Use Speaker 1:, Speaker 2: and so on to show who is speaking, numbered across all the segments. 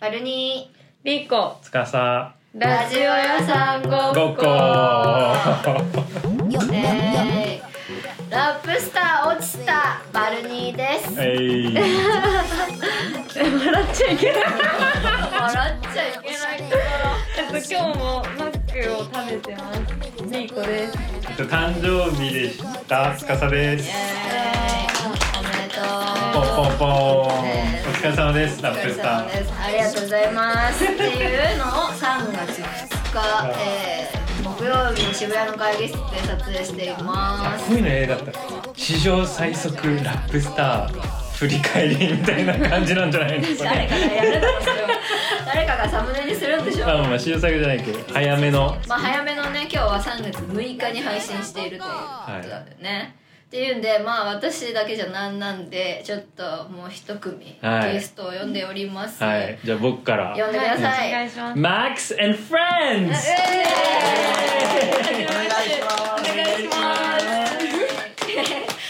Speaker 1: はるに
Speaker 2: リコ
Speaker 3: つかさ
Speaker 2: ラジオ屋さんごっこ
Speaker 3: ごっこ
Speaker 1: えー、ラップスター落ちたバルニーです
Speaker 3: えい
Speaker 2: 笑っちゃいけない
Speaker 1: 笑っちゃいけないとこ
Speaker 2: えっと今日もマックを食べてますリコです
Speaker 3: えっと誕生日でしたつかさです
Speaker 1: ろおめでと
Speaker 3: ポン
Speaker 1: う
Speaker 3: ポンポンお
Speaker 1: ね
Speaker 3: 疲れ様ですラ
Speaker 1: お
Speaker 3: ッ
Speaker 1: 疲
Speaker 3: プ
Speaker 1: れ
Speaker 3: スタ
Speaker 1: 様
Speaker 3: ー
Speaker 1: ですありがとうございますっていうのを3月2日、えー、木曜日の渋谷の会議室で撮影していま
Speaker 3: あ
Speaker 1: す
Speaker 3: こういうの映画だった史上最速ラップスター振り返りみたいな感じなんじゃないのですか
Speaker 1: 誰かがやるんでしょ誰かがサムネにするんでしょ
Speaker 3: まあまあまあ史上最速じゃないけど早めの
Speaker 1: まあ早めのね今日は3月6日に配信しているということなんだよね、っていうんでまあ私だけじゃなんなんでちょっともう一組、
Speaker 3: はい
Speaker 1: ゲストを呼んでおります、
Speaker 3: はいじゃあ僕から
Speaker 1: 呼んでください、
Speaker 2: お願いします
Speaker 3: Max and Friends
Speaker 1: お願いしますお願いします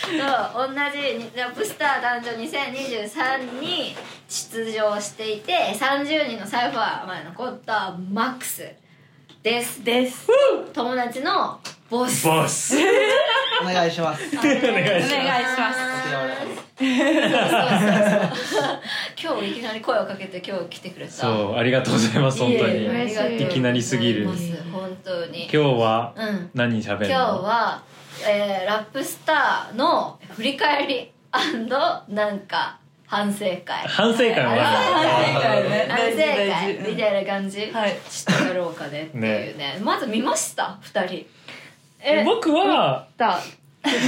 Speaker 1: そう同じラップスター男女2023に出場していて30人のサイファーまで残ったマックスです
Speaker 2: です
Speaker 1: 友達のボス
Speaker 3: ボス
Speaker 4: お願いします。
Speaker 3: お願いしま
Speaker 4: 沖縄です
Speaker 1: 今日いきなり声をかけて今日来てくれた
Speaker 3: すそうありがとうございます本当に
Speaker 1: え
Speaker 3: 今
Speaker 1: えありがとうござます
Speaker 3: いきなりすぎる
Speaker 1: 本当に
Speaker 3: 日は
Speaker 1: うん
Speaker 3: 何喋
Speaker 1: 今
Speaker 3: るの
Speaker 1: 日は、えーラップスターの振り返りなんか反省会
Speaker 3: 反省会もある
Speaker 2: 反省会ね
Speaker 1: 反省会みたいな感じ、
Speaker 2: はい
Speaker 1: ちょっとやろうかねっていうねまず見ました2人
Speaker 2: え
Speaker 3: 僕は
Speaker 2: だ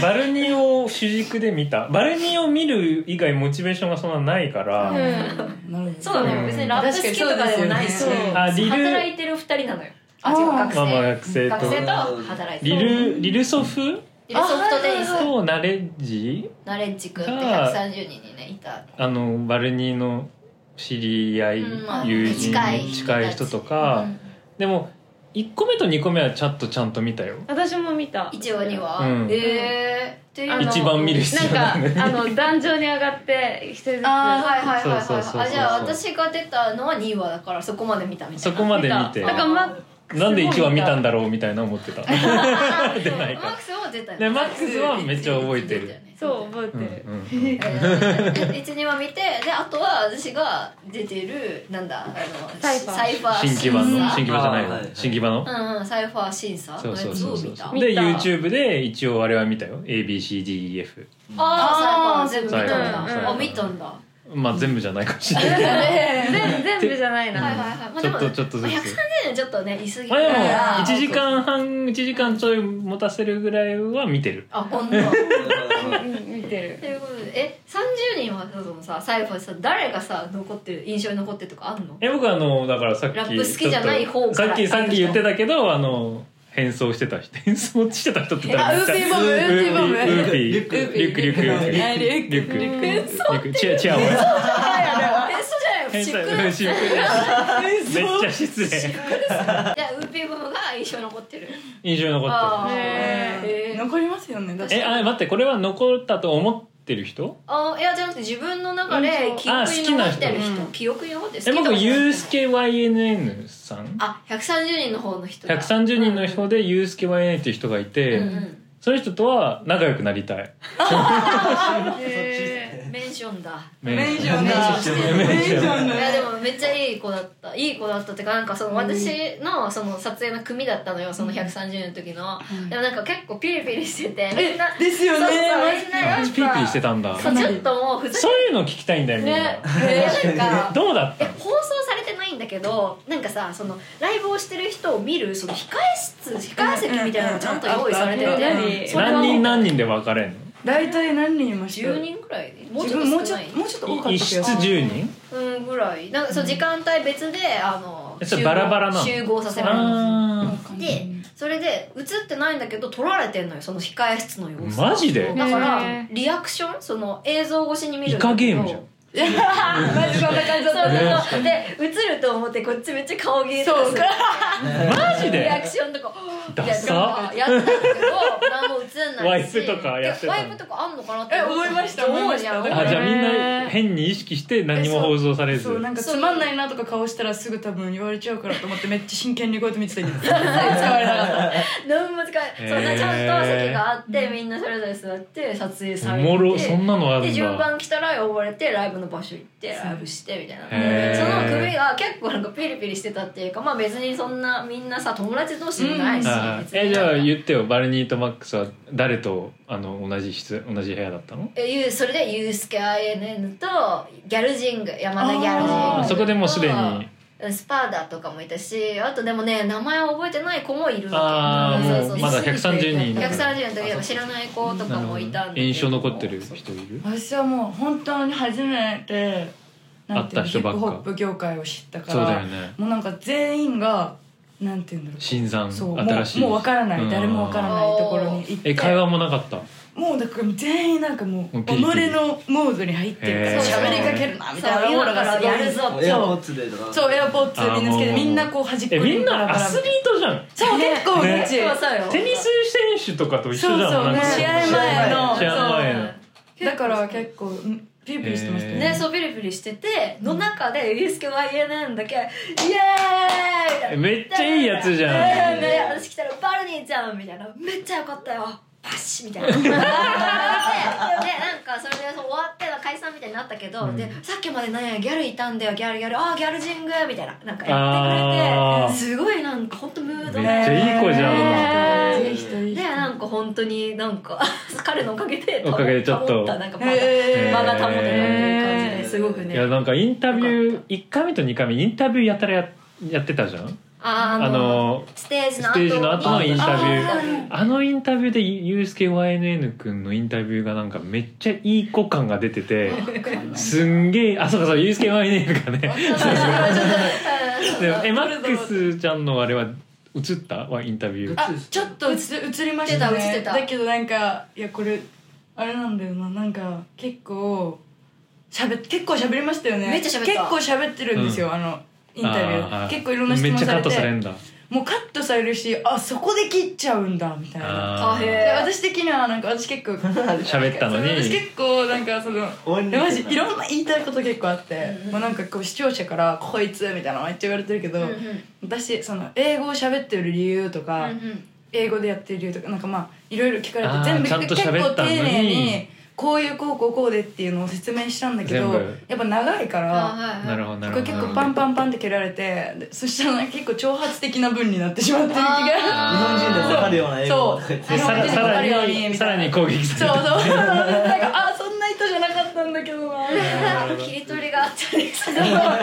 Speaker 3: バルニーを主軸で見たバルニーを見る以外モチベーションがそんなないから、
Speaker 2: うん
Speaker 1: そうなのよ、
Speaker 3: うん
Speaker 1: 別にラップ好きとかでもないし、
Speaker 2: 確かにそうですよね
Speaker 3: あリル
Speaker 1: 働いてる2人なのよあ
Speaker 2: あー
Speaker 1: 違う学生
Speaker 3: まあまあ学生と
Speaker 1: 学生と働いて
Speaker 3: リ
Speaker 1: る
Speaker 3: ルリルソフ
Speaker 1: リルソフトテニス
Speaker 3: とナレッジ
Speaker 1: ナレッジ君って130人にねいた
Speaker 3: あのバルニーの知り合い、
Speaker 1: うん
Speaker 3: 友人
Speaker 1: 近い
Speaker 3: に近い人とか、
Speaker 1: うん
Speaker 3: でも1個目と2個目はちゃんとちゃんと見たよ
Speaker 2: 私も見た
Speaker 1: 一応には、
Speaker 3: うん
Speaker 1: えー、っていうの
Speaker 3: 一番見る必
Speaker 2: なん
Speaker 3: 要な
Speaker 2: か
Speaker 3: んだね
Speaker 2: あの壇上に上がって一人ずつ
Speaker 1: あーはいはいはいはい
Speaker 3: そうそうそうそう
Speaker 1: あじゃあ私が出たのは2話だからそこまで見たみたい
Speaker 3: そ
Speaker 1: な
Speaker 3: こま で見て
Speaker 2: なんかマ
Speaker 3: なんで1話見たんだろうみたいな思ってた出ない
Speaker 1: マッ
Speaker 3: か
Speaker 1: クスも出たよ
Speaker 3: でマックスはめっちゃ覚えてる
Speaker 2: そう覚えて
Speaker 3: ら、うん
Speaker 2: る
Speaker 3: うん
Speaker 1: えー一二話見てであとは私が出てるなんだあの
Speaker 2: サイファー
Speaker 1: サイファー
Speaker 3: 新規版の新
Speaker 1: 審
Speaker 3: 規版じゃない
Speaker 4: あーはい
Speaker 3: の新規版の、
Speaker 1: 査うんサイファー審査
Speaker 3: そうそうそうそう
Speaker 1: のやつを見た
Speaker 3: で
Speaker 2: 見た
Speaker 3: YouTube で一応あれは見たよ ABCDEF
Speaker 1: ああ
Speaker 2: あー
Speaker 1: サイファー全部見たん
Speaker 2: サイファー
Speaker 1: だあ
Speaker 3: うん
Speaker 1: 見たんだ
Speaker 3: まあ全部じゃないかもしれないけど
Speaker 2: 全全部じゃない
Speaker 1: はい
Speaker 2: な
Speaker 1: はいはいまあ
Speaker 3: ち
Speaker 1: で
Speaker 3: ょっ
Speaker 1: も
Speaker 3: とちょっとずつ
Speaker 1: 130年ちょっとね言い過ぎ
Speaker 3: まあでも
Speaker 1: だから
Speaker 3: 1時間半1時間ちょい持たせるぐらいは見てる
Speaker 1: あこんな
Speaker 2: うん見てる
Speaker 1: ということでえ三30人はそのさ最後さ誰がさ残ってる印象に残ってるとかあんの
Speaker 3: え僕あのだからさっき
Speaker 1: ラップ好きじゃない方
Speaker 3: ちょっと
Speaker 1: から
Speaker 3: さっきさっき言ってたけどあの変装してた人 変装してた人って言ったらめっちゃ
Speaker 2: あウーピーボムウーピーボム
Speaker 3: ウーピー
Speaker 4: リュック
Speaker 3: リュックリュックリュックリ
Speaker 4: リュ
Speaker 2: ック
Speaker 3: ュック
Speaker 2: リュック
Speaker 3: リュックチェアチェア俺
Speaker 1: あれそうじゃない
Speaker 3: 変
Speaker 1: よ
Speaker 3: 装
Speaker 1: シック
Speaker 3: うん私服ですめっちゃ失礼
Speaker 1: じゃあウーピーブムが印象に残ってる
Speaker 3: 印象に残って
Speaker 1: あー
Speaker 2: ね
Speaker 1: えー
Speaker 5: 残りますよね確か
Speaker 3: る
Speaker 5: に
Speaker 3: えあ待ってこれは残ったと思ってる人
Speaker 1: あいやじゃなくて自分の中で記憶に残ってる
Speaker 5: あ好きな
Speaker 1: 人
Speaker 5: 人
Speaker 1: 記憶に残ってる
Speaker 3: え
Speaker 1: 好きと
Speaker 3: 僕
Speaker 1: かじゃない
Speaker 3: ユースケ YNN さん
Speaker 1: あ130人の方の人だ
Speaker 3: 130人の人でユースケ YNN っていう人がいて、
Speaker 1: うんうん
Speaker 3: その人とは仲良くなりたい
Speaker 2: へ
Speaker 1: メンションだ
Speaker 5: メンション
Speaker 4: メ
Speaker 5: だ
Speaker 4: ンショ
Speaker 5: メンション
Speaker 1: いや
Speaker 5: だ
Speaker 1: でもめっちゃいい子だったいい子だったってかなんかその私のその撮影の組だったのよその130の時の、でもなんか結構ピリピリしててみんな
Speaker 5: えですよね
Speaker 1: そうそうみんなやっぱ
Speaker 3: 私ピリピリしてたんだ
Speaker 1: そうちょっともうふざ
Speaker 3: そういうの聞きたいんだ
Speaker 1: け
Speaker 3: よみんな、
Speaker 1: ねえなんか
Speaker 3: どうだっ
Speaker 1: え
Speaker 3: た
Speaker 1: 放送されてないんだけどなんかさそのライブをしてる人を見るその控え室控え席みたいなのがちゃんと用意されて
Speaker 5: うんうんうん
Speaker 2: うん
Speaker 1: て
Speaker 2: え
Speaker 1: それは
Speaker 3: 何人何人で分かれんの
Speaker 5: 大体何人いました
Speaker 1: 10人ぐらいもうち
Speaker 5: 自
Speaker 1: ょっと
Speaker 5: 分もうち
Speaker 1: 少
Speaker 5: ょ
Speaker 1: ない
Speaker 5: もうちょっと多かった
Speaker 3: い
Speaker 5: 気
Speaker 3: 一
Speaker 5: が
Speaker 3: 室
Speaker 5: する
Speaker 3: 10人
Speaker 1: うんぐらいなんかそう時間帯別であの
Speaker 3: えそれバラバラなの
Speaker 1: 集合させられます
Speaker 3: あ
Speaker 1: でそれで映ってないんだけど撮られてんのよその控え室の様子
Speaker 3: マジで
Speaker 1: そうだか
Speaker 2: へ
Speaker 1: ら
Speaker 2: ー
Speaker 1: リアクションその映像越しに見る
Speaker 3: イカゲームじゃん
Speaker 1: えマジこんな感じだったそうそうそう
Speaker 3: ね
Speaker 1: で映ると思ってこっちめっちゃ顔芸とかする
Speaker 3: マジ
Speaker 1: リアク
Speaker 3: で
Speaker 1: ションとか
Speaker 3: ダ
Speaker 1: いや
Speaker 3: サ
Speaker 1: なんかやったんだけど何も映んないし
Speaker 3: ワイプとかやってたの
Speaker 1: ワイプとかあんのかなって
Speaker 5: え思いました
Speaker 1: 思うじゃん
Speaker 5: 思いま
Speaker 3: あ
Speaker 5: した
Speaker 3: じゃあみんな変に意識して何も放送されず
Speaker 5: そうなんかつまんないなとか顔したらすぐ多分言われちゃうからと思ってめっちゃ真剣にこうやって見てたけど全然使われなかった
Speaker 1: 何も使えないそんなちゃんと席があってみんなそれぞれ座って撮影さ
Speaker 3: お
Speaker 1: れ
Speaker 3: もろ
Speaker 1: て
Speaker 3: そんなのある
Speaker 1: で
Speaker 3: ん
Speaker 1: 順
Speaker 3: だ
Speaker 1: 番来たら呼ばれてライブの場所行ってライブしてみたいな
Speaker 3: へー
Speaker 1: その組が結構なんかピリピリしてたっていうかまあ別にそんなみんなさ友達同士じゃないし、
Speaker 3: あ
Speaker 1: 別に
Speaker 3: えじゃあ言ってよバルニーとマックスは誰とあの同じ室同じ部屋だったの
Speaker 1: えゆうそれでユースケ INN とギャルジング山田ギャルジン
Speaker 5: あ
Speaker 1: グ
Speaker 5: ー
Speaker 1: と
Speaker 3: そこでもうすでに
Speaker 1: うんスパーダとかもいたしあとでもね名前を覚えてない子もいる
Speaker 3: ああ
Speaker 1: そ
Speaker 3: も
Speaker 1: そうそ
Speaker 3: まだ130人
Speaker 1: 130の時でも知らない子とかもいたんで
Speaker 3: 印象残ってる人いる
Speaker 5: 私はもう本当に初めてなんていう
Speaker 3: 会った
Speaker 5: のヒ
Speaker 3: 人
Speaker 5: ッ
Speaker 3: ばっ
Speaker 5: プ
Speaker 3: か
Speaker 5: ホップ業界を知ったから
Speaker 3: そうだよね
Speaker 5: もうなんか全員がなんていうんだろう
Speaker 3: 新参
Speaker 5: そう
Speaker 3: 新しい
Speaker 5: もうもう分からない、
Speaker 3: うん
Speaker 5: 誰も分からないところに行って
Speaker 3: え会話もなかった
Speaker 5: もうだから全員なんかもう
Speaker 3: もう
Speaker 5: 己
Speaker 3: ピリピリ
Speaker 5: のモードに入ってるか
Speaker 3: へー
Speaker 5: ら喋りかけるなみた
Speaker 1: そう
Speaker 5: いなオーラがすごい
Speaker 1: 今からやるぞ
Speaker 4: エアポッツでとか
Speaker 5: そうエアポッツみんな
Speaker 3: あ
Speaker 5: つけて
Speaker 3: ーもう
Speaker 5: みんなこう端っこ
Speaker 3: え
Speaker 5: に
Speaker 3: みん
Speaker 5: バラバ
Speaker 3: な
Speaker 5: ラ
Speaker 3: アスリートじゃん
Speaker 5: そう結構
Speaker 3: ね
Speaker 5: ガチ
Speaker 1: そうそうよ
Speaker 3: テニス選手とかと一
Speaker 5: そ
Speaker 3: 緒
Speaker 5: う
Speaker 3: じゃん
Speaker 5: そう
Speaker 3: なんか
Speaker 5: 試合前の
Speaker 3: 試合前の
Speaker 5: そうだから結構うんピリピリしてました
Speaker 3: へ
Speaker 5: ね
Speaker 1: ね、そうピリピリしてての中でユースケ YNN だけ「イエーイ!」みたいな
Speaker 3: えめっちゃいいやつじゃん
Speaker 1: えーで私来たら「バルニーちゃん」みたいな「めっちゃよかったよパシッ」みたい なででなんかそれでそう終わっては解散みたいになったけど、
Speaker 3: うん
Speaker 1: でさっきまでなんやギャルいたんだよギャルギャルあーギャル神宮みたいななんかや
Speaker 3: あ
Speaker 1: ってくれ
Speaker 3: ー
Speaker 1: てすごいなんかほんとムード
Speaker 3: めっちゃいい子じゃん
Speaker 5: ねいい人いい
Speaker 1: で
Speaker 5: 人
Speaker 1: なんか本当になんか 彼のおかげで
Speaker 3: おかげでちょっと
Speaker 1: 保ったなんかまだ
Speaker 5: へ
Speaker 3: ー
Speaker 1: 間が保てたっていう感じですごく
Speaker 3: い
Speaker 1: ね
Speaker 3: やなんかインタビュー1回目と2回目インタビューやたらややってたじゃん
Speaker 1: あー
Speaker 3: あの
Speaker 1: ステージの
Speaker 3: ステージの後のインタビュー
Speaker 1: あー
Speaker 3: あのインタビューでユースケ YNN 君のインタビューがなんかめっちゃいい子感が出て てすんげえあそうかそうユースケ YNN がね でもえマックスちゃんのあれは映ったはインタビュー
Speaker 5: あちょっと映映りましたね
Speaker 1: 映ってた映ってた
Speaker 5: だけどなんかいやこれあれなんだよななんか結構しゃべ結構喋りましたよね
Speaker 1: めっちゃ喋った
Speaker 5: 結構喋ってるんですよ、
Speaker 3: うん
Speaker 5: あのインタビュー
Speaker 3: あ
Speaker 5: 結構いろんな質問
Speaker 3: めっちゃ
Speaker 5: さ
Speaker 3: カ
Speaker 5: れ
Speaker 3: ットされ
Speaker 5: て
Speaker 3: んだ
Speaker 5: もうカットされるしあそこで切っちゃうんだみたいな
Speaker 3: あー
Speaker 1: へー
Speaker 5: で私的にはなんか私結構
Speaker 3: 喋ったのに
Speaker 5: 私結構なんかその
Speaker 4: 応援に
Speaker 5: え
Speaker 4: 行
Speaker 5: マ
Speaker 4: くんだ
Speaker 5: ジいろんな言いたいこと結構あって、もうなんかこう視聴者から「こいつ」みたいなのめっちゃ言われてるけど、
Speaker 1: うんうん
Speaker 5: 私その英語を喋ってる理由とか、英語でやってる理由とかなんかまあいろいろ聞かれ
Speaker 3: あー
Speaker 5: て全
Speaker 3: ちゃん
Speaker 5: 部
Speaker 3: と
Speaker 5: 結
Speaker 3: 喋
Speaker 5: 構
Speaker 3: った
Speaker 5: 丁
Speaker 3: のに
Speaker 5: 寧にこういうこうこうこうでっていうのを説明したんだけど
Speaker 3: 全部
Speaker 5: やっぱ長いから
Speaker 1: あ
Speaker 3: なるほどな
Speaker 5: こ
Speaker 3: る
Speaker 5: れ
Speaker 3: ほど
Speaker 5: 結構パンパンパンって蹴られてでそしたらなんか結構挑発的な文になってしまってる気が
Speaker 4: 日本人でも分かるような英語
Speaker 5: そう
Speaker 3: でさらさら
Speaker 5: わかるように
Speaker 3: に
Speaker 5: み
Speaker 3: さ
Speaker 5: たいな
Speaker 3: らに攻撃さ
Speaker 5: そう
Speaker 3: れ
Speaker 5: そう
Speaker 3: た
Speaker 5: なんかあそんな意図じゃなかったんだけどな
Speaker 1: 切り取りがあったりする
Speaker 3: おもろ
Speaker 5: ま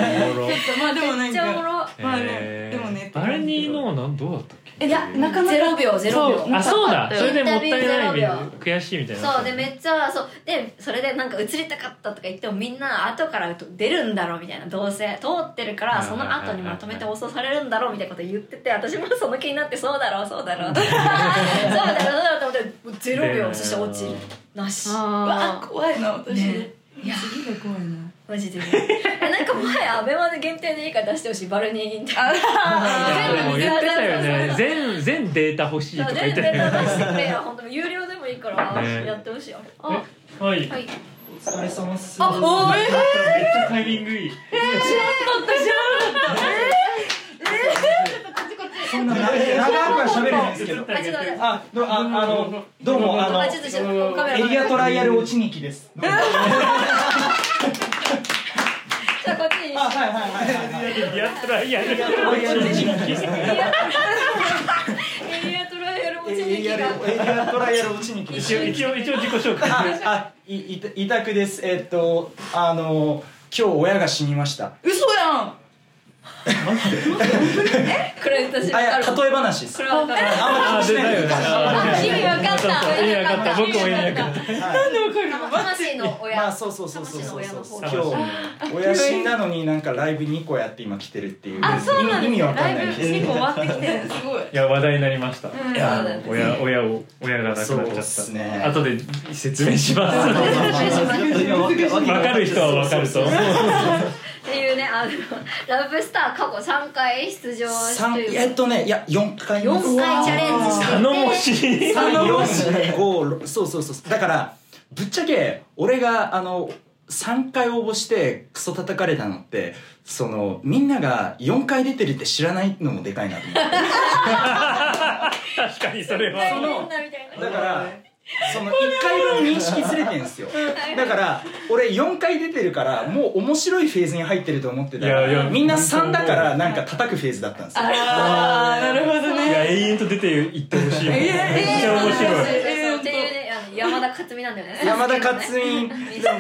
Speaker 5: あでもな
Speaker 1: め
Speaker 5: ん
Speaker 1: っちゃおも
Speaker 5: か
Speaker 1: ろ
Speaker 5: まあね
Speaker 3: へー
Speaker 5: でもね
Speaker 3: バルニーのなんどうだったっけ
Speaker 5: いやなかなか
Speaker 1: ゼロ秒ゼロ秒
Speaker 5: そう
Speaker 3: あそうだ
Speaker 5: なかったよ
Speaker 3: それでもったいないみたいな
Speaker 1: インタ
Speaker 3: 悔しいみたいな
Speaker 1: そうでめっちゃそうでそれでなんか映りたかったとか言ってもみんな後から出るんだろうみたいなどうせ通ってるからその後にまとめて放送されるんだろうみたいなこと言ってて私もその気になってそうだろう そうだろうそうだろうそうだろうと思ってゼロ秒そして落ちるなし
Speaker 5: うわ
Speaker 2: あ
Speaker 5: 怖いな私
Speaker 1: ね
Speaker 5: いや次が怖いな
Speaker 1: マジでなんかもはやアベマで限定でいいから出してほしいバルニーギンタ
Speaker 3: でも言ってたよね全全データ欲しいとか言
Speaker 1: 全
Speaker 3: って
Speaker 1: 然
Speaker 3: た
Speaker 1: 出
Speaker 3: よね
Speaker 1: してくれよ本当に有料でもいいから
Speaker 3: ね
Speaker 1: やってほしいよ、あは
Speaker 3: えはいめっ
Speaker 1: い
Speaker 4: お疲れ様っす
Speaker 1: あおー
Speaker 3: ちゃタイミングいい
Speaker 4: そんな長くは喋れないんですけど
Speaker 1: あちょっと待って
Speaker 4: あどああのどうもあの
Speaker 1: あちょっとちょっとカメラ
Speaker 4: エリアトライアル落ちにきですどうも
Speaker 1: じゃあこっちに
Speaker 4: あはいはいはいはい
Speaker 3: やったらいやる
Speaker 4: 落ちにき
Speaker 1: エリアトライアル持ち
Speaker 4: エ
Speaker 1: に
Speaker 4: リア
Speaker 1: が
Speaker 4: トライアル落ちにきです
Speaker 3: 一応一応一応自己紹介
Speaker 4: ああいいた委託ですえっとあの今日親が死にました
Speaker 5: 嘘やん
Speaker 4: これ私
Speaker 6: あいや
Speaker 4: わかる
Speaker 6: 例え話です
Speaker 4: これわかる
Speaker 6: あんま気にしない
Speaker 3: あ
Speaker 6: で
Speaker 3: 出たよね
Speaker 4: あ 意味わかった
Speaker 3: そうそう意味わかった僕も意味わかった
Speaker 6: はい
Speaker 4: 魂の 親
Speaker 6: まあそうそうそうそうそう
Speaker 4: 魂の親の
Speaker 6: そう
Speaker 4: 方
Speaker 6: 今
Speaker 3: 魂の
Speaker 6: 日親死んだのになんかライブ2個やって今来てるっていう
Speaker 5: あそうなんです
Speaker 6: 意味わかんな
Speaker 5: ラ
Speaker 6: い
Speaker 5: イブ結構終わってきてるすごい
Speaker 3: いや話題になりました、
Speaker 5: ん
Speaker 6: いや
Speaker 3: 親親を親が亡くなっち
Speaker 6: そう
Speaker 3: ゃ
Speaker 6: っ
Speaker 3: った、
Speaker 6: すね
Speaker 3: 後で説明します
Speaker 6: まあまあまあ
Speaker 3: わかる人はわかると思う
Speaker 4: っていうねあのラブスター過去3回出場し
Speaker 6: 三
Speaker 4: てる
Speaker 6: えっとねいや四回
Speaker 4: 4回チャレンジしてて
Speaker 3: 頼もしい
Speaker 6: 三四五六そうそうそうだからぶっちゃけ俺があの3回応募してクソ叩かれたのってそのみんなが4回出てるって知らないのもでかいなと思って
Speaker 3: 確かにそれは
Speaker 4: 大変だみたいな
Speaker 6: だからその1回分認識ずれてんすよだから俺4回出てるからもう面白いフェーズに入ってると思ってたら
Speaker 3: いやいや
Speaker 6: みんな3だからなんか叩くフェーズだったんですよ
Speaker 5: あーなるほど
Speaker 3: い
Speaker 5: ね
Speaker 3: や永遠と出ていってほしいもん
Speaker 5: いや
Speaker 3: めっちゃ面
Speaker 4: そうそう
Speaker 3: 白
Speaker 4: そ
Speaker 3: い
Speaker 4: うそうっていうねあの山田勝美なんだよね
Speaker 6: 山田勝美
Speaker 4: サ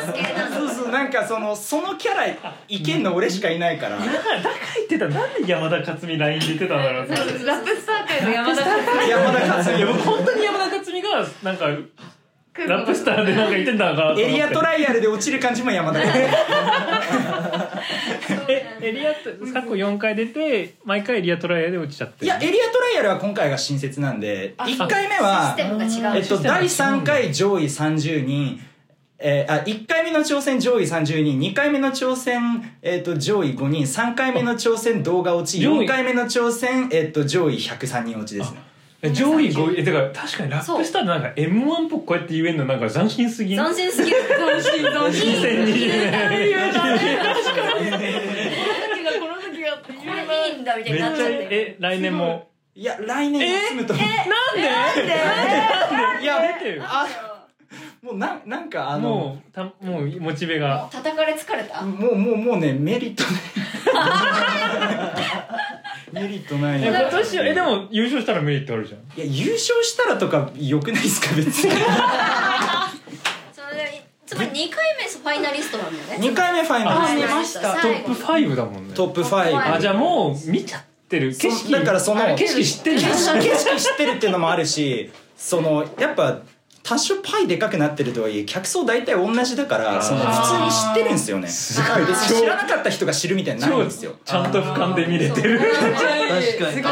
Speaker 4: スケなんだ
Speaker 6: そうそうなんかそのそのキャラいけんの俺しかいないから
Speaker 3: だからだから言ってたなんで山田勝美 LINE で言ってたんだろう
Speaker 4: そうそうそう
Speaker 5: ラップスター界の山田
Speaker 6: 山田勝
Speaker 3: い
Speaker 6: 美
Speaker 3: や僕本当に山田勝美がなんか
Speaker 5: 君
Speaker 3: ラップスターでなんか言ってんだのかなと思って
Speaker 6: エリアトライアルで落ちる感じも山田勝
Speaker 3: えエリアって過去4回出て毎回エリアトライアで落ちちゃって
Speaker 6: 美いやエリアトライアルは今回が新設なんで1回目は
Speaker 4: システムが違
Speaker 6: え
Speaker 4: う
Speaker 6: っと、第3回上位30人、えーあ1回目の挑戦上位30人2回目の挑戦、えっと上位5人3回目の挑戦動画落ち
Speaker 3: 上位
Speaker 6: 4回目の挑戦、えっと上位103人落ちですね
Speaker 3: え上位5位えてか確かにラップスターでなんか m 1っぽくこうやって言えんのなんか斬新すぎん
Speaker 4: 斬新すぎる斬新斬
Speaker 3: 2020年
Speaker 5: がこの時がって
Speaker 4: これいいんだみた
Speaker 3: めっ
Speaker 4: いに
Speaker 3: ち
Speaker 4: なっちゃ
Speaker 3: ゃ
Speaker 4: ってる
Speaker 3: え来年も
Speaker 6: いや来年休むと思う
Speaker 3: なんで
Speaker 6: いや
Speaker 3: 出てよ
Speaker 6: あもうなんなんかあの
Speaker 3: もうたもうモチベが
Speaker 4: 叩かれ疲れた
Speaker 6: もうもうもうね メリットないメリットない
Speaker 3: え
Speaker 6: よ
Speaker 3: 今年えでも優勝したらメリットあるじゃん
Speaker 6: いや優勝したらとかよくないですか別 に
Speaker 4: それでつまり2回目ファイナリストなんだよね
Speaker 6: 2回目ファイナル
Speaker 5: 見ました
Speaker 3: ト
Speaker 4: 最
Speaker 3: ップ
Speaker 4: 後
Speaker 3: 5だもんね
Speaker 6: トップ5
Speaker 3: あじゃあもう見ちゃってる景色
Speaker 6: だからその
Speaker 3: あ景色知ってる
Speaker 6: 景色景色知ってるっていうのもあるしそのやっぱ多少パイでかくなってるとはいえ客層大体同じだからその普通に知ってるんですよね
Speaker 3: す
Speaker 4: ごい
Speaker 6: 別に知らなかった人が知るみたいにないんですよ
Speaker 3: ちゃんと俯瞰で見れてる
Speaker 5: 確かにすごい新しい
Speaker 4: コ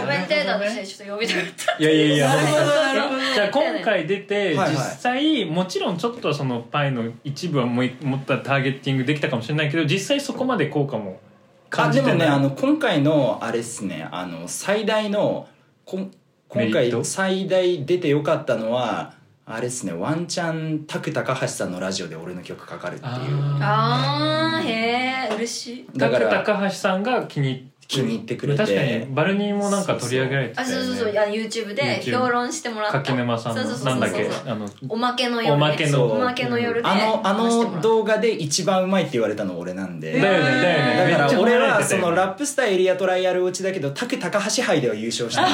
Speaker 5: よ
Speaker 4: メ
Speaker 5: ね
Speaker 4: ンテーターとしてちょっと呼びたかった
Speaker 3: いやいやいや
Speaker 5: なるほどなるほど
Speaker 3: じゃあ今回出て
Speaker 6: はいはい
Speaker 3: 実際もちろんちょっとそのパイの一部はもうもっとターゲッティングできたかもしれないけど実際そこまで効果も
Speaker 6: あ
Speaker 3: 感
Speaker 6: で
Speaker 3: じて
Speaker 6: もね
Speaker 3: な
Speaker 6: あ
Speaker 3: い
Speaker 6: の今回のあれっすねあの最大のこん今
Speaker 3: メリット
Speaker 6: 回最大出てよかったのはあれっすねワンチャンタク高橋さんのラジオで俺の曲かかるっていう
Speaker 4: あーへえ嬉しい
Speaker 6: だか
Speaker 3: だから
Speaker 6: ら
Speaker 3: 高橋さんが気に
Speaker 6: 気に入ってくれて
Speaker 3: 確かにバルニーもなんか取り上げられてた
Speaker 4: あ
Speaker 3: よ
Speaker 4: そ
Speaker 3: ね
Speaker 4: うそうそういや YouTube で
Speaker 3: YouTube
Speaker 4: 評論してもらった
Speaker 3: 柿沼さんの
Speaker 4: そうそうそう
Speaker 3: な
Speaker 4: そうん
Speaker 3: だっけあの
Speaker 4: おまけの夜ね
Speaker 3: おまけの
Speaker 4: おまけの夜で
Speaker 6: あのあ
Speaker 4: 話してもら
Speaker 6: の
Speaker 4: った
Speaker 6: 動画で一番うまいって言われたの俺なんで
Speaker 3: だよねだよね
Speaker 6: だ
Speaker 3: めっ
Speaker 6: か
Speaker 3: ちゃ
Speaker 6: ら俺
Speaker 3: 褒めら
Speaker 6: は
Speaker 3: れてた
Speaker 6: そ
Speaker 3: よね
Speaker 6: のラップスターエリアトライアル落ちだけどタク高橋杯では優勝した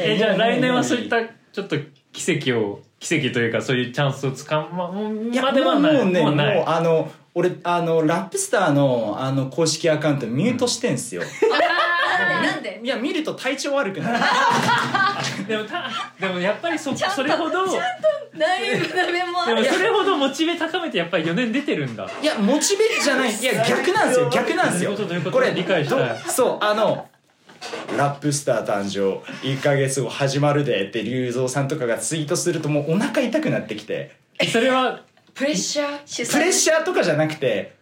Speaker 3: えじゃあ来年はそういったちょっと奇跡を奇跡というかそういうチャンスをつかま
Speaker 6: いや
Speaker 3: ま
Speaker 6: も
Speaker 3: では
Speaker 6: う
Speaker 3: ない
Speaker 6: もうねも
Speaker 3: もう
Speaker 6: う
Speaker 3: ない
Speaker 6: あの俺あのラップスターのあの公式アカウントミュートしてんす よ、
Speaker 4: なんで
Speaker 6: いや見ると体調悪くなる
Speaker 3: でもたでもやっぱりそそれほどで
Speaker 4: 内部の面もあ
Speaker 3: も
Speaker 4: る
Speaker 3: それほどモチベ高めてやっぱり4年出てるんだ
Speaker 6: いやモチベじゃないいや逆なんですよ逆なんですよ
Speaker 3: どういうことどういうこと
Speaker 6: これ
Speaker 3: 理解したい
Speaker 6: どそうあのラップスター誕生1か月後始まるでって龍造さんとかがツイートするともうお腹痛くなってきて
Speaker 3: それは
Speaker 5: プレッシャー
Speaker 4: 主催
Speaker 6: プレッシャーとかじゃなくて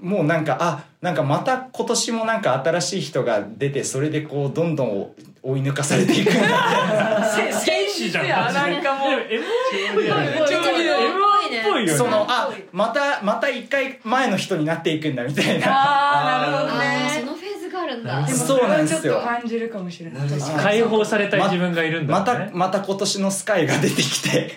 Speaker 6: もうなんかあなんかまた今年もなんか新しい人が出てそれでこうどんどん追い抜かされていく
Speaker 3: 戦士じゃん
Speaker 5: いやなんかもう
Speaker 3: でも M1
Speaker 5: すごいめっちゃ面白い
Speaker 3: M1 っぽいよね
Speaker 6: そのあまたまた一回前の人になっていくんだみたいな
Speaker 5: あーなるほど
Speaker 4: あーそ
Speaker 5: ね
Speaker 4: のフェーズがあるんだ
Speaker 6: でも
Speaker 5: そ
Speaker 6: そう
Speaker 5: れ
Speaker 6: なん
Speaker 5: は
Speaker 6: で
Speaker 5: ちょっ
Speaker 6: すよ
Speaker 5: と感じるかもしれない
Speaker 3: 解放されたい自分がいるんだも
Speaker 6: ま
Speaker 3: ん
Speaker 6: た
Speaker 3: ね
Speaker 6: また今年のスカイが出てきて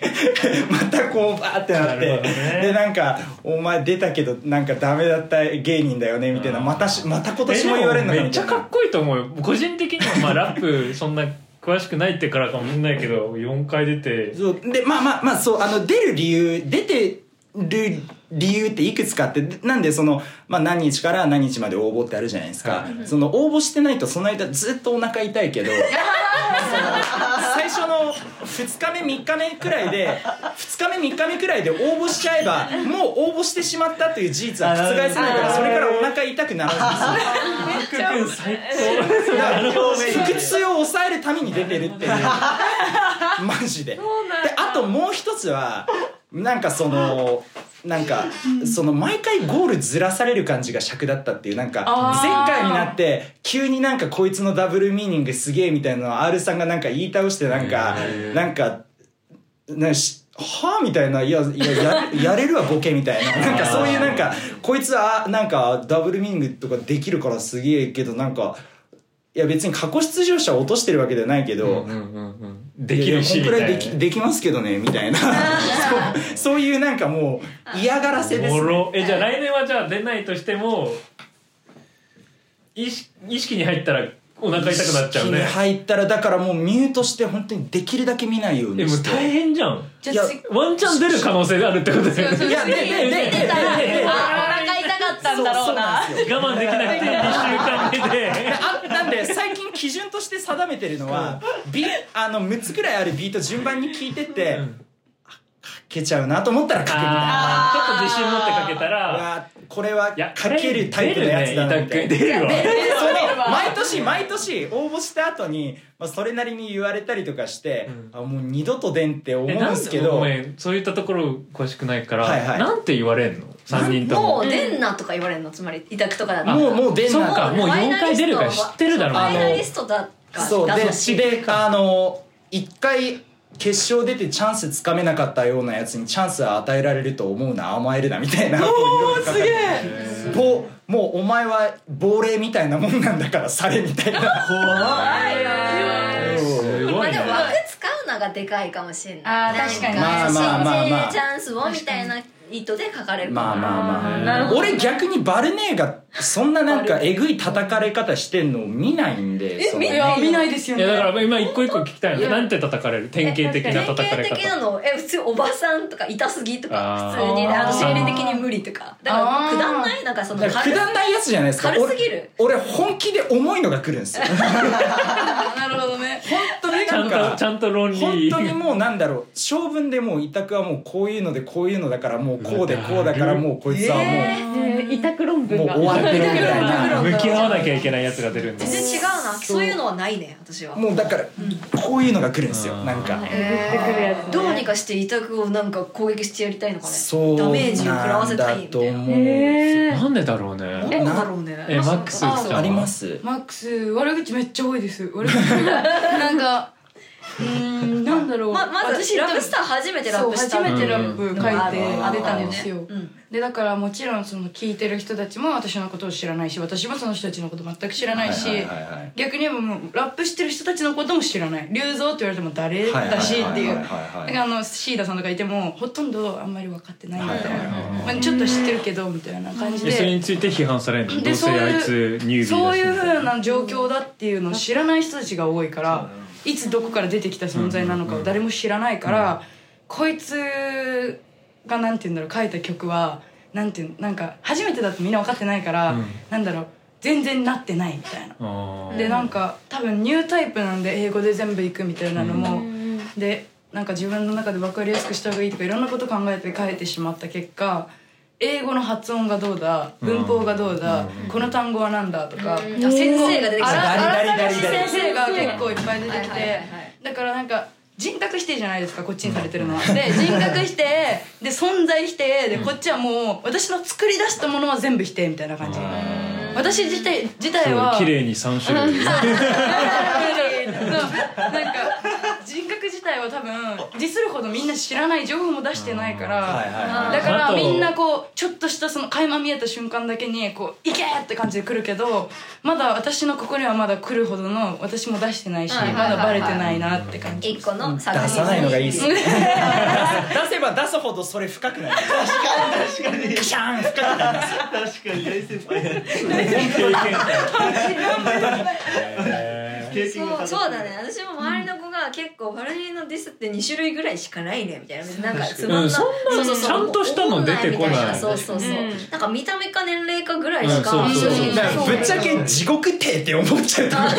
Speaker 6: またこうバーってなって
Speaker 3: なるほどね
Speaker 6: でなんか「お前出たけどなんかダメだった芸人だよね」みたいなまたしまた今年も言われるの
Speaker 3: えでもめ
Speaker 6: かみ
Speaker 3: っち
Speaker 6: た
Speaker 3: ゃ
Speaker 6: い
Speaker 3: かっ
Speaker 6: な
Speaker 3: こいいと思うよ個人的にはまあラップそんな詳しくないってからかもしんないけど4回出て
Speaker 6: そうでまあまあまあそうあの出る理由出てる理由っていくつかあってなんでその、まあ、何日から何日まで応募ってあるじゃないですか、
Speaker 3: は
Speaker 6: その応募してないとその間ずっとお腹痛いけどその最初の2日目3日目くらいで2日目3日目くらいで応募しちゃえばもう応募してしまったという事実は覆せないからそれからお腹痛くならないんですよ
Speaker 3: 福君最
Speaker 6: だから腹痛を抑えるために出てるっ ていうマジでであともう一つはなんかそのなんかその毎回ゴールずらされる感じが尺だったっていうなんか
Speaker 5: あー
Speaker 6: 前回になって急になんかこいつのダブルミーニングすげえみたいなのを R さんがなんか言い倒してなんか
Speaker 3: へー
Speaker 6: なんかなんかしはあみたいな、いや、いや、や、やれるわ、ボケ みたいな。なんかそういうなんか、こいつは、なんか、ダブルミーニングとかできるからすげえけど、なんか、いや別に過去出場者を落としてるわけではないけ
Speaker 3: 高
Speaker 6: ど、
Speaker 3: うんうんうんうんできるし
Speaker 6: い
Speaker 3: み
Speaker 6: やこんく
Speaker 3: た
Speaker 6: らい
Speaker 3: い
Speaker 6: でき
Speaker 3: な
Speaker 6: できますけどねみた いなそうそういうなんかもう嫌がらせです
Speaker 3: お
Speaker 6: ね、
Speaker 3: もろえじゃあ来年はじゃあ出ないとしても意識意識に入ったらお腹痛くなっちゃう
Speaker 6: 気に
Speaker 3: ね
Speaker 6: 入ったらだからもうミュートして本当にできるだけ見ないよう
Speaker 3: え
Speaker 6: に
Speaker 3: もう
Speaker 6: して
Speaker 3: 大変じゃん
Speaker 5: じゃ
Speaker 6: いや
Speaker 5: あ次
Speaker 3: ワンチャン出る可能性があるってことだよね
Speaker 6: いやでででででで
Speaker 1: 出てたらあーお
Speaker 3: あ
Speaker 1: 腹痛かった
Speaker 6: そ
Speaker 1: ん
Speaker 6: う
Speaker 1: だ
Speaker 6: そ
Speaker 1: ろ
Speaker 6: う
Speaker 1: う
Speaker 6: な
Speaker 1: なん
Speaker 6: ですよ
Speaker 3: 我慢できなくて2週間目で
Speaker 6: あなんで最近基準として定めてるのは、ビあの6つくらいあるビート順番に聞いてって、
Speaker 3: う
Speaker 6: あ
Speaker 3: ん
Speaker 6: かけちゃうなと思ったらかけみたいな
Speaker 3: あーちょっと自信持ってかけた
Speaker 6: う
Speaker 3: ら
Speaker 6: わこれはい
Speaker 3: や
Speaker 6: かけるタイプのやつだなみたいな
Speaker 3: 出るわ
Speaker 6: それ毎年毎年応募した後に、まあ、それなりに言われたりとかして、あもう二度と出んって思うん
Speaker 3: えなん
Speaker 6: ですけど
Speaker 3: ごめんそういったところ詳しくないから、
Speaker 6: はいはい
Speaker 3: なんて言われんの3人とも
Speaker 1: もう出んなとか言われるのつまり委託とかだと
Speaker 6: もうもう出ん
Speaker 3: そう
Speaker 6: な
Speaker 3: かもう4回出るから知ってるだろう
Speaker 1: ファイ
Speaker 6: あ
Speaker 1: ナ
Speaker 6: の
Speaker 1: リストだか
Speaker 6: そう
Speaker 1: だ
Speaker 6: で
Speaker 1: とし
Speaker 6: であの一回決勝出てチャンスつかめなかったようなやつにチャンスは与えられると思うな甘えるなみたいなおすげえぼもうお前は亡霊みたいなもんなんだからされみたいな
Speaker 3: 怖い
Speaker 1: まあでも
Speaker 3: すごいね
Speaker 1: 枠使うのがでかいかもしれない
Speaker 5: あー確かに
Speaker 6: まあまあまあま
Speaker 1: 新
Speaker 6: あ
Speaker 1: 人チャンスをみたいな意図で書かれる
Speaker 6: まあまあまあ
Speaker 3: なるほ
Speaker 6: 俺逆にバルネーがそんななんかえぐい叩かれ方してんのを見ないんでその
Speaker 5: いや見ないですよ
Speaker 3: い
Speaker 5: ね
Speaker 3: やだから今一個一個聞きたいのなんて叩かれる典型的な
Speaker 1: 典
Speaker 3: 叩か
Speaker 1: 型
Speaker 3: れ
Speaker 1: 的
Speaker 3: 方
Speaker 1: なのえ普通おばさんとか痛すぎと
Speaker 3: あ
Speaker 1: か
Speaker 3: ー
Speaker 1: 普通にねあの生理的に無理とかだから
Speaker 5: あー
Speaker 1: くだんないなんかその
Speaker 6: だからくだんないやつじゃないですか
Speaker 1: 軽すぎる
Speaker 6: 俺俺本気で重いのが来るん ですよ本
Speaker 5: なるほどね
Speaker 6: 当に
Speaker 3: ちゃ
Speaker 6: なんん
Speaker 3: と
Speaker 6: か
Speaker 3: ちゃんと論
Speaker 6: 本
Speaker 3: 理
Speaker 6: 当にもうなんだろう性分でもう委託はもうこういうのでこういうのだからもうこうでこうだからもうこいつはもう、
Speaker 4: え委託論
Speaker 6: も
Speaker 4: 文
Speaker 6: う
Speaker 4: が
Speaker 6: 終わってるみたいな
Speaker 3: 向き合わなきゃいけないやつが出るんだ
Speaker 1: 全然違うなそういうのはないね私は
Speaker 6: もうだからこういうのが来るんですよなんか
Speaker 4: 言ってくるやつね
Speaker 1: どうにかして委託をなんか攻撃してやりたいのかね
Speaker 6: そう
Speaker 1: ダメージを食らわ
Speaker 6: な
Speaker 1: せ
Speaker 6: ん
Speaker 1: た
Speaker 6: だ
Speaker 1: いみ
Speaker 6: と
Speaker 1: たいな
Speaker 6: 思う、
Speaker 4: えー
Speaker 3: なんでだろう
Speaker 6: え
Speaker 3: ね
Speaker 1: なんだろうね
Speaker 3: えマックスちゃん
Speaker 1: あ
Speaker 3: は
Speaker 6: あります
Speaker 5: マックス悪口めっちゃ多いです悪口なんかうーんなんだろう
Speaker 1: ままずラブスター初めてラップした
Speaker 5: そう
Speaker 1: の
Speaker 5: 初めてラ
Speaker 3: ッ
Speaker 5: ップ書いて
Speaker 1: あ
Speaker 5: 出たんです
Speaker 1: う
Speaker 5: よ
Speaker 1: ん
Speaker 5: でだからもちろんその聞いてる人たちも私のことを知らないし私もその人たちのこと全く知らないし、
Speaker 6: はいはいはいはい
Speaker 5: 逆に言えばもうラップしてる人たちのことも知らない龍造って言われても誰
Speaker 6: はいはいはいはい
Speaker 5: だしっていう
Speaker 6: は
Speaker 5: だ
Speaker 6: いはいはい
Speaker 5: からあのシーダさんとかいてもほとんどあんまり分かってないみたいな、
Speaker 6: はいはいはい
Speaker 5: まあ、ちょっと知ってるけどみたいな感じ
Speaker 3: えそれ
Speaker 5: で
Speaker 3: について批判されるのど
Speaker 5: で
Speaker 3: う
Speaker 5: そ
Speaker 3: せ
Speaker 5: う
Speaker 3: あい
Speaker 5: い
Speaker 3: つ
Speaker 5: う
Speaker 3: ニュービーだし
Speaker 5: そういう風な状況だっていうのを知らない人たちが多いからいつどこから出てきた存在なのかを誰も知らないから、こいつがなんて言うんだろう書いた曲はなんていうなんか初めてだってみんな分かってないから、
Speaker 3: うん
Speaker 5: なんだろう全然なってないみたいな。
Speaker 3: あー
Speaker 5: でなんか多分ニュータイプなんで英語で全部行くみたいなのも、でなんか自分の中で分かりやすくした方がいいとかいろんなこと考えて書いてしまった結果英語の発音がどうだ文法がどうだ、この単語はなんだとか、
Speaker 1: あ先生が出てき
Speaker 5: あ
Speaker 1: た
Speaker 5: ら
Speaker 6: ダリダリ
Speaker 5: 新しい
Speaker 6: ダリダ
Speaker 5: 先
Speaker 6: リ
Speaker 5: 生が結構いっぱい出てき
Speaker 1: はいはいはいは
Speaker 5: て
Speaker 1: い
Speaker 5: だからなんか人格否定じゃないですかこっちにされてるのはで人格否定で存在否定でこっちはもう私の作り出したものは全部否定みたいな感じ私自体自体は
Speaker 3: そう綺麗に3種 類
Speaker 5: そうなんか人格自体は多分ディスるほどみんな知らない情報も出してないから、
Speaker 6: はいはいはい
Speaker 5: だか
Speaker 3: あ
Speaker 5: ら
Speaker 3: と
Speaker 5: みんなこうちょっとしたその垣間見えた瞬間だけにこう「いけ!」って感じで来るけどまだ私のここにはまだ来るほどの私も出してないし、
Speaker 1: はいはいはいはい
Speaker 5: まだバレてないなって感じ
Speaker 1: 一個の作品
Speaker 6: 出さないのがいいっす 出せば出すほどそれ深くなる
Speaker 7: 確かに
Speaker 6: ガシャン深くなる
Speaker 7: 確かに大先輩
Speaker 3: 経験えー
Speaker 8: テーピング
Speaker 1: そう
Speaker 8: 叩く
Speaker 1: そうだね私も周りの子が結構「バルニーのディスって2種類ぐらいしかないね」みたいななんかつまん
Speaker 3: う
Speaker 1: なん
Speaker 3: そんな
Speaker 1: そうそうそう
Speaker 3: ちゃんとしたの出て
Speaker 1: 思
Speaker 3: こない
Speaker 1: んみたそうそうそう、
Speaker 4: うん
Speaker 1: なんか見た目か年齢かぐらいしか
Speaker 3: うんそうそうそう
Speaker 1: 正直
Speaker 6: だからぶっちゃけ地獄ってって思っちゃうと思う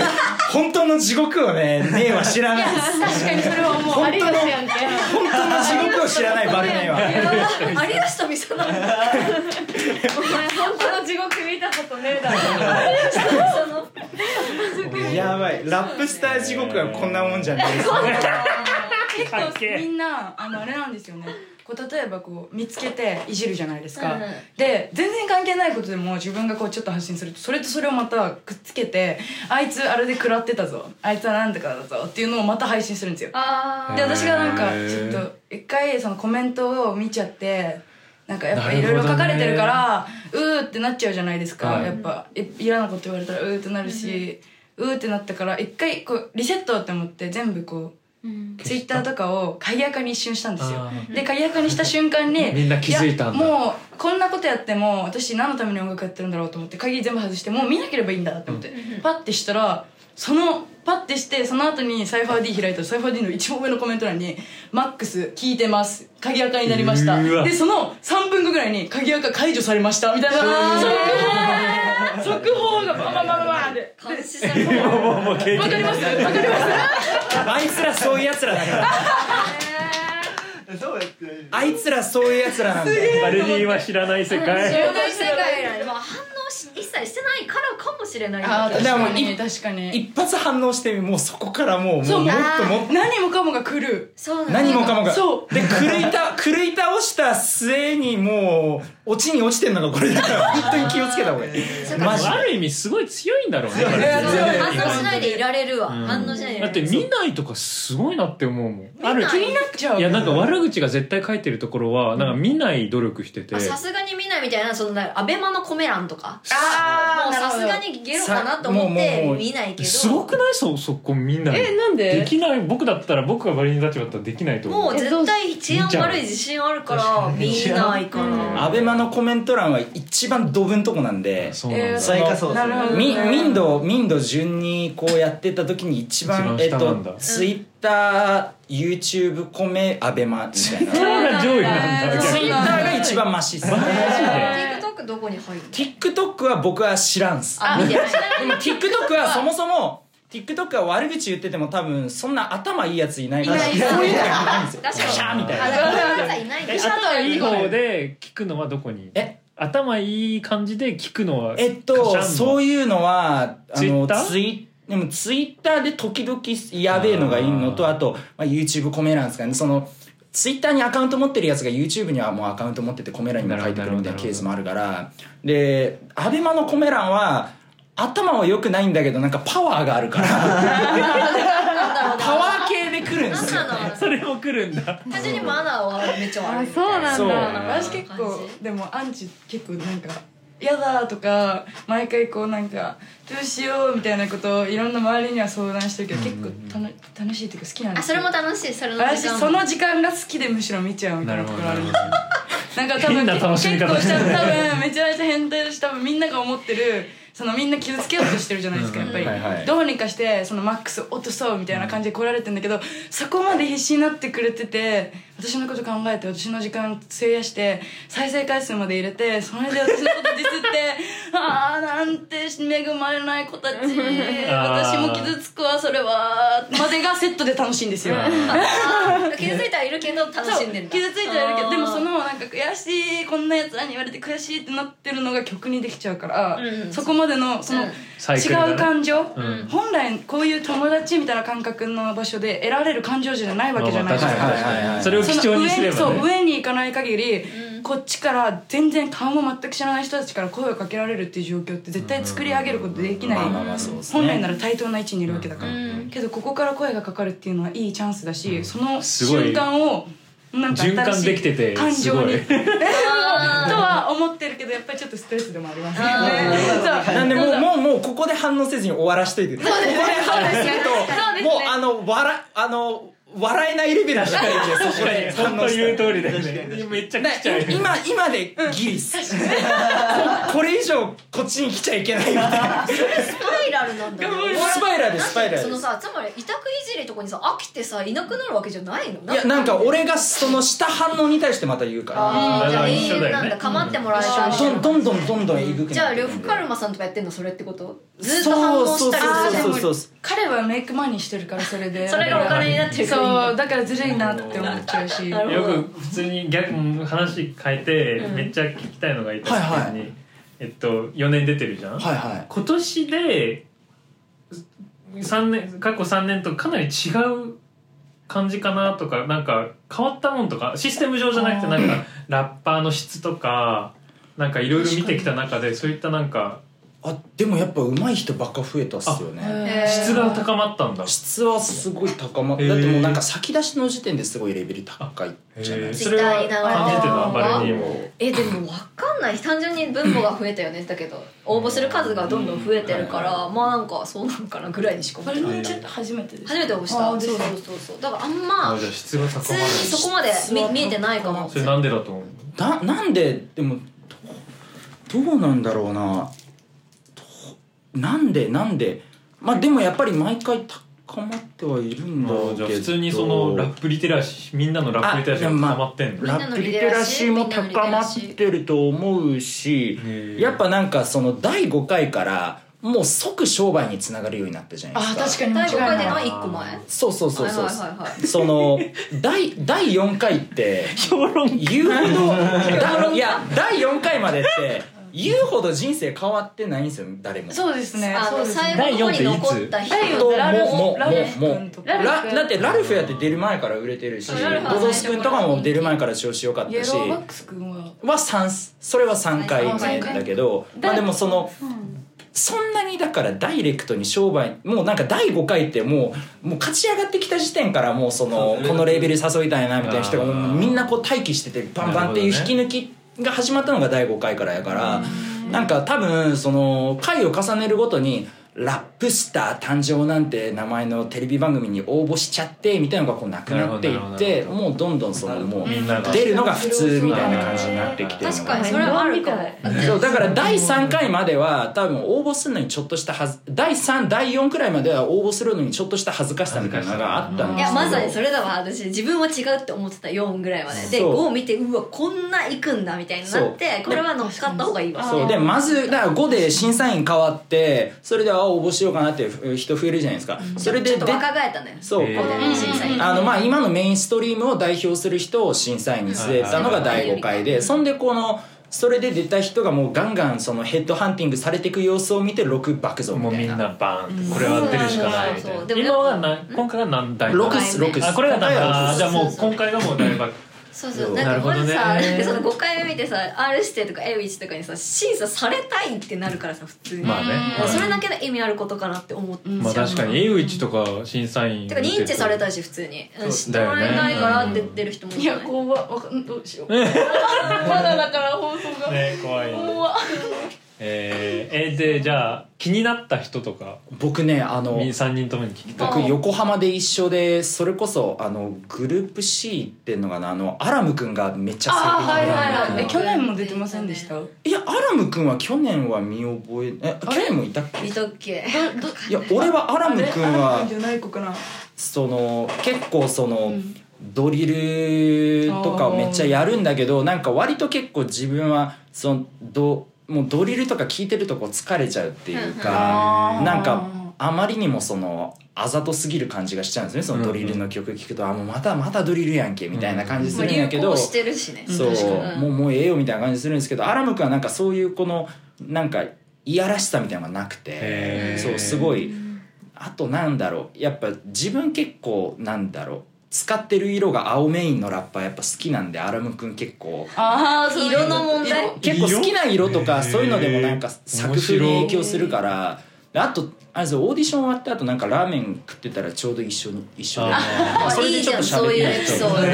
Speaker 6: 本当の地獄をねねえは知らないです
Speaker 4: 確かにそれはもうありがちやんけ
Speaker 6: 本当の地獄を知らない バルネ イは
Speaker 1: 有吉と美沙なんだ
Speaker 4: お前本当の地獄見たことねえだろ
Speaker 1: その
Speaker 6: やばいラップスター地獄はこんなもんじゃないですね
Speaker 5: 結
Speaker 3: かっけえ
Speaker 5: 構みんなあのあれなんですよねこう例えばこう見つけていじるじゃないですか、
Speaker 1: うんうん
Speaker 5: で全然関係ないことでも自分がこうちょっと発信するとそれとそれをまたくっつけてあいつあれで食らってたぞあいつはなんとかだぞっていうのをまた配信するんですよ
Speaker 1: あ
Speaker 5: で私がなんか
Speaker 3: へー
Speaker 5: ちょっと一回そのコメントを見ちゃってなんかやっぱ
Speaker 3: なる
Speaker 5: い
Speaker 3: ほ
Speaker 5: ろ
Speaker 3: ど
Speaker 5: い
Speaker 3: ね
Speaker 5: ろ書かれてるからうーってなっちゃうじゃないですか、
Speaker 3: はい
Speaker 5: やっぱえ嫌なこと言われたらうーってなるし、うーってなったから一回こうリセットって思って全部こうツイッターとかを鍵垢に一瞬したんですよ
Speaker 3: あー
Speaker 5: で鍵垢にした瞬間に
Speaker 3: みんな気づいたんだ
Speaker 5: やもうこんなことやっても私何のために音楽やってるんだろうと思って鍵全部外してもう見なければいいんだって思って、パッてしたらそのパッてしてその後にサイファー D 開いたらサイファー D の一番上のコメント欄に「マックス聞いてます鍵垢になりました」
Speaker 3: うわ
Speaker 5: でその3分後ぐらいに「鍵垢解除されました」みたいな速報が速報がバンバンバンバンって
Speaker 1: 監視される
Speaker 3: もう経
Speaker 5: わかりますわかります
Speaker 8: あいつらそういう やつらだから
Speaker 6: どうやってあいつらそういうやつらなんだ
Speaker 3: バルニーは知らない世
Speaker 1: 知
Speaker 3: 界
Speaker 1: らない世界なんでまあ反応し一切してないからかもしれないん
Speaker 5: あ
Speaker 1: だ
Speaker 5: あ
Speaker 1: け
Speaker 5: 確
Speaker 1: ど
Speaker 6: でも
Speaker 5: かに確かに
Speaker 6: 一発反応してもうそこからもうもう
Speaker 5: そう
Speaker 6: もっともっと
Speaker 5: 何もかもが来る
Speaker 1: そうなんだ
Speaker 6: 何もかもが
Speaker 5: そ
Speaker 6: で狂いた狂い倒した末にもう落ちに落ちてんのがこれ だから本当に気をつけた方がいいマジで
Speaker 3: ある意味すごい強いんだろうねバルニ
Speaker 1: そう
Speaker 3: ー
Speaker 1: 反応しないでいられるわ、
Speaker 3: うん
Speaker 1: 反応しないでい
Speaker 3: だ
Speaker 1: ら
Speaker 3: っ
Speaker 1: れ
Speaker 3: て
Speaker 1: る
Speaker 3: 見ないとかすごいなって思うもんある
Speaker 1: 見な
Speaker 5: 気になっちゃう
Speaker 3: いやなんか悪口が絶対書いてるところはなんか見ない努力してて
Speaker 1: あさすがに見ないみたいなそのだからアベマのコメ欄とか
Speaker 5: あ
Speaker 1: も
Speaker 5: ー
Speaker 1: う
Speaker 5: なる
Speaker 1: さ
Speaker 5: ほ
Speaker 1: す
Speaker 5: ど
Speaker 1: がにゲロかなと思っ
Speaker 6: さもうも
Speaker 1: て
Speaker 6: うもう
Speaker 1: 見ないけど
Speaker 3: すごくないそそこ見ない
Speaker 4: えなん
Speaker 3: で
Speaker 4: で
Speaker 3: きない僕だったら僕がバリに立場だったらできないと思う
Speaker 1: もう絶対治安悪い自信あるから見ないかな
Speaker 6: アベマのコメント欄は一番ドブんとこなんで
Speaker 3: そうなんだ、
Speaker 5: えー
Speaker 8: 最下層
Speaker 5: なるほど
Speaker 6: み民度民度順にこうやってた時に一番
Speaker 3: 一番下なんだ
Speaker 6: えっとツイッター YouTube コメアベマみたいな
Speaker 3: それが上位なんだ
Speaker 5: そ
Speaker 6: ツ
Speaker 5: う
Speaker 6: イッ
Speaker 5: な
Speaker 6: タ
Speaker 5: ん
Speaker 6: ー
Speaker 5: だ
Speaker 6: が一番マシっす
Speaker 3: マジで
Speaker 1: TikTok どこに入る
Speaker 6: TikTok は僕は知らんっす
Speaker 1: あ見てない
Speaker 6: でも TikTok はそもそも TikTok は悪口言ってても多分そんな頭いいやついないから
Speaker 1: いない
Speaker 6: そういうのがないんですよ
Speaker 1: 確かに
Speaker 6: シャーみたい
Speaker 1: あ
Speaker 6: な
Speaker 1: だからごめんなさいいないんだ
Speaker 3: え頭いい方で聞くのはどこに
Speaker 6: え
Speaker 3: 頭いい感じで聞くのは
Speaker 6: えっとそう
Speaker 3: い
Speaker 6: いうのはあの
Speaker 3: Twitter？
Speaker 6: ツイでもツイッターで時々やべえのがいいのと
Speaker 3: あ
Speaker 6: あと、まあ、YouTube コメ欄ですかねそのツイッターにアカウント持ってるやつが YouTube にはもうアカウント持っててコメ欄にも書いてくるみたいなケースもあるからでアベマのコメ欄は頭は良くないんだけどなんかパワーがあるからパワー系で来るんですよ
Speaker 1: マナー
Speaker 3: それも来るんだ
Speaker 1: 単純にマナーはめっちゃ悪
Speaker 4: あ
Speaker 1: い
Speaker 4: そうなん
Speaker 6: そう
Speaker 4: だ
Speaker 5: 私結構でもアンチ結構なんか「やだ」とか毎回こうなんか「どうしよう」みたいなことをいろんな周りには相談してるけど結構たの楽しいっていうか好きなんで
Speaker 1: あ
Speaker 5: す
Speaker 1: そ
Speaker 5: よ
Speaker 1: れも楽しいそれの時
Speaker 5: 私
Speaker 1: 間も
Speaker 5: その時間が好きでむしろ見ちゃうみた
Speaker 3: ないる
Speaker 5: な
Speaker 3: ほ
Speaker 5: と
Speaker 3: ど
Speaker 5: ころ
Speaker 3: な
Speaker 5: あ
Speaker 3: るほど
Speaker 5: るんですよなんか多分
Speaker 3: 変な
Speaker 5: 結構
Speaker 3: 楽しみ
Speaker 5: し
Speaker 3: 方
Speaker 5: た多分めちゃめちゃ変態だし多分みんなが思ってるそのみんな傷つけようとしてるじゃないですかやっぱり、
Speaker 6: はいはい
Speaker 5: どうにかしてそのマックス落とそうみたいな感じで来られてんだけどそこまで必死になってくれてて私のこと考えて私の時間費やして再生回数まで入れてそれで私のことディスってああなんて恵まれない子たち私も傷つくわそれはまでがセットで楽しいんですよ
Speaker 1: あー傷ついてはいるけど楽しんでんだ
Speaker 5: 傷ついてはいるけ
Speaker 1: あ
Speaker 5: ど
Speaker 1: ー
Speaker 5: でもそのなんか悔しいこんなやつらに言われて悔しいってなってるのが曲にできちゃうから、
Speaker 1: うんうん
Speaker 5: そこまでのその、
Speaker 1: うん
Speaker 3: サイクルだね
Speaker 5: 違う感情、
Speaker 3: ん
Speaker 5: 本来こういう友達みたいな感覚の場所で得られる感情じゃないわけじゃないですか、
Speaker 6: まあまあ確かにはいはいはいはい
Speaker 3: それを貴重にすればね
Speaker 5: その上にそう上に行かない限り、こっちから全然顔も全く知らない人たちから声をかけられるっていう状況って絶対作り上げることできない、
Speaker 6: まあまあまあそうですね
Speaker 5: 本来なら対等な位置にいるわけだから、けどここから声がかかるっていうのはいいチャンスだし、その
Speaker 3: すごい
Speaker 5: 瞬間をなんか新しい
Speaker 3: 循環できてて
Speaker 5: 感
Speaker 3: すご
Speaker 5: 情
Speaker 3: い
Speaker 5: にとは思ってるけどやっぱりちょっとストレスでもありますねそう
Speaker 6: なんでも
Speaker 5: そうう
Speaker 6: もうもうここで反応せずに終わらしといてここで反応するともうあの笑あの
Speaker 9: 笑えないレベルに近いんですよそこで
Speaker 3: 本当言う通りだよ
Speaker 6: 確かに確
Speaker 3: ね
Speaker 6: かに
Speaker 3: めっちゃ
Speaker 9: な
Speaker 3: 来ちゃうよね
Speaker 9: 今今でギリっ す、ここれ以上こっちに来ちゃいけないみたいな
Speaker 1: スパイラルなんだよ
Speaker 9: スパイラルですスパイラ
Speaker 1: そ
Speaker 9: ルで
Speaker 1: の
Speaker 9: す
Speaker 1: さつまり委託いじりとかにさ飽きてさいなくなるわけじゃないの
Speaker 6: いやなんか俺がそのした反応に対してまた言うか
Speaker 1: あーじゃ
Speaker 3: う
Speaker 1: あ
Speaker 3: ん
Speaker 1: 永遠なんだ構ってもらえちゃう
Speaker 6: ら
Speaker 1: し
Speaker 6: どんどんどんどんどんえぐくなって
Speaker 1: じゃあ呂布カルマさんとかやってんのそれってことずっと反応したりする
Speaker 5: あーでも
Speaker 6: そうそうそう
Speaker 5: 彼はメイクマニーしてるからそれで
Speaker 1: それがお金になってるからいいんだ
Speaker 5: そうだからずるいなって思っちゃうし
Speaker 1: なるほど
Speaker 3: よく普通に逆話変えて
Speaker 1: うん
Speaker 3: めっちゃ聞きたいのがいた
Speaker 6: はいはい
Speaker 3: 時にえっと4年出てるじゃん
Speaker 6: はいはい
Speaker 3: 今年で三年過去3年とかなり違う感じかなとかなんか変わったもんとかシステム上じゃなくてなんかラッパーの質とかなんかいろいろ見てきた中でそういったなんか
Speaker 6: あでもやっぱ上手い人ばっか増えたっすよね
Speaker 1: へー
Speaker 3: 質が高まったんだ
Speaker 6: 質はすごい高まっ
Speaker 3: へ
Speaker 6: て
Speaker 3: ー
Speaker 6: だってもうなんか先出しの時点ですごいレベル高いじゃな
Speaker 3: へ
Speaker 6: い
Speaker 3: ー
Speaker 6: です
Speaker 1: ツ
Speaker 6: か
Speaker 1: イッターに流れて
Speaker 3: それは感じてた
Speaker 1: あー
Speaker 3: バレにも
Speaker 1: えでも分かんない単純に分母が増えたよねだけど応募する数がどんどん増えてるから、まあなんかそうなのかなぐらいにしか思
Speaker 5: バ
Speaker 1: って
Speaker 5: ル
Speaker 1: ない
Speaker 5: ニーちょっと初めてです
Speaker 1: 初めて応募した
Speaker 5: あー
Speaker 1: そう
Speaker 5: です
Speaker 1: そうそうそうだからあん
Speaker 3: あ
Speaker 1: ま
Speaker 3: じゃあ質が
Speaker 1: 普通
Speaker 3: 高
Speaker 1: に
Speaker 3: まる
Speaker 1: そこまで見見えてないかも
Speaker 3: それなんでだと思う
Speaker 6: だなんででもどうどうなんだろうなどうなんでなんでまあでもやっぱり毎回高まってはいるんだろ
Speaker 3: あ
Speaker 6: う
Speaker 3: じ
Speaker 6: け
Speaker 3: ゃあ
Speaker 6: ど
Speaker 3: 普通にそのラップリテラシーみんなのラップリテラシーが高まってんの、
Speaker 1: あ
Speaker 6: ラップリテラシーも高まってると思うし
Speaker 3: へー
Speaker 6: やっぱなんかその第5回からもう即商売につながるようになったじゃないです
Speaker 5: あ
Speaker 6: か
Speaker 5: 確かに
Speaker 1: 第5
Speaker 5: 間違い
Speaker 1: 回で
Speaker 5: ない
Speaker 1: の1個前
Speaker 6: そうそうそうそう、
Speaker 1: はいはいはいは
Speaker 6: その第第4回って
Speaker 3: 評論
Speaker 6: 言うほどだいや第4回までって言うほど人生変わってないんですよ誰も
Speaker 5: そうですね
Speaker 1: あ
Speaker 5: そう
Speaker 1: の
Speaker 5: ですね
Speaker 1: 最後の方に残った人
Speaker 5: 第四
Speaker 6: と
Speaker 5: ってラルフ
Speaker 6: もう
Speaker 5: ラルフ
Speaker 6: もう
Speaker 5: 君とか
Speaker 6: ラだってラルフやって出る前から売れてるし
Speaker 1: そうラルフは
Speaker 6: ゴドス君とかも出る前から調子良かっ
Speaker 5: イエロ
Speaker 6: たし
Speaker 5: ーバックス君は
Speaker 6: は三それは3回目だけど、まあ、でもその、そんなにだからダイレクトに商売もうなんか第5回ってもうもう勝ち上がってきた時点からもうそのこのレーベル誘いたいなみたいな人がもうみんなこう待機しててバンバンっていう引き抜きが始まったのが第5回からやから、なんか多分その回を重ねるごとに。ラップスター誕生なんて名前のテレビ番組に応募しちゃってみたいなのがこうなくなってい
Speaker 3: なるほど
Speaker 6: っ
Speaker 3: な
Speaker 6: て
Speaker 3: るほ
Speaker 6: もうどんどんそのもう
Speaker 3: みんなが
Speaker 6: 出るのが普通みたいな感じになってきてるの
Speaker 1: 確
Speaker 6: が
Speaker 1: かにそれはあるかも
Speaker 6: そうだから第3回までは多分応募するのにちょっとしたはず第3第4くらいまでは応募するのにちょっとした恥ずかしさみたいなのがあったん
Speaker 1: い
Speaker 6: です
Speaker 1: や
Speaker 6: けど
Speaker 1: まさにそれだわ私自分は違うって思ってた4ぐらいまでで5
Speaker 6: そう
Speaker 1: を見てうわこんな行くんだみたいになって
Speaker 6: そう
Speaker 1: これは乗っかった方がいいわ
Speaker 6: そうでまずだから5で審査員変わってそれであ応募しようかなっていう人増えるじゃないですかそれ
Speaker 1: ち
Speaker 6: で
Speaker 1: ょっと
Speaker 6: で
Speaker 1: 若返ったね
Speaker 6: そう
Speaker 3: へ
Speaker 6: こ
Speaker 3: ー
Speaker 6: う
Speaker 1: 審査員
Speaker 6: あのまあ今のメインストリームを代表する人を審査員に据えたのが第5回でそんでこのそれで出た人がもうガンガンそのヘッドハンティングされていく様子を見て6爆増み
Speaker 3: もう
Speaker 6: た
Speaker 3: み
Speaker 6: い
Speaker 3: ん
Speaker 6: な
Speaker 3: なバーンってこれは出るしかないみた
Speaker 1: そうそうそう
Speaker 3: い
Speaker 1: で
Speaker 3: な
Speaker 1: も
Speaker 3: 今はな今回が何台
Speaker 6: 六
Speaker 1: っ
Speaker 6: っす六っす
Speaker 3: あこれが何台
Speaker 6: 今回
Speaker 3: あ
Speaker 6: は六っす
Speaker 3: じゃあも
Speaker 1: そう
Speaker 3: う
Speaker 1: そうそう
Speaker 3: 今回がもう大爆
Speaker 1: そうそう
Speaker 6: そう
Speaker 1: なんかまずさ、
Speaker 3: なるほ
Speaker 1: だ
Speaker 3: どね
Speaker 1: ってその5回目見てさ R 指定とか A ウィッチとかにさ審査されたいってなるからさ普通に、
Speaker 3: まあね
Speaker 1: もうそれだけで意味あることかなって思っちゃう、
Speaker 3: まあ確かに江内とか審査員
Speaker 1: てか認知され
Speaker 3: た
Speaker 1: たし普通に、うん、知
Speaker 3: そう
Speaker 1: って
Speaker 3: だ
Speaker 1: も
Speaker 3: よね
Speaker 1: らえないからって出る人もいる
Speaker 5: い
Speaker 1: じゃ
Speaker 5: や
Speaker 1: ない
Speaker 5: こうはわかんどうしようまだだから放送が
Speaker 3: ね怖いね
Speaker 5: 怖っ
Speaker 3: えー、えーでじゃあ気になった人とか
Speaker 6: 僕ねあの
Speaker 3: 3人ともに聞きたい
Speaker 6: 僕横浜で一緒でそれこそあのグループ C っていうのかなあのアラム君がめっちゃ
Speaker 5: あーはい
Speaker 6: な
Speaker 5: はいはいえ
Speaker 6: い
Speaker 5: 去年も出てませんでしたど
Speaker 6: やアラム君は去年は見覚ええ去年もいたっけ
Speaker 1: 見とっけ
Speaker 5: ど
Speaker 6: いや俺はアラム君
Speaker 5: あれアラム
Speaker 6: は
Speaker 5: 君じゃない子かな
Speaker 6: その結構その、ドリルとかをめっちゃやるんだけどなんか割と結構自分はそのどもうドリルとか聞いてるとこ疲れちゃうっていうか、
Speaker 5: うん
Speaker 6: なんかあまりにもそのあざとすぎる感じがしちゃうんですねそのドリルの曲聞くと、あもうまたまたドリルやんけみたいな感じす
Speaker 1: まあ
Speaker 6: るんや
Speaker 1: 流
Speaker 6: けど、
Speaker 1: 行してるしね
Speaker 6: そう、
Speaker 1: 確かに
Speaker 6: もうもうええよみたいな感じするんですけどアラム君はなんかそういうこのなんかいやらしさみたいなのがなくて
Speaker 3: へー
Speaker 6: そうすごいあとなんだろうやっぱ自分結構なんだろう使ってる色が青メインのラッパーやっぱ好きなんでアラム君結構
Speaker 5: ああ
Speaker 1: 色の問題
Speaker 6: 結構好きな色と
Speaker 3: へー
Speaker 6: かそういうのでもなんか作風に影響するからであとあれですよオーディション終わった後なんかラーメン食ってたらちょうど一緒に一緒で
Speaker 3: あ
Speaker 1: あ
Speaker 6: それ
Speaker 1: い
Speaker 6: で
Speaker 1: い
Speaker 6: ち
Speaker 1: じ
Speaker 6: ょっ
Speaker 1: ゃ
Speaker 6: と
Speaker 1: んそういうエ
Speaker 6: 喋り
Speaker 1: ピ
Speaker 6: たい
Speaker 1: ソードそれは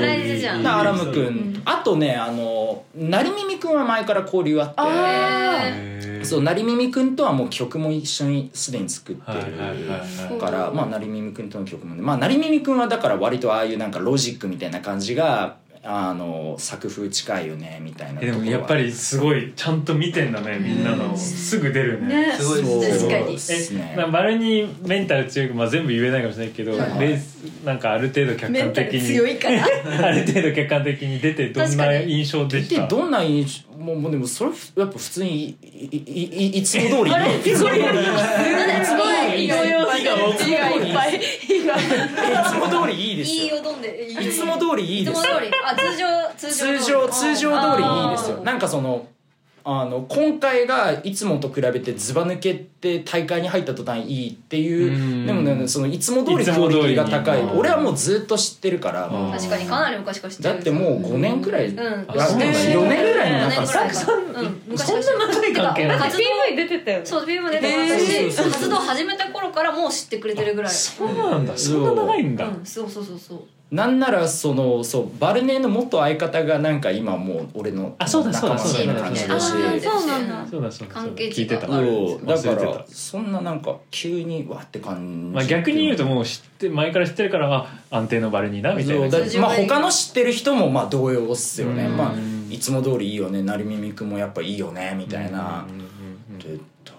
Speaker 1: 大事じゃん
Speaker 6: アラム君あとねあの成美君は前から交流あって
Speaker 5: あ
Speaker 1: へー
Speaker 3: ー
Speaker 6: そうなりみみくんとはもう曲も一緒にすでに作って
Speaker 3: はいはい
Speaker 6: る
Speaker 3: はいはい
Speaker 6: から、まあ、なりみみくんとの曲もね、まあ、なりみみくんはだから割とああいうなんかロジックみたいな感じがあの作風近いよねみたいな
Speaker 3: え
Speaker 6: と
Speaker 3: で
Speaker 6: ころ
Speaker 3: も
Speaker 6: は
Speaker 3: やっぱりすごいちゃんと見てんだねみんなのすぐ出るね
Speaker 4: ね
Speaker 10: すごい
Speaker 6: そう
Speaker 10: です
Speaker 4: 確かに
Speaker 6: ですね
Speaker 3: えな丸にメンタル強いまあ、全部言えないかもしれないけど、
Speaker 6: はい
Speaker 3: レースなんかある程度客
Speaker 4: メ
Speaker 3: 観
Speaker 4: ンタ
Speaker 3: 的
Speaker 4: ル
Speaker 3: に
Speaker 4: 強いか ら
Speaker 3: ある程度客観的に出てどん
Speaker 4: 確か
Speaker 3: な
Speaker 4: に
Speaker 3: 印象でし
Speaker 6: で
Speaker 3: た
Speaker 6: どんな印象もうもうでもそれやっぱ普通にいいいいいつも通り
Speaker 4: あれ
Speaker 6: いつも通り
Speaker 4: すごいいい
Speaker 10: いいだろう
Speaker 4: 字がいっぱいいいが
Speaker 10: いつも通りいいで
Speaker 4: い
Speaker 10: す
Speaker 4: い
Speaker 10: よ
Speaker 4: よどんでい
Speaker 10: いつも通りいい
Speaker 4: いつ
Speaker 10: で
Speaker 4: も
Speaker 10: す
Speaker 4: 通
Speaker 10: よ
Speaker 4: りあ通常
Speaker 6: 通常通常通りいいですよ
Speaker 4: あー
Speaker 6: なんかそのあの今回がいつもと比べてずば抜けて大会に入った途端いいって
Speaker 3: う
Speaker 6: い
Speaker 3: ん
Speaker 6: うでもねそのいつも通
Speaker 3: い
Speaker 6: り
Speaker 3: つ
Speaker 6: ク
Speaker 3: も
Speaker 6: オ
Speaker 3: 通
Speaker 6: リ
Speaker 3: り
Speaker 6: ティが高い
Speaker 3: うん
Speaker 6: 俺はもうずっと知ってるから
Speaker 3: うん
Speaker 4: 確かにかなり昔から知ってる
Speaker 6: だってもう5年くらい、
Speaker 4: ん
Speaker 6: あ
Speaker 4: うん
Speaker 6: いや
Speaker 3: そうなんだ
Speaker 6: 4年ぐらい
Speaker 4: 4
Speaker 6: の
Speaker 4: 年ぐ
Speaker 6: 中で
Speaker 4: らい
Speaker 6: さ
Speaker 4: かうん昔
Speaker 3: そんな長い関係ない
Speaker 4: 活動
Speaker 1: PV 出てたよね
Speaker 4: そう PV も出て
Speaker 5: へ
Speaker 4: る
Speaker 5: ー
Speaker 4: し活動始めた頃からもう知ってくれてるぐらい
Speaker 3: そうなんだそんな長いんだ、
Speaker 4: うんそうそうそうそう
Speaker 6: なんならそのそうバルネーの元相方がなんか今もう俺の
Speaker 3: あそうだそうだ
Speaker 6: 仲間
Speaker 3: そうだ
Speaker 6: みたいな感じ
Speaker 4: あ
Speaker 6: だし
Speaker 4: ー
Speaker 1: そうなんだ
Speaker 3: そうだそうだそうだ
Speaker 4: 関係値
Speaker 3: 聞いてた
Speaker 4: が
Speaker 6: そうだか
Speaker 3: 忘れて
Speaker 6: ら
Speaker 3: た
Speaker 6: そんななんか急にわって感じ、
Speaker 3: まあ、逆に言うともう知って前から知ってるからまあ安定のバルニーだみたい
Speaker 6: そう
Speaker 3: な
Speaker 6: だ
Speaker 4: 通常
Speaker 6: まあ
Speaker 4: 営業
Speaker 6: 他の知ってる人もまあ同様っすよね、
Speaker 3: うん
Speaker 6: まあ、いつも通りいいよね成みくんもやっぱいいよねみたいな
Speaker 3: う、んうんうんうん
Speaker 6: でど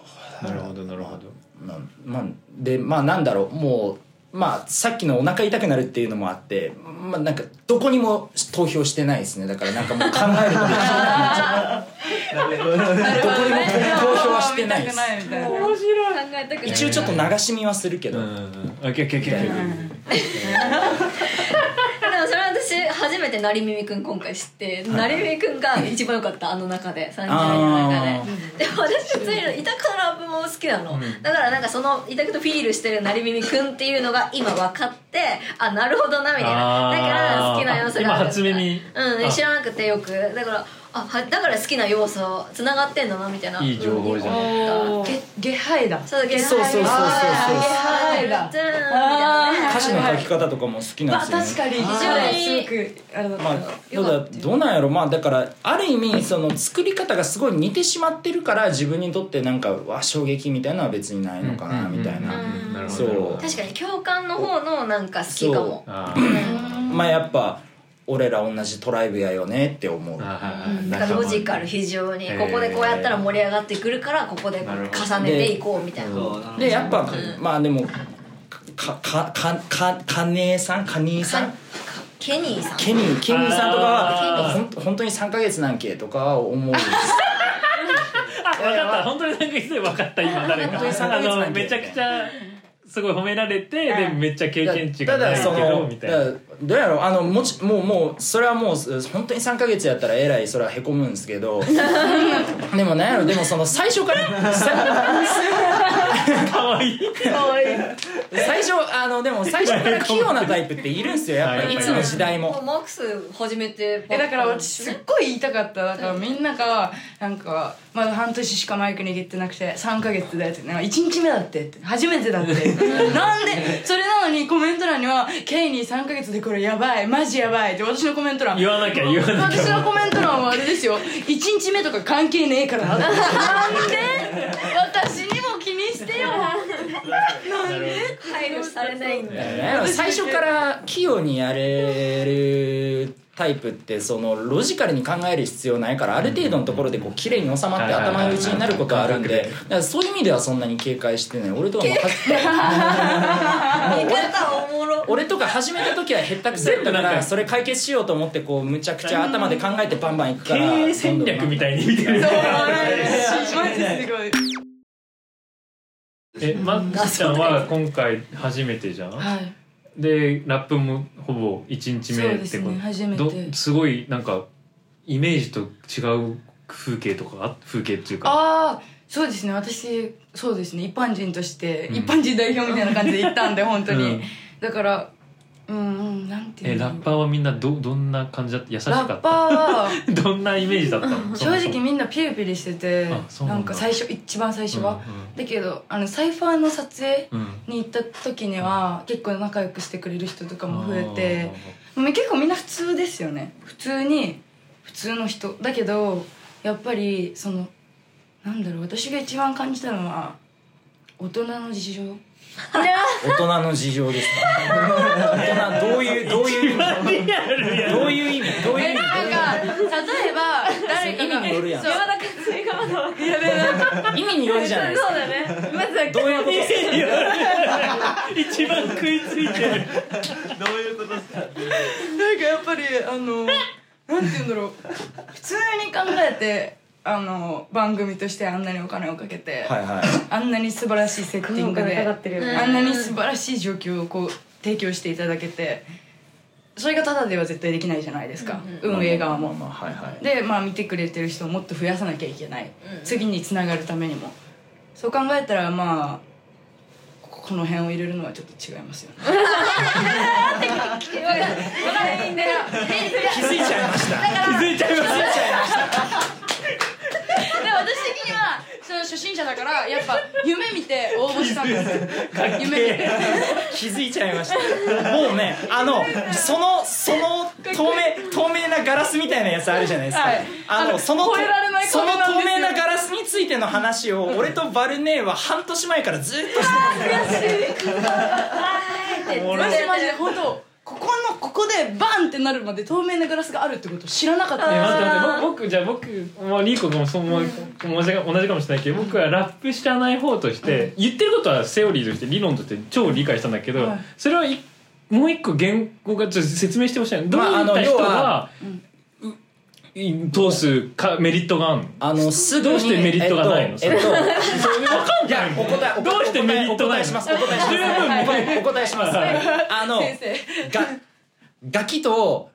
Speaker 6: うだ
Speaker 3: なる
Speaker 6: ろう
Speaker 3: ほどなるほど
Speaker 6: まあまあ、でまあなんだろうもうまあさっきのお腹痛くなるっていうのもあってまあなんかどこにも投票してないですねだからなんかもう考えるのでどこにも投票はしてないで
Speaker 5: 見たく
Speaker 6: す
Speaker 5: ないみたいな
Speaker 4: 面白い考えたくない
Speaker 6: 一応ちょっと流し見はするけ
Speaker 3: う
Speaker 6: ど、
Speaker 3: んうんうんあけけけけけ
Speaker 4: でもそれは私初めてなりみみくん今回知って、なりみみくんが一番良かったあの中で3人の中ででも私普通にイタクのラップも好きなの、だからなんかそのイタクとフィールしてるなりみみくんっていうのが今分かってあなるほどなみたいな
Speaker 3: あ
Speaker 4: だ
Speaker 3: ー
Speaker 4: から好きな要素がある
Speaker 3: 今初耳
Speaker 4: うん知らなくてよくだからあはだから好きな要素つながってんだなみたいないい
Speaker 3: い情報じゃん
Speaker 5: ゲゲハイだ
Speaker 4: そうゲ
Speaker 6: そうそうそうそう
Speaker 4: ハイだゲハイだみたいなね
Speaker 6: 歌詞の書き方とかも好きなん
Speaker 5: まあ
Speaker 6: ですよ、ね
Speaker 5: 確かに非常にすごくあれだった、
Speaker 6: まあ、どうだどうなんやろまあだからある意味その作り方がすごい似てしまってるから自分にとってなんかわ衝撃みたいなのは別にないのかなみたいな、
Speaker 4: うんうん
Speaker 3: なるほど
Speaker 6: そう
Speaker 3: なるほど
Speaker 4: 確かに共感の方のなんか好きかも
Speaker 3: あー
Speaker 6: まあやっぱ俺ら同じトライブやよねって思う
Speaker 3: あ
Speaker 4: う
Speaker 3: ー
Speaker 4: んだからロジカル非常に
Speaker 3: へー
Speaker 4: ここでこうやったら盛り上がってくるからここで重ねていこうみたいな
Speaker 10: そうなの
Speaker 6: でやっぱ、まあでもかかかかかねえさんかにえさん
Speaker 4: ケニーさん
Speaker 6: ケニーケニーさんとかは
Speaker 3: あー
Speaker 6: ほん本当に3か月なんけとかは思う
Speaker 3: あ分かった本当に3ヶ月で分かった今誰
Speaker 6: 本当に三
Speaker 3: かあ
Speaker 6: ヶ月なん
Speaker 3: の
Speaker 6: て
Speaker 3: めちゃくちゃすごい褒められてでめっちゃ経験値が
Speaker 6: た
Speaker 3: な
Speaker 6: だ
Speaker 3: いけ
Speaker 6: その
Speaker 3: どみたい
Speaker 6: だ
Speaker 3: な
Speaker 6: からどうやろうあのもちもうもうそれはもうす本当に3か月やったらえらいそれはへこむんですけ どでもなんやろでもその最初からさ
Speaker 3: 可愛い
Speaker 6: 最初あのでも最初から器用なタイプっているんですよやっぱりいつの時代も。
Speaker 4: マックス始めて
Speaker 5: えだから私すっごい言いたかっただからみんながなんかまだ半年しかマイク握ってなくて3ヶ月だよってなんか1日目だってって初めてだってなんでそれなのにコメント欄には「ケイに3ヶ月でこれやばいマジやばい」って私のコメント欄
Speaker 3: 言わなきゃ言わなきゃ
Speaker 5: 私のコメント欄はあれですよ1日目とか関係ねえからな なんで私にも気にしてよ
Speaker 4: 配慮されないんだ
Speaker 6: なんやろ最初から器用にやれるタイプってそのロジカルに考える必要ないからある程度のところでこう綺麗に収まっ
Speaker 3: はい
Speaker 6: て
Speaker 3: はいはい
Speaker 6: 頭打ちになることはあるん
Speaker 3: 感
Speaker 6: で
Speaker 3: 覚
Speaker 6: だからそういう意味ではそんなに警戒してない俺とかも
Speaker 4: 言い方おもろ
Speaker 6: 俺とか始めた時はへったくそだっ
Speaker 3: 全部
Speaker 6: たか
Speaker 3: なん
Speaker 6: ら
Speaker 3: か
Speaker 6: それ解決しようと思ってこうむちゃくちゃ頭で考えてバンバンいく
Speaker 3: 経
Speaker 6: から
Speaker 3: 営戦略みたいに見てる
Speaker 5: マジですごい
Speaker 3: えマックスちゃんは今回初めてじゃん
Speaker 5: はい
Speaker 3: でラップもほぼ1日目ってこと
Speaker 5: そうですね初めて
Speaker 3: どすごいなんかイメージと違う風景とかあ風景っていうか
Speaker 5: ああそうですね私そうですね一般人として、
Speaker 3: うん
Speaker 5: 一般人代表みたいな感じで行 ったんで本当に、
Speaker 3: うん
Speaker 5: だからうんうんなんてい
Speaker 3: え
Speaker 5: うの
Speaker 3: ラッパーはみんなどどんな感じだった優しか
Speaker 5: ラ
Speaker 3: っ
Speaker 5: ッ
Speaker 3: た
Speaker 5: パーは
Speaker 3: どんなイメージだったの
Speaker 5: 正直みんなピリピリしてて
Speaker 3: あそう
Speaker 5: な
Speaker 3: なんんだ
Speaker 5: か最初一番最初は、
Speaker 3: う
Speaker 5: だけどあのサイファーの撮影
Speaker 3: んうんうん
Speaker 5: に行った時には結構仲良くしてくれる人とかも増え
Speaker 3: あ
Speaker 5: てもう結構みんな普通ですよね普通に普通の人だけどやっぱりそのなんだろう私が一番感じたのは大人の事情
Speaker 6: 大人の事情ですか大人どういうどういう意味どういう意味どういう意味
Speaker 5: なんか例えば誰か
Speaker 6: 意味によるやん
Speaker 5: そう
Speaker 2: 山田君それがまだ分かる
Speaker 6: 意味によるじゃないです
Speaker 2: そ
Speaker 6: か
Speaker 2: うだねまずは
Speaker 6: どういうことですか
Speaker 3: 一番食いついてる
Speaker 5: なんかやっぱりあのなんて言うんだろう普通に考えてあの番組としてあんなにお金をかけて、
Speaker 4: はいはい
Speaker 5: あんなに素晴らしいセッティングで
Speaker 2: かかってるよね
Speaker 5: あんなに素晴らしい状況をこう提供していただけてそれがただでは絶対できないじゃないですか、運営側も。
Speaker 4: まあまあはいはい
Speaker 5: でまあ見てくれてる人をもっと増やさなきゃいけない、
Speaker 1: うん
Speaker 5: 次につながるためにもそう考えたらまあここの辺を入れるのはちょっと違いますよね
Speaker 2: いいんだよ
Speaker 6: 気づいちゃいました
Speaker 3: 気づいちゃいます
Speaker 5: で私的には その初心者だからやっぱ夢見て応募したん ですよ夢見て
Speaker 6: 気づいちゃいましたもうねあのそのその透明透明なガラスみたいなやつあるじゃないですか、
Speaker 5: はい
Speaker 6: あの
Speaker 5: あの
Speaker 6: その
Speaker 5: 超えられない
Speaker 6: その
Speaker 5: 壁なんで
Speaker 6: 透
Speaker 5: すよ
Speaker 6: 明なガラスについての話を俺とバルネーは半年前からずっとして
Speaker 5: マジマジで本当ここのここでバンってなるまで透明なガラスがあるってこと知らなかった
Speaker 3: え
Speaker 5: よ
Speaker 3: 待って待ってぼ僕じゃあ僕まあリーコもそうもう同じ同じかもしれないけど僕はラップ知らない方として言ってることはセオリーとして理論として超理解したんだけど、
Speaker 5: はい
Speaker 3: それをいもう一個言語がちょっと説明してほしいのどうい
Speaker 6: まああの
Speaker 3: った人
Speaker 6: 要
Speaker 3: が
Speaker 6: は、
Speaker 3: う通すかメリットがあるの
Speaker 6: あのすぐに
Speaker 3: どうしてメリットがないの
Speaker 6: えっと、えっといや
Speaker 3: ない
Speaker 6: お答えお答え
Speaker 3: どうしてメリット
Speaker 6: お
Speaker 3: ないの
Speaker 6: 答えしますお答えします
Speaker 3: 十分
Speaker 6: お答えお答えしますあの
Speaker 5: 先生
Speaker 6: がガキと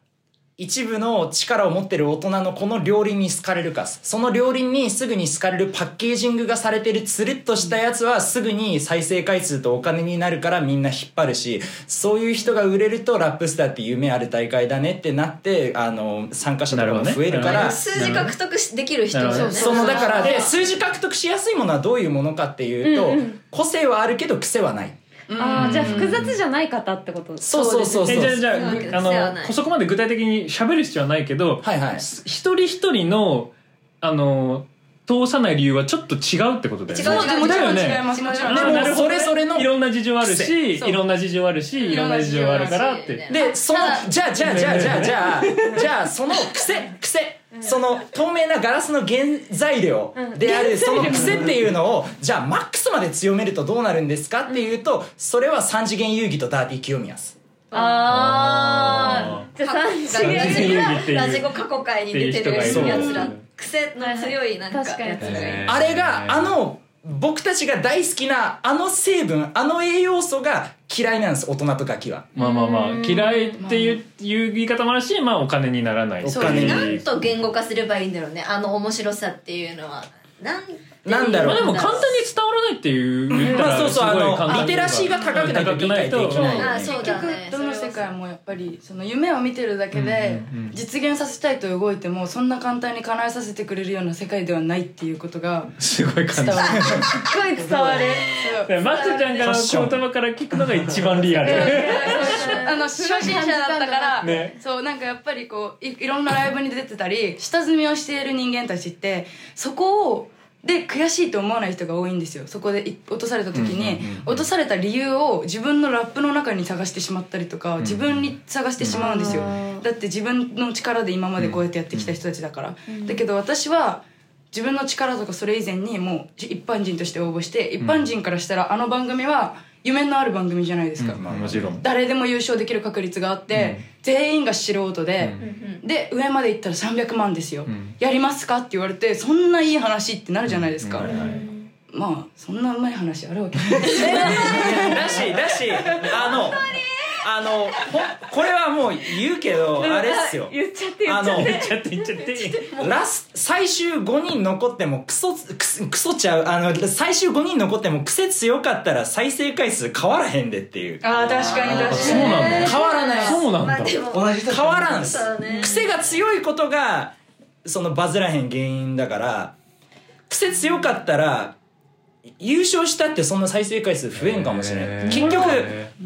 Speaker 6: 一部の力を持ってる大人のこの両輪に好かれるかその両輪にすぐに好かれるパッケージングがされてるつるっとしたやつはすぐに再生回数とお金になるからみんな引っ張るしそういう人が売れるとラップスターって夢ある大会だねってなってあの参加者とかも増える
Speaker 3: なるほ
Speaker 6: から
Speaker 3: どね
Speaker 1: 数字獲得しできる人
Speaker 3: なる
Speaker 1: で
Speaker 3: ほ
Speaker 1: す
Speaker 3: ど
Speaker 1: よ
Speaker 3: ね
Speaker 1: ね
Speaker 6: そのだからで数字獲得しやすいものはどういうものかっていうと、個性はあるけど癖はない
Speaker 2: あーじゃあ複雑じゃない方ってこと
Speaker 6: そうそうそうそう
Speaker 3: えじゃあじゃ
Speaker 1: そうだけど
Speaker 3: あ
Speaker 1: 癖は
Speaker 3: あ
Speaker 1: ない
Speaker 3: のそこまで具体的に喋る必要はないけど、
Speaker 6: はいはい
Speaker 3: 一人一人のあの通さない理由はちょっと違うってことだよね。
Speaker 1: 違う違う
Speaker 5: もちろん
Speaker 3: だよ
Speaker 5: 違い
Speaker 3: ね
Speaker 5: ますもちろ
Speaker 3: あ
Speaker 5: ん
Speaker 6: で
Speaker 3: ー
Speaker 6: も
Speaker 3: なるほどね
Speaker 6: それぞれの
Speaker 3: いろんな事情あるし
Speaker 6: そう
Speaker 3: いろんな事情あるしいろんな事情あるからって
Speaker 6: でそのじゃあじゃあじゃあじゃあじゃあ じゃあその癖癖その透明なガラスの原材料であるその癖っていうのをじゃあマックスまで強めるとどうなるんですかっていうとそれは三次元遊戯とダーティー清宮です
Speaker 2: あーじゃあ三次
Speaker 1: ラ
Speaker 2: 元
Speaker 1: ジゴラジゴ過去回に出てるや
Speaker 3: そう
Speaker 1: つら癖の強いなんか
Speaker 2: 確かに
Speaker 1: やつがいる
Speaker 3: えー
Speaker 6: あれがあの僕たちが大好きなあの成分あの栄養素が嫌いなんです大人とガキは
Speaker 3: まあまあまあ嫌いっていういう言い方もあるしまあお金にならない
Speaker 6: お
Speaker 3: し
Speaker 6: 金に
Speaker 1: なんと言語化すればいいんだろうねあの面白さっていうのはなんて言
Speaker 6: なんだろう
Speaker 3: まあでも簡単に伝わらないっていう言ったら
Speaker 6: まあそうそう
Speaker 3: すごい
Speaker 6: あの
Speaker 3: 簡単に
Speaker 6: リテラシーが高くないと理解できない
Speaker 3: うん
Speaker 1: あそうだね
Speaker 5: 結局どの世界もやっぱりその夢を見てるだけで
Speaker 3: うんうんうん
Speaker 5: 実現させたいと動いてもそんな簡単に叶えさせてくれるような世界ではないっていうことが
Speaker 3: すごい簡
Speaker 5: 伝わ
Speaker 3: 単
Speaker 5: る
Speaker 2: すごい伝わる
Speaker 5: そう
Speaker 3: まつちゃんからの言葉から聞くのが一番リアル
Speaker 5: あの初心者だったから、
Speaker 3: ね
Speaker 5: そうなんかやっぱりこういいろんなライブに出てたり下積みをしている人間たちってそこをで悔しいと思わない人が多いんですよそこでい落とされた時に、落とされた理由を自分のラップの中に探してしまったりとか、自分に探してしまうんですよ、だって自分の力で今までこうやってやってきた人たちだから、だけど私は自分の力とかそれ以前にもうじ一般人として応募して一般人からしたらあの番組は夢のある番組じゃないですか、
Speaker 3: まあもちろん
Speaker 5: 誰でも優勝できる確率があって、全員が素人で、で上まで行ったら300万ですよ、
Speaker 3: ん
Speaker 5: やりますかって言われてそんないい話ってなるじゃないですか、まあそんなうまい話あるわけないですね
Speaker 6: だしだしあのあのほこれはもう言うけどあれっすよ
Speaker 2: 言っちゃって言
Speaker 6: あ
Speaker 2: っちゃっ
Speaker 6: の
Speaker 2: て
Speaker 3: ちょっと言っちゃって
Speaker 6: ラス最終5人残ってもクソクソクソちゃうあの最終5人残っても癖強かったら再生回数変わらへんでっていう
Speaker 5: ああ確かに確かに
Speaker 3: そうなんだ
Speaker 6: 変わらない
Speaker 3: そうなん
Speaker 1: まあ
Speaker 3: だ
Speaker 1: でも
Speaker 6: 変わらんっす
Speaker 1: そうね
Speaker 6: 癖が強いことがそのバズらへん原因だから癖強かったら優勝したってそんな再生回数増えんかもしれない。結局、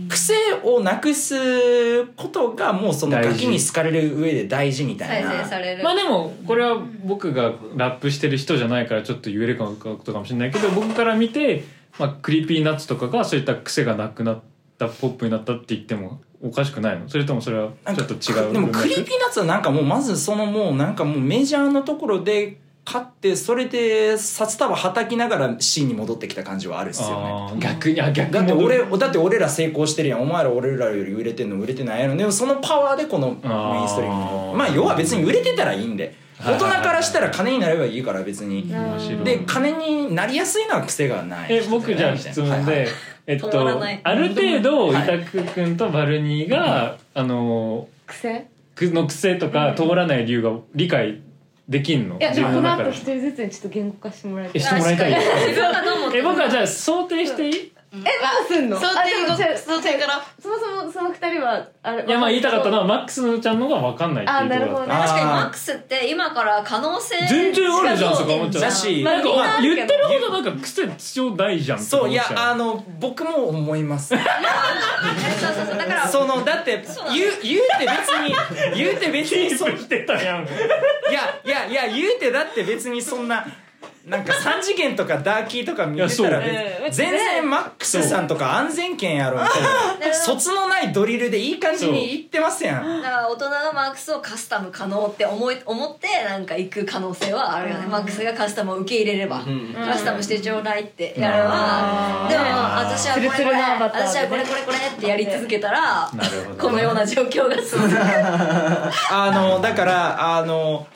Speaker 6: 癖をなくすことがもうそのガキに好かれる上で大事みた
Speaker 1: 再
Speaker 6: いな。
Speaker 1: 生される、
Speaker 3: まあでもこれは僕がラップしてる人じゃないからちょっと言えるかことかもしれないけど僕から見て、まあ、クリーピーナッツとかがそういった癖がなくなったポップになったって言ってもおかしくないのそれともそれは
Speaker 6: なん
Speaker 3: ちょ
Speaker 6: か
Speaker 3: っと違う
Speaker 6: でもクリ
Speaker 3: 文
Speaker 6: ー
Speaker 3: 脈
Speaker 6: ピーナッツはなんかもうまずそのもうなんかもうメジャーのところで勝ってそれで札束はたきながら C に戻ってきた感じはあるっすよね。
Speaker 3: あー逆にあ逆に
Speaker 6: だって俺だって俺ら成功してるやんお前ら俺らより売れてんの売れてないやろでもそのパワーでこのメイン
Speaker 3: あー
Speaker 6: ストリームまあ要は別に売れてたらいいんで
Speaker 3: はい
Speaker 6: 大
Speaker 3: はいはい
Speaker 6: 人からしたら金になればいいから別に
Speaker 3: 面白い
Speaker 6: で金になりやすいのは癖がない
Speaker 3: え僕じゃあ質問で、
Speaker 6: はいはい
Speaker 3: えっと
Speaker 1: 止まらない
Speaker 3: ある程度板久君とバルニーが、あの
Speaker 2: 癖
Speaker 3: くの癖とか通らない理由が理解できんの
Speaker 2: いやでもこ
Speaker 3: の
Speaker 2: の
Speaker 3: 中
Speaker 2: 後一人ずつにちょっと言語化してもらいた
Speaker 3: え
Speaker 2: い
Speaker 3: してもらいたいです
Speaker 1: あしっかり自分がどう思って
Speaker 3: え
Speaker 1: るの
Speaker 3: 僕はじゃあ想定していい
Speaker 2: どうすんの
Speaker 11: 想
Speaker 2: あ
Speaker 11: 定
Speaker 2: でも
Speaker 11: の
Speaker 2: じゃあ
Speaker 11: 想定から
Speaker 2: そもそもその二人はあれ
Speaker 3: いやまあ言いたかったのはマックスのちゃんの方が分かんないって
Speaker 2: あ
Speaker 3: い
Speaker 2: ー
Speaker 3: うと
Speaker 2: な
Speaker 3: こ
Speaker 2: る
Speaker 3: ろだ
Speaker 2: ほど
Speaker 3: っ
Speaker 2: ね
Speaker 1: 確かに
Speaker 6: あー
Speaker 1: マックスって今から可能性
Speaker 3: た全然あるじゃんとか思っちゃう
Speaker 6: だし
Speaker 3: なんか、
Speaker 1: まあ
Speaker 3: 言ってることなんか癖必要ないじゃんとか
Speaker 6: そうい
Speaker 3: 思っち
Speaker 6: や
Speaker 3: ゃ
Speaker 6: あの僕も思い ます
Speaker 1: そうそうそうだから
Speaker 6: そのだって
Speaker 1: そうなの
Speaker 6: 言う言うて別 に言うて別にそ
Speaker 3: キープしてたやん
Speaker 6: いやいやいや言うてだって別にそんななんか3次元とかダーキーとか見てたら
Speaker 3: いや
Speaker 6: 別に全然マックスさんとか安全圏やろみたいな卒のないドリルでいい感じに言ってますやん
Speaker 1: だから大人がマックスをカスタム可能って思い思ってなんか行く可能性はあるよね、マックスがカスタムを受け入れれば、カスタムしてちょうだいってやれば、でも私はこれこ
Speaker 2: ツルツ
Speaker 1: れ
Speaker 2: ルなアバターで
Speaker 1: 私はこれこれこれってやり続けたら
Speaker 3: なるほど
Speaker 1: このような状況が続く
Speaker 6: あのだからあの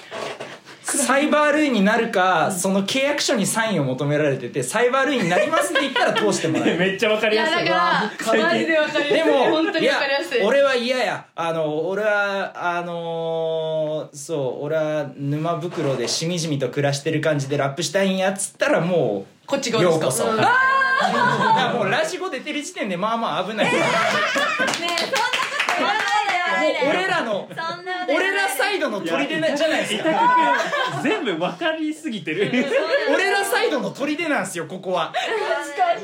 Speaker 6: サイバールーになるかその契約書にサインを求められててサイバールーになりますって言ったら通してもらえる
Speaker 3: めっちゃ分かりやすい
Speaker 11: だからマジでわかりやすい
Speaker 6: でも
Speaker 11: 本当にわかりやすい
Speaker 6: や俺は嫌やあの俺はあのーそう俺は沼袋でしみじみと暮らしてる感じでラップしたいんやっつったらもう
Speaker 11: こっち側ですか
Speaker 6: ようこそ、
Speaker 11: うん
Speaker 6: だからもうラジコ出てる時点でまあまあ危ない、
Speaker 1: ねえそんなこと言わないで
Speaker 6: もう
Speaker 1: よ
Speaker 6: 俺らの
Speaker 1: そんなこと言わないで
Speaker 6: 俺らサイドの砦なじゃないですか
Speaker 3: 全部分かりすぎてる
Speaker 6: 俺らサイドの砦なんですよここは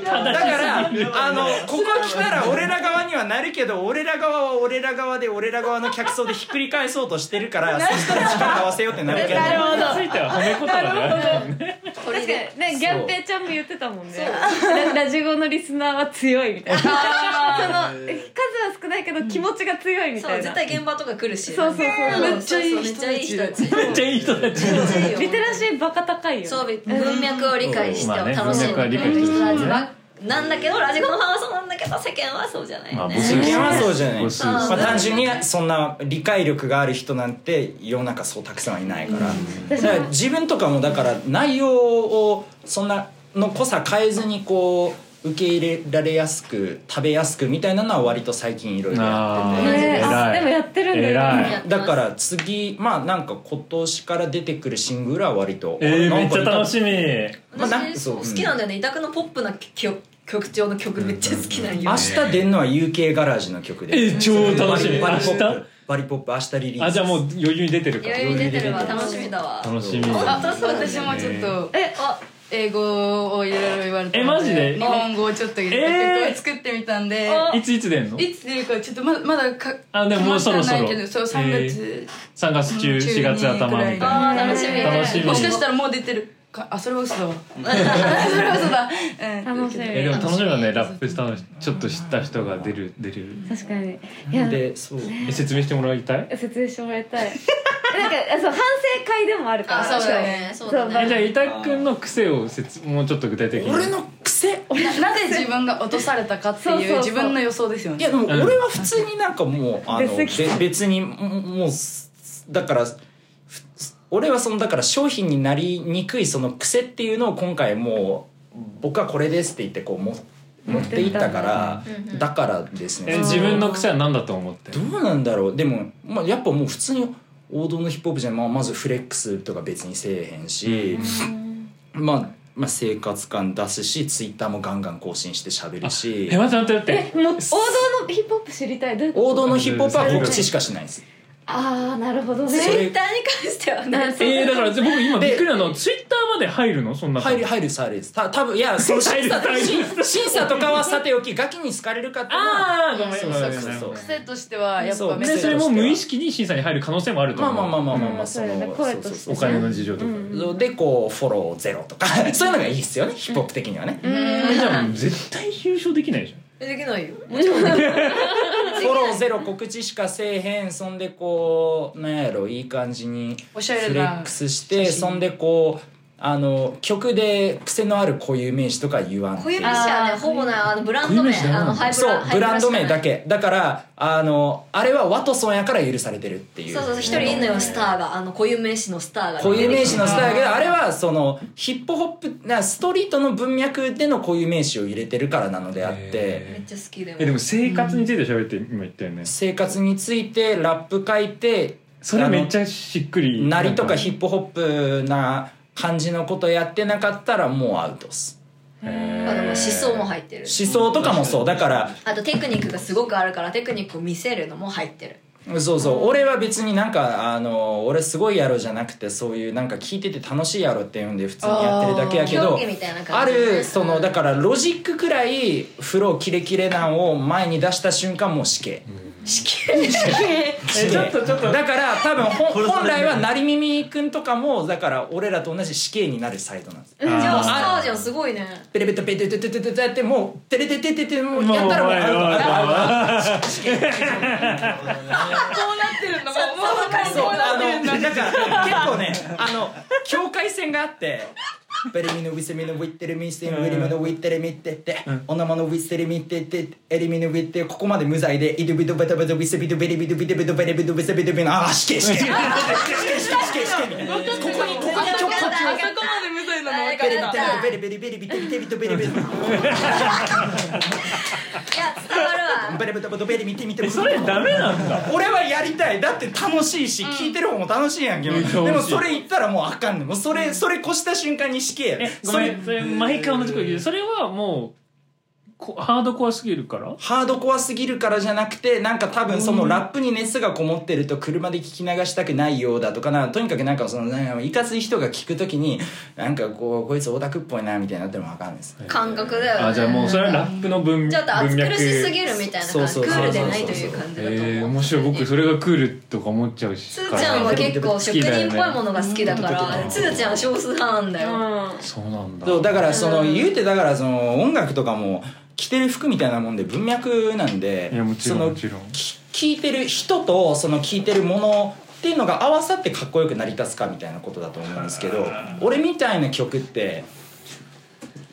Speaker 6: だか
Speaker 3: 正し
Speaker 6: らあのここ来たら俺ら側にはなるけど俺ら側は俺ら側で俺ら側の客層でひっくり返そうとしてる からそしたら力合わせようってなるけど
Speaker 2: なるほど
Speaker 3: については褒め言葉である
Speaker 2: 確かにねギャンペちゃんも言ってたもんねララジゴのリスナーは強いみたいなその数は少ないけど気持ちが強いみ
Speaker 1: そ
Speaker 2: た
Speaker 1: う
Speaker 2: いな
Speaker 1: 絶対現場とか来るし
Speaker 2: そうそうそう
Speaker 1: めっちゃいい人たちめっちゃいい人
Speaker 3: いい人たち
Speaker 1: たち
Speaker 2: リテラシーバカ高いよ
Speaker 1: そう文脈を理解して
Speaker 3: まあね
Speaker 1: 楽しん
Speaker 3: 文脈は
Speaker 1: で
Speaker 3: 理
Speaker 1: く
Speaker 3: 解
Speaker 1: れる人
Speaker 3: してる
Speaker 1: たちばなんだけどラジコのファンはそうなんだけど世間はそうじゃないよね、
Speaker 6: 世間はそうじゃない
Speaker 3: 母数
Speaker 1: うん
Speaker 6: まあ、単純にそんな理解力がある人なんて世の中そうたくさんはいないから,、だから自分とかもだから内容をそんなの濃さ変えずにこう受け入れられやすく食べやすくみたいなのは割と最近いろいろやって
Speaker 1: あ
Speaker 6: て。
Speaker 2: ね
Speaker 3: 偉
Speaker 2: あ
Speaker 3: い
Speaker 2: でもやってるんだよ
Speaker 3: 偉い
Speaker 1: やってます
Speaker 6: だから次まあなんか今年から出てくるシングルは割と、
Speaker 3: えー、
Speaker 6: な
Speaker 3: め
Speaker 6: ん
Speaker 3: っ
Speaker 6: か
Speaker 3: ちゃ楽しみ
Speaker 6: まあな
Speaker 1: 私そう
Speaker 6: そう
Speaker 1: 好きなんだよね委託のポップな曲曲調の曲めっちゃ好きなんよ
Speaker 6: 明日出んのは UK ガラージの曲で
Speaker 3: えー超楽しみ
Speaker 6: バリポップ
Speaker 3: 明日
Speaker 6: バリポップ明日リリース
Speaker 3: あじゃあもう余裕に出てるか
Speaker 1: 余裕出てるわ楽しみだわ
Speaker 3: 楽しみ
Speaker 11: あ
Speaker 1: そうそう
Speaker 5: 私もちょっと
Speaker 1: えあ
Speaker 5: 英語をいろいろ言われて
Speaker 3: えマジで
Speaker 5: 日本語をちょっと入れた
Speaker 3: えー
Speaker 5: 曲を作ってみたんで、
Speaker 3: いついつ出んの
Speaker 5: いつ出るかちょっとままだか
Speaker 3: あでももうそろそろ
Speaker 5: 決まってないけどそう3月、
Speaker 3: 3月中
Speaker 5: 中
Speaker 3: 4月頭みたいな
Speaker 1: あー楽しみ
Speaker 3: 楽しみ
Speaker 5: もしかしたらもう出てるかあそれは嘘だわ それは嘘だ、うん、
Speaker 2: 楽しみ
Speaker 3: えでも楽しみだねラップしたのちょっと知った人が出る出る
Speaker 2: 確かにいや
Speaker 6: でそう
Speaker 3: え説明してもらいたい
Speaker 2: 説明してもらいた いなんかあそう反省会でもあるから
Speaker 1: あそうだねそうだ
Speaker 3: え
Speaker 1: ね
Speaker 3: じゃあ板くんの癖を説もうちょっと具体的に
Speaker 6: 俺の癖
Speaker 5: ななぜ自分が落とされたかって
Speaker 2: そうそう
Speaker 5: い
Speaker 2: そうう
Speaker 5: 自分の予想ですよ
Speaker 6: い
Speaker 5: ね
Speaker 6: やでも俺は普通になんかもうあの
Speaker 2: 出過ぎた
Speaker 6: べ別にももうだからふ俺はそのだから商品になりにくいその癖っていうのを今回もう僕はこれですって言ってこうも持っていったからだからですね
Speaker 3: え自分の癖は何だと思って
Speaker 6: どうなんだろうでも、まあ、やっぱもう普通に王道のヒップホップじゃんまあ、まずフレックスとか別にせえへんし、まあ、まあ生活感出すしツイッターもガンガン更新して喋るし
Speaker 3: え待って待って待って
Speaker 2: えもう王道のヒップホップ知りたいどういうこ
Speaker 6: 王道のヒップホップは告知しかしないです
Speaker 2: ああなるほど
Speaker 1: ツイ
Speaker 2: ね
Speaker 1: ッターに関してはね
Speaker 3: えー、だから僕今
Speaker 6: で
Speaker 3: びっくりなのツイッターまで入るのそんな
Speaker 6: 入る入るされですた多分いやその審査
Speaker 3: 入る入る
Speaker 6: 審査とかはさておきガキに好かれるかっていうのは
Speaker 3: ああごめん
Speaker 6: そう
Speaker 3: ごめん
Speaker 6: そうそう
Speaker 3: ごめん
Speaker 5: 癖としてはやっ
Speaker 6: そ
Speaker 5: ぱ
Speaker 6: う
Speaker 5: め
Speaker 3: で
Speaker 5: っ
Speaker 3: そ
Speaker 5: ち
Speaker 3: れ
Speaker 5: ゃ
Speaker 3: も無意識に審査に入る可能性もあると
Speaker 6: ま
Speaker 3: 思
Speaker 6: あ
Speaker 3: う
Speaker 6: まあまあまあまあま
Speaker 2: う
Speaker 6: あ
Speaker 2: ん
Speaker 6: その
Speaker 2: そうだね声として
Speaker 6: そうそう
Speaker 3: お金の事情とか、
Speaker 6: そうでこうフォローゼロとかそういうのがいいですよねヒップホップ的にはねフ
Speaker 3: えじゃあもう絶対優勝できないじゃ
Speaker 1: できないよ
Speaker 6: ォローゼロ告知しかせえへんそんでこうなんやろいい感じに
Speaker 5: おし
Speaker 6: フ
Speaker 5: ゃれ
Speaker 6: レ
Speaker 5: な
Speaker 6: ックスしてそんでこうあの曲で癖のある固有名詞とか言わんって
Speaker 1: 固
Speaker 6: い
Speaker 1: 有
Speaker 6: う
Speaker 1: 名詞はねほぼないあのブランド
Speaker 3: 固
Speaker 1: 名
Speaker 3: 有名詞だな
Speaker 1: あのハイブ
Speaker 6: そ
Speaker 1: ラ
Speaker 6: うブランド名だ
Speaker 1: け
Speaker 6: けだからあのあれはワトソンやから許されてるっていう
Speaker 1: そうそうそう一人いんのよスターがあの固有名詞のスターが
Speaker 6: 固有名詞のスターやけどあれはそのヒップホップなストリートの文脈での固有名詞を入れてるからなのであって
Speaker 1: めっちゃ好きでも
Speaker 3: んえでも生活について喋って今言ったよね、
Speaker 6: 生活についてラップ書いて
Speaker 3: それめっ
Speaker 6: ゃ
Speaker 3: ちゃしっくり
Speaker 6: なりとかヒ
Speaker 3: ひ
Speaker 6: ップホップな感じのことやってなかったらもうアウトっす
Speaker 1: あの思想も入ってる
Speaker 6: 思想とかもそうだから
Speaker 1: あとテクニックがすごくあるからテクニックを見せるのも入ってる
Speaker 6: そうそう俺は別になんかあの俺すごいやろじゃなくてそういうなんか聞いてて楽しいやろっていうんで普通にやってるだけやけ
Speaker 1: 競
Speaker 6: ど
Speaker 1: 技みたいな
Speaker 6: あ
Speaker 1: 感じ
Speaker 6: るそのだからロジックくらいフローキレキレなんを前に出した瞬間もう死刑
Speaker 1: 死刑
Speaker 6: 死刑だから多分本本来は成耳くんとかもだから俺らと同じ死刑になるサイドなんです
Speaker 1: じゃあスターじゃんすごいね
Speaker 6: ペレペタペテテテテテテってもうテレテテテテもうやったらもうアウトアウトアウト
Speaker 11: もう分かる
Speaker 6: そう、
Speaker 11: こうな
Speaker 6: あ
Speaker 11: っ
Speaker 6: の、
Speaker 11: てるんだ
Speaker 6: なんか、結構ね、あの、境界線があって。ベルミのウィスミのウィッテルミステンウィリムのウィッテルミってって、お名前のウィッテルミってってエリミのウィッテここまで無罪でイドビドベタベタウィスビドベリビドビドベドベリビドベセビドベのああ死刑死刑死刑死刑死刑死刑みたいなここにここにちょっ
Speaker 11: あそ
Speaker 6: と
Speaker 11: こまで無罪なの分か
Speaker 6: ベ
Speaker 11: る
Speaker 6: リ
Speaker 11: な
Speaker 6: ベリベリベリビテビテビトベリベリ
Speaker 1: いや伝わるわ
Speaker 6: ベリベタベタベリミテミテ
Speaker 3: それダメなんだ
Speaker 6: 俺はやりたいだって楽しいし、聞いてる方も楽しいやんけ、
Speaker 3: うん
Speaker 6: でも
Speaker 3: 楽しい
Speaker 6: それ言ったらもうあかんねんもうそれそれ越した瞬間に死刑や
Speaker 3: え
Speaker 6: ね
Speaker 3: ごめんそれ毎回同じこと言うそれはもうこハードコアすぎるから
Speaker 6: ハードコアすぎるからじゃなくてなんか多分そのラップに熱がこもってると車で聞き流したくないようだとかなとにかくなんかそのなんかいかつい人が聞くときになんかこうこいつオタクっぽいなみたいになってるのもあかんです
Speaker 1: 感覚だよね
Speaker 3: あじゃあもうそれはラップの文文
Speaker 1: ちょっと暑
Speaker 3: 脈
Speaker 1: 苦しすぎるみたいな
Speaker 6: そ
Speaker 1: 感
Speaker 6: う
Speaker 1: じ
Speaker 6: そ
Speaker 1: ク
Speaker 6: うそうそう
Speaker 1: ールでないという感じだと思う
Speaker 3: えー、面白い僕それがクールとか思っちゃうし
Speaker 1: すーちゃんは結構職人っぽいものが好きだからすーちゃん少数派なんだよ、
Speaker 3: そうなんだ
Speaker 6: そうだからその言うてだからその音楽とかも着てる服みたいなもんで文脈なんで
Speaker 3: いやもちろん
Speaker 6: その
Speaker 3: もちろん
Speaker 6: き聞いてる人とその聞いてるものっていうのが合わさってかっこよく成り立つかみたいなことだと思うんですけど俺みたいな曲って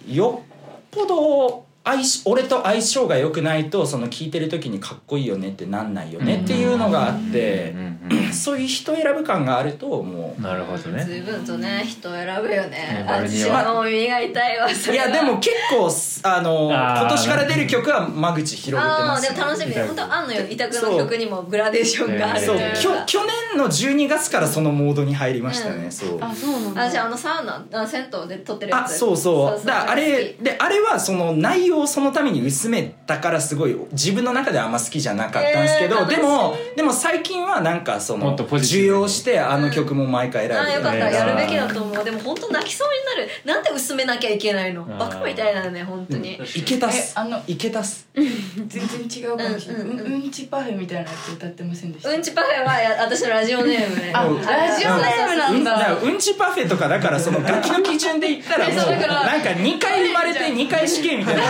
Speaker 6: よっぽど相し俺と相性が良くないとその聞いてる時にかっこいいよねってなんないよねっていうのがあって
Speaker 3: うんう
Speaker 6: そういう人選ぶ感があるとも
Speaker 3: んなるほどね
Speaker 1: 随分とね人を選ぶよね
Speaker 3: ねバルニ
Speaker 1: 私
Speaker 3: ーは
Speaker 1: の耳が痛いわそう
Speaker 6: い
Speaker 1: れは
Speaker 6: やでも結構すあの
Speaker 3: あー
Speaker 6: 今年から出る曲は間口広げて
Speaker 1: あ
Speaker 6: ま
Speaker 1: あで
Speaker 6: すね
Speaker 1: も楽しみ本当あんのよ伊田君の曲にもグラデーションがあると
Speaker 6: そう
Speaker 1: い
Speaker 3: えー
Speaker 6: き
Speaker 1: う
Speaker 6: ょ
Speaker 1: か
Speaker 6: 去年の12月からそのモードに入りましたね、
Speaker 1: うん
Speaker 6: そう
Speaker 2: あそうなんだ
Speaker 1: 私あのサウナあ銭湯で撮ってるや
Speaker 6: あ
Speaker 1: つ
Speaker 6: そうそうだからあれ
Speaker 1: 好き
Speaker 6: であれはその内容をそのために薄めたからすごい自分の中ではあんま好きじゃなかったんですけど、
Speaker 1: えー
Speaker 6: でもでも最近はなんかそ
Speaker 3: も
Speaker 6: の
Speaker 3: っとポジティブに
Speaker 6: 需要してあの曲も毎回選
Speaker 1: あ
Speaker 6: ぶ
Speaker 1: ーよかった
Speaker 3: えー
Speaker 1: やるべきだと思うでも本当泣きそうになるなんで薄めなきゃいけないの
Speaker 3: あー
Speaker 1: バカみたいだよね本当に
Speaker 6: いけたっ
Speaker 5: え
Speaker 6: す
Speaker 5: あの
Speaker 6: いけたっす
Speaker 5: 全然違うかもしれない、
Speaker 1: う
Speaker 5: うんん
Speaker 1: うんうん
Speaker 5: うんちパフェみたいなやつ歌ってませんでした、
Speaker 1: うんちパフェはや私のラジオネームね
Speaker 5: あラジオネームなんだ
Speaker 6: からうんちパフェとかだからそのガキの基準で言ったらもう
Speaker 1: そうだから
Speaker 6: なんか2回生まれて2回死刑み たいな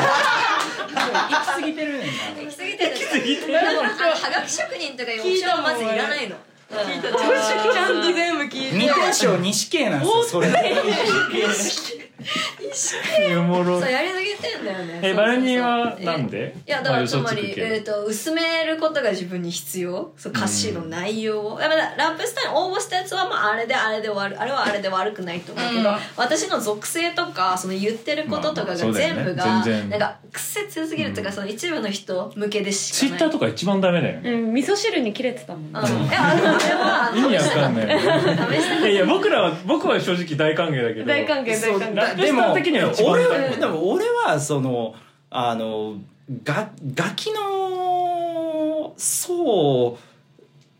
Speaker 6: 行き過ぎてるねんな
Speaker 1: 行き過ぎてる行き過ぎてるはがき職人とかいうオプションはまずいらないのうん
Speaker 5: ちゃんと全部聞いて
Speaker 6: 二点賞二死刑なんですよそれ
Speaker 3: おもろ
Speaker 1: そうやりすぎてんだよねそうそ
Speaker 3: え
Speaker 1: うそう
Speaker 3: バルニーはなんで
Speaker 1: いやだか
Speaker 3: まあ
Speaker 1: らつ
Speaker 3: 嘘
Speaker 1: ま
Speaker 3: つ
Speaker 1: り
Speaker 3: く、けど
Speaker 1: えー、と薄めることが自分に必要そう歌詞の内容を、だからラップスタイル応募したやつは、まあ、あれであれで悪あれはあれで悪くないと思うけど、
Speaker 5: うん
Speaker 1: 私の属性とかその言ってることと
Speaker 3: ま
Speaker 1: かが
Speaker 3: あまあそうだよ
Speaker 1: 全
Speaker 3: ね
Speaker 1: 部が、
Speaker 3: 全然
Speaker 1: なんか癖強すぎるとか、
Speaker 3: うん
Speaker 1: その一部の人向けでしか
Speaker 3: ツイ
Speaker 1: な
Speaker 3: ッ
Speaker 1: い
Speaker 3: ターとか一番ダメだよね
Speaker 2: うん味噌汁に切れてたもんね
Speaker 1: うんいやあれは
Speaker 3: 意味わかんないよね
Speaker 1: 試した
Speaker 3: いやいや僕らは僕は正直大歓迎だけど
Speaker 2: 大歓迎大歓
Speaker 3: ラッ
Speaker 2: 迎
Speaker 3: プスター的には一番
Speaker 6: 俺
Speaker 3: ダ
Speaker 6: は
Speaker 3: メ
Speaker 6: でも俺はそのあのがガキの層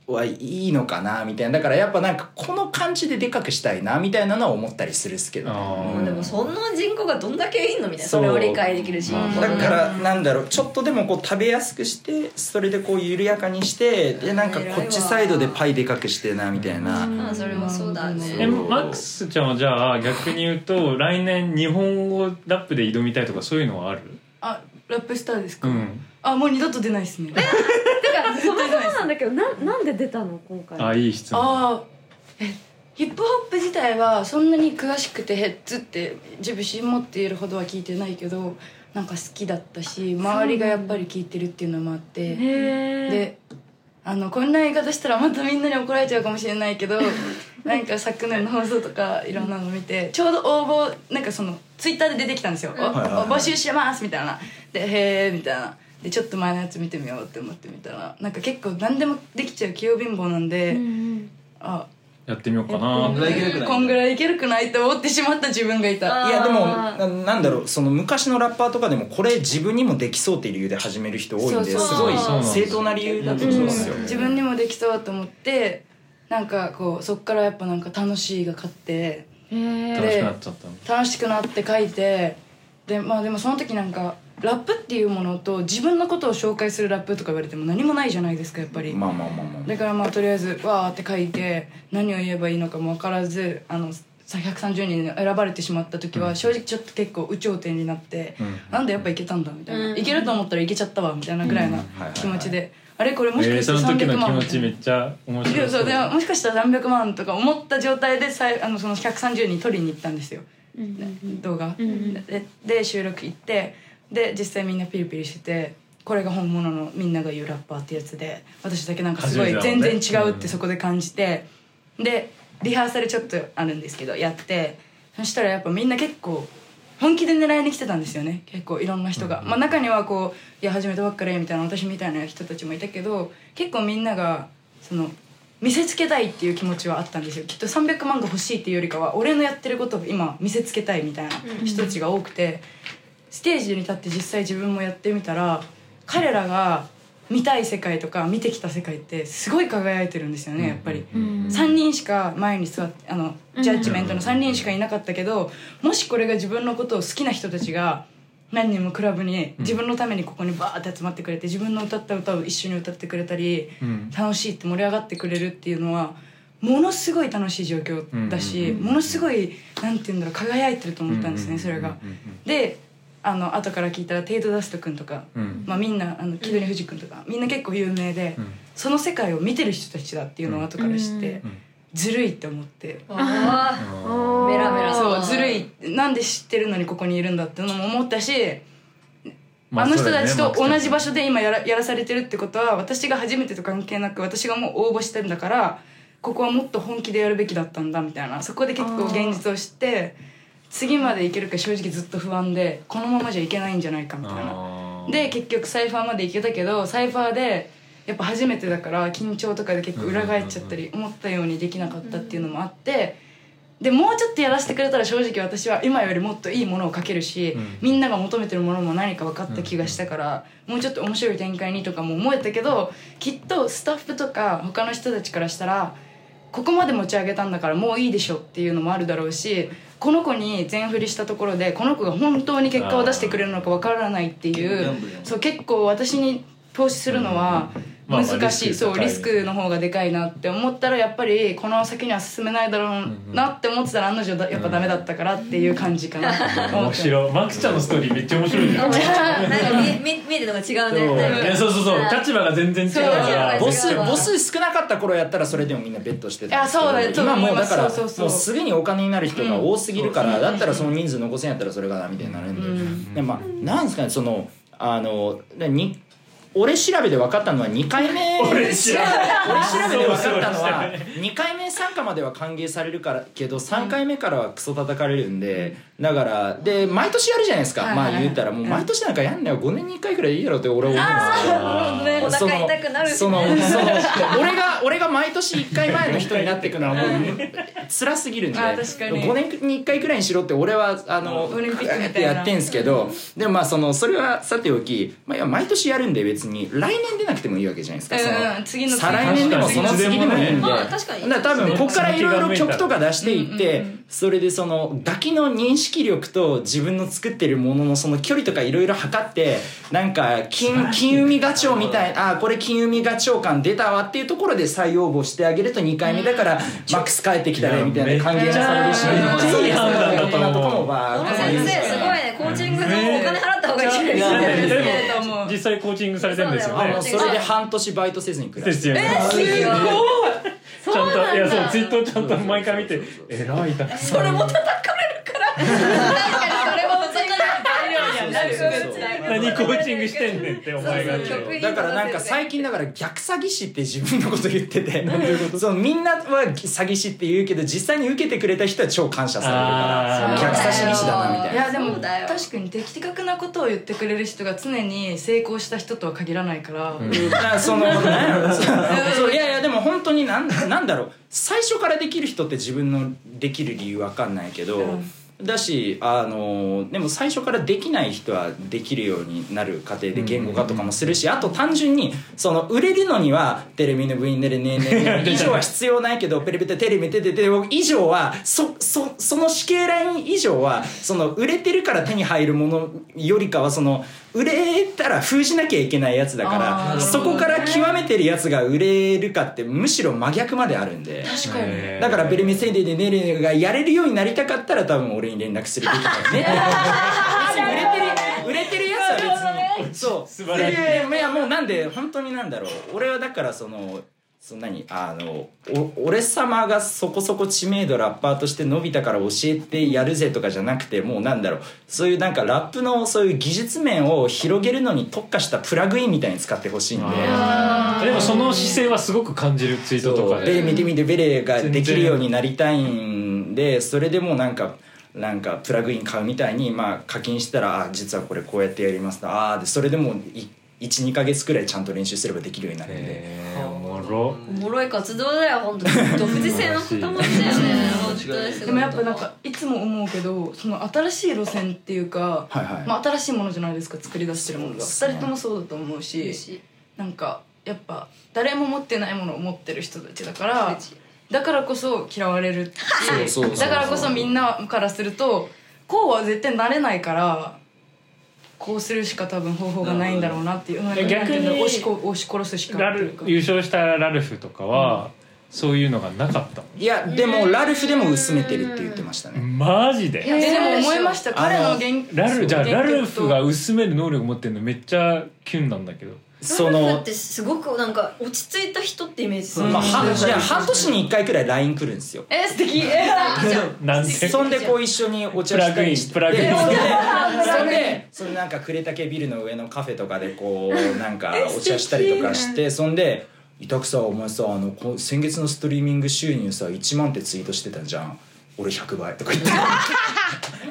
Speaker 6: はいいのかなみたいなだからやっぱなんかこの感じででかくしたいなみたいなのは思ったりするっすけどね
Speaker 3: あ
Speaker 1: もうでもそんな人口がどんだけいんのみたいな
Speaker 6: そ
Speaker 1: そ
Speaker 6: う
Speaker 1: れを理解できる人口
Speaker 6: だからなんだろうちょっとでもこう食べやすくしてそれでこう緩やかにしてでなんかこっちサイドでパイでかくしてなみたいな
Speaker 1: まあそれはそうだ
Speaker 3: え
Speaker 1: ね
Speaker 3: マックスちゃんはじゃあ逆に言うと来年日本語ラップで挑みたいとかそういうのはある
Speaker 5: あラップスターですか、
Speaker 3: うん
Speaker 5: あもう二度と出ないですね
Speaker 2: かそもそもなんだけどななんで出たの今回
Speaker 3: あいい質問
Speaker 5: ああヒップホップ自体はそんなに詳しくてヘッズってジェブシー持っているほどは聞いてないけどなんか好きだったし周りがやっぱり聞いてるっていうのもあって
Speaker 2: へえ
Speaker 5: であのこんな言い方したらまたみんなに怒られちゃうかもしれない けどなんか昨年の放送とかいろんなの見てちょうど応募なんかそのツイッターで出てきたんですよ「おお
Speaker 6: はいはい
Speaker 5: 募集します」みたいなで「へえ」みたいなでちょっと前のやつ見てみようって思ってみたらなんか結構何でもできちゃう器用貧乏なんで、あ
Speaker 3: やってみようかな
Speaker 4: ぐらいいけるくない
Speaker 5: こんぐらいいけるくないって思ってしまった自分がいた
Speaker 1: あー
Speaker 6: いやでもななんだろうその昔のラッパーとかでもこれ自分にもできそうっていう理由で始める人多いんで
Speaker 5: そうそう
Speaker 6: すごい
Speaker 3: そうなんです
Speaker 6: 正当な理由だと思うんですよ、
Speaker 5: 自分にもできそうと思ってなんかこうそっからやっぱなんか楽しいが勝って
Speaker 3: 楽しくなっちゃったの
Speaker 5: 楽しくなって書いてでまあでもその時なんかラップっていうものと自分のことを紹介するラップとか言われても何もないじゃないですかやっぱり、
Speaker 6: まあまあまあまあ
Speaker 5: だからまあとりあえずわーって書いて何を言えばいいのかも分からずあのさ130人に選ばれてしまった時は正直ちょっと結構有頂天になって、
Speaker 3: うん
Speaker 5: なんでやっぱいけたんだみたいな、
Speaker 1: うん
Speaker 5: いけると思ったらいけちゃったわみたいなぐらいな気持ちで、あれこれもし
Speaker 3: え
Speaker 5: か
Speaker 3: ー
Speaker 5: して
Speaker 3: その時
Speaker 5: 300
Speaker 3: の気
Speaker 5: 万
Speaker 3: 持ちめっちゃ面
Speaker 5: い
Speaker 3: 白
Speaker 5: や
Speaker 3: そ
Speaker 5: そううでももしかしたら何百万とか思った状態でさいあのその130人取りに行ったんですよ、動画、でで収録行ってで実際みんなピリピリしててこれが本物のみんなが言うラッパーってやつで私だけなんかすごい
Speaker 3: 初めてだも
Speaker 5: 全
Speaker 3: んね
Speaker 5: 然違うっ
Speaker 3: うん
Speaker 5: てそこで感じて、でリハーサルちょっとあるんですけどやってそしたらやっぱみんな結構本気で狙いに来てたんですよね結構いろんな人が、まあ、中にはこう「いや始めたばっかり」みたいな私みたいな人たちもいたけど結構みんながその見せつけたいっていう気持ちはあったんですよきっと300万が欲しいっていうよりかは俺のやってることを今見せつけたいみたいな人たちが多くて、ステージに立って実際自分もやってみたら彼らが見たい世界とか見てきた世界ってすごい輝いてるんですよねやっぱり。3人しか前に座ってあのジャッジメントの3人しかいなかったけどもしこれが自分のことを好きな人たちが何人もクラブに自分のためにここにバーって集まってくれて自分の歌った歌を一緒に歌ってくれたり
Speaker 3: ん
Speaker 5: 楽しいって盛り上がってくれるっていうのはものすごい楽しい状況だしものすごいなんて言うんだろう輝いてると思ったんですねそれが。であの後から聞いたらテイト・ダスト君とか、
Speaker 3: うん
Speaker 5: まあ、みんなあの木戸に藤君とかみんな結構有名で、
Speaker 3: ん
Speaker 5: その世界を見てる人たちだっていうのを後から知って、
Speaker 3: んうん
Speaker 5: ずるいって思って、
Speaker 1: あ
Speaker 3: あ
Speaker 1: ーメ ラメラ
Speaker 5: そうずるいなんで知ってるのにここにいるんだってのも思ったし、
Speaker 3: ー
Speaker 5: あの人たちと同じ場
Speaker 3: 所
Speaker 5: 所で今やらやらされてるってことは私が初めてと関係なく私がもう応募してるんだからここはもっと本気でやるべきだったんだみたいなそこで結構現実を知って次までいけるか正直ずっと不安でこのままじゃいけないんじゃないかみたいな。で結局サイファーまで行けたけどサイファーでやっぱ初めてだから緊張とかで結構裏返っちゃったり思ったようにできなかったっていうのもあってでもうちょっとやらせてくれたら正直私は今よりもっといいものを書けるし、みんなが求めてるものも何か分かった気がしたから、もうちょっと面白い展開にとかも思えたけどきっとスタッフとか他の人たちからしたらここまで持ち上げたんだからもういいでしょっていうのもあるだろうしこの子に全振りしたところでこの子が本当に結果を出してくれるのか分からないっていうそう結構私に投資するのは
Speaker 3: まあ
Speaker 5: 難
Speaker 3: まあ
Speaker 5: しい、
Speaker 3: リスク
Speaker 5: そう
Speaker 3: 高い
Speaker 5: リスクの方がでかいなって思ったらやっぱりこの先には進めないだろうなって思ってたら案の定だやっぱダメだったからっていう感じかな
Speaker 3: 面白いマックスちゃんのストーリーめっちゃ面白いじゃんそう
Speaker 1: ーなんか見見見えてるのが違うねなん
Speaker 3: い
Speaker 1: か
Speaker 3: やそうそうそう立場が全然違うから
Speaker 6: 母数母数少なかった頃やったらそれでもみんなベットしてたんですけ
Speaker 5: いやそうだよ
Speaker 6: ど今もうだから
Speaker 5: そうそうそう
Speaker 6: もうすぐにお金になる人が多すぎるからだったらその人数残せんやったらそれがなみたいになるんで,、でまあなんですかねそのあのでに俺調べで分かったのは2回目俺調べで分かったのは2回目参加までは歓迎されるからけど3回目からはクソ叩かれるんでだからで毎年やるじゃないですか、
Speaker 5: はいはい
Speaker 6: まあ言ったらもう毎年なんかやんなよ5年に1回くらいいいやろって俺は思うんですけど
Speaker 1: お腹痛くなるしね
Speaker 6: そのそのその俺が俺が毎年1回前の人になっていくのはもう辛すぎるんで
Speaker 5: あ確かに
Speaker 6: 5年に1回くらいにしろって俺はあの
Speaker 5: オリンピックみたいな
Speaker 6: やってんすけどでもまあそのそれはさておき、まあ、いや毎年やるんで別に来年でなくてもいいわけじゃないですか、その
Speaker 5: うんうん次の
Speaker 6: 再来年でもその次でもいいんで、
Speaker 1: まあ確かに
Speaker 6: だから多分ここからいろいろ曲とか出していって、それでそのガキの認識力と自分の作ってるもののその距離とかいろいろ測ってなんか金金海ガチョウみたいなあーこれ金海ガチョウ感出たわっていうところで再応募してあげると2回目だからマックス帰ってきたねみたいな歓迎者されるし
Speaker 3: いやめっちゃいい判断
Speaker 6: 大
Speaker 3: だと
Speaker 6: 人
Speaker 3: 思う
Speaker 6: とかも
Speaker 1: 小
Speaker 6: バ
Speaker 1: 野
Speaker 6: ー
Speaker 1: 先生すごいねコーチングのお金払った方がいいですね
Speaker 3: でも
Speaker 5: えーと思う
Speaker 3: 実際コーチングされてるんですよ
Speaker 1: そうだ
Speaker 6: あ
Speaker 1: よ
Speaker 3: ね
Speaker 6: のそれで半年バイトせずに暮
Speaker 3: で
Speaker 6: らす
Speaker 3: すよね
Speaker 1: すごい
Speaker 3: ちゃんといやそうツイートちゃんと毎回見て偉いだ
Speaker 1: それも叩かれるから確かにそれも叩かれる
Speaker 6: そうそうそう
Speaker 3: 何コーチングしてんねんってお前がって
Speaker 1: そうそう
Speaker 6: だからなんか最近だから逆詐欺師って自分のこと言っててそうみんなは詐欺師って言うけど実際に受けてくれた人は超感謝されるから
Speaker 3: あー
Speaker 6: 逆詐欺師だなみたい
Speaker 5: い
Speaker 6: な
Speaker 5: やでも
Speaker 1: そうだよ
Speaker 5: 確かに的確なことを言ってくれる人が常に成功した人とは限らないから、
Speaker 6: だからそのなんやろそうそういやいやでも本当になんなんだろう最初からできる人って自分のできる理由わかんないけど、だしあのでも最初からできない人はできるようになる過程で言語化とかもするし、あと単純にその売れるのには「テレビの部員でねねねね」以上は必要ないけど「ペレペテテレビテテテ」以上はそそその死刑ライン以上はその売れてるから手に入るものよりかはその売れたら封じなきゃいけないやつだか
Speaker 5: あー
Speaker 6: らそこから極めてるやつが売れるかってむしろ真逆まであるんで。
Speaker 5: 確かに、
Speaker 6: だからベルミセイデでネルネがやれるようになりたかったら多分俺に連絡するべきだ よね別に売れてる売れてるやつは別にそう
Speaker 3: 素晴らしい
Speaker 6: やややいやもうなんで本当になんだろう俺はだからそのそんなにあのお俺様がそこそこ知名度ラッパーとして伸びたから教えてやるぜとかじゃなくてもうなんだろうそういうなんかラップのそういう技術面を広げるのに特化したプラグインみたいに使ってほしいんで。
Speaker 3: でもその姿勢はすごく感じるツイートとか
Speaker 6: ベレ
Speaker 3: で
Speaker 6: 見てみてベレができるようになりたいんでそれでもうなんかなんかプラグイン買うみたいに、まあ、課金したらあ実はこれこうやってやりますとああでそれでも12か月くらいちゃんと練習すればできるようになるんで、
Speaker 3: えーおもろ
Speaker 1: おもろい活動だよ本当独自性の塊だよね本当にすごい
Speaker 5: でもやっぱなんかいつも思うけどその新しい路線っていうか、
Speaker 6: はいはい
Speaker 5: まあ、新しいものじゃないですか作り出してるものが、
Speaker 6: そうですね
Speaker 5: 2人ともそうだと思うし
Speaker 1: 嬉しい
Speaker 5: なんかやっぱ誰も持ってないものを持ってる人たちだから
Speaker 1: ち
Speaker 5: だからこそ嫌われるし
Speaker 6: そうそうそうそう
Speaker 5: だからこそみんなからするとこうは絶対なれないからこうするしか多分方法がないんだろうなっていうなんか
Speaker 3: え逆に
Speaker 5: なんていうの押しこ押し殺すしか
Speaker 3: ラ
Speaker 5: ってい
Speaker 3: ル
Speaker 5: うか
Speaker 3: 優勝したラルフとかはそういうのがなかったの
Speaker 6: いやでもラルフでも薄めてるって言ってましたね
Speaker 3: マジで
Speaker 5: えでも思いました
Speaker 6: あの
Speaker 5: 彼の元
Speaker 3: ラルじゃあラルフが
Speaker 5: う
Speaker 3: 薄める能力持ってるのめっちゃキュンなんだけど
Speaker 6: そ
Speaker 1: ラルフ
Speaker 6: の
Speaker 1: ってすごくなんか落ち着いた人ってイメージする
Speaker 6: まあ、はじゃあ半年に1回くらい LINE 来るんですよ
Speaker 5: え素敵
Speaker 3: なんで
Speaker 6: そんでこう一緒にお茶したりして
Speaker 3: プラグインプラグイン
Speaker 6: でそれでそのなんか呉竹ビルの上のカフェとかでこうなんかお茶したりとかしてそんで「委託さお前さあのこ先月のストリーミング収入さ1万ってツイートしてたじゃん俺100倍」とか言って。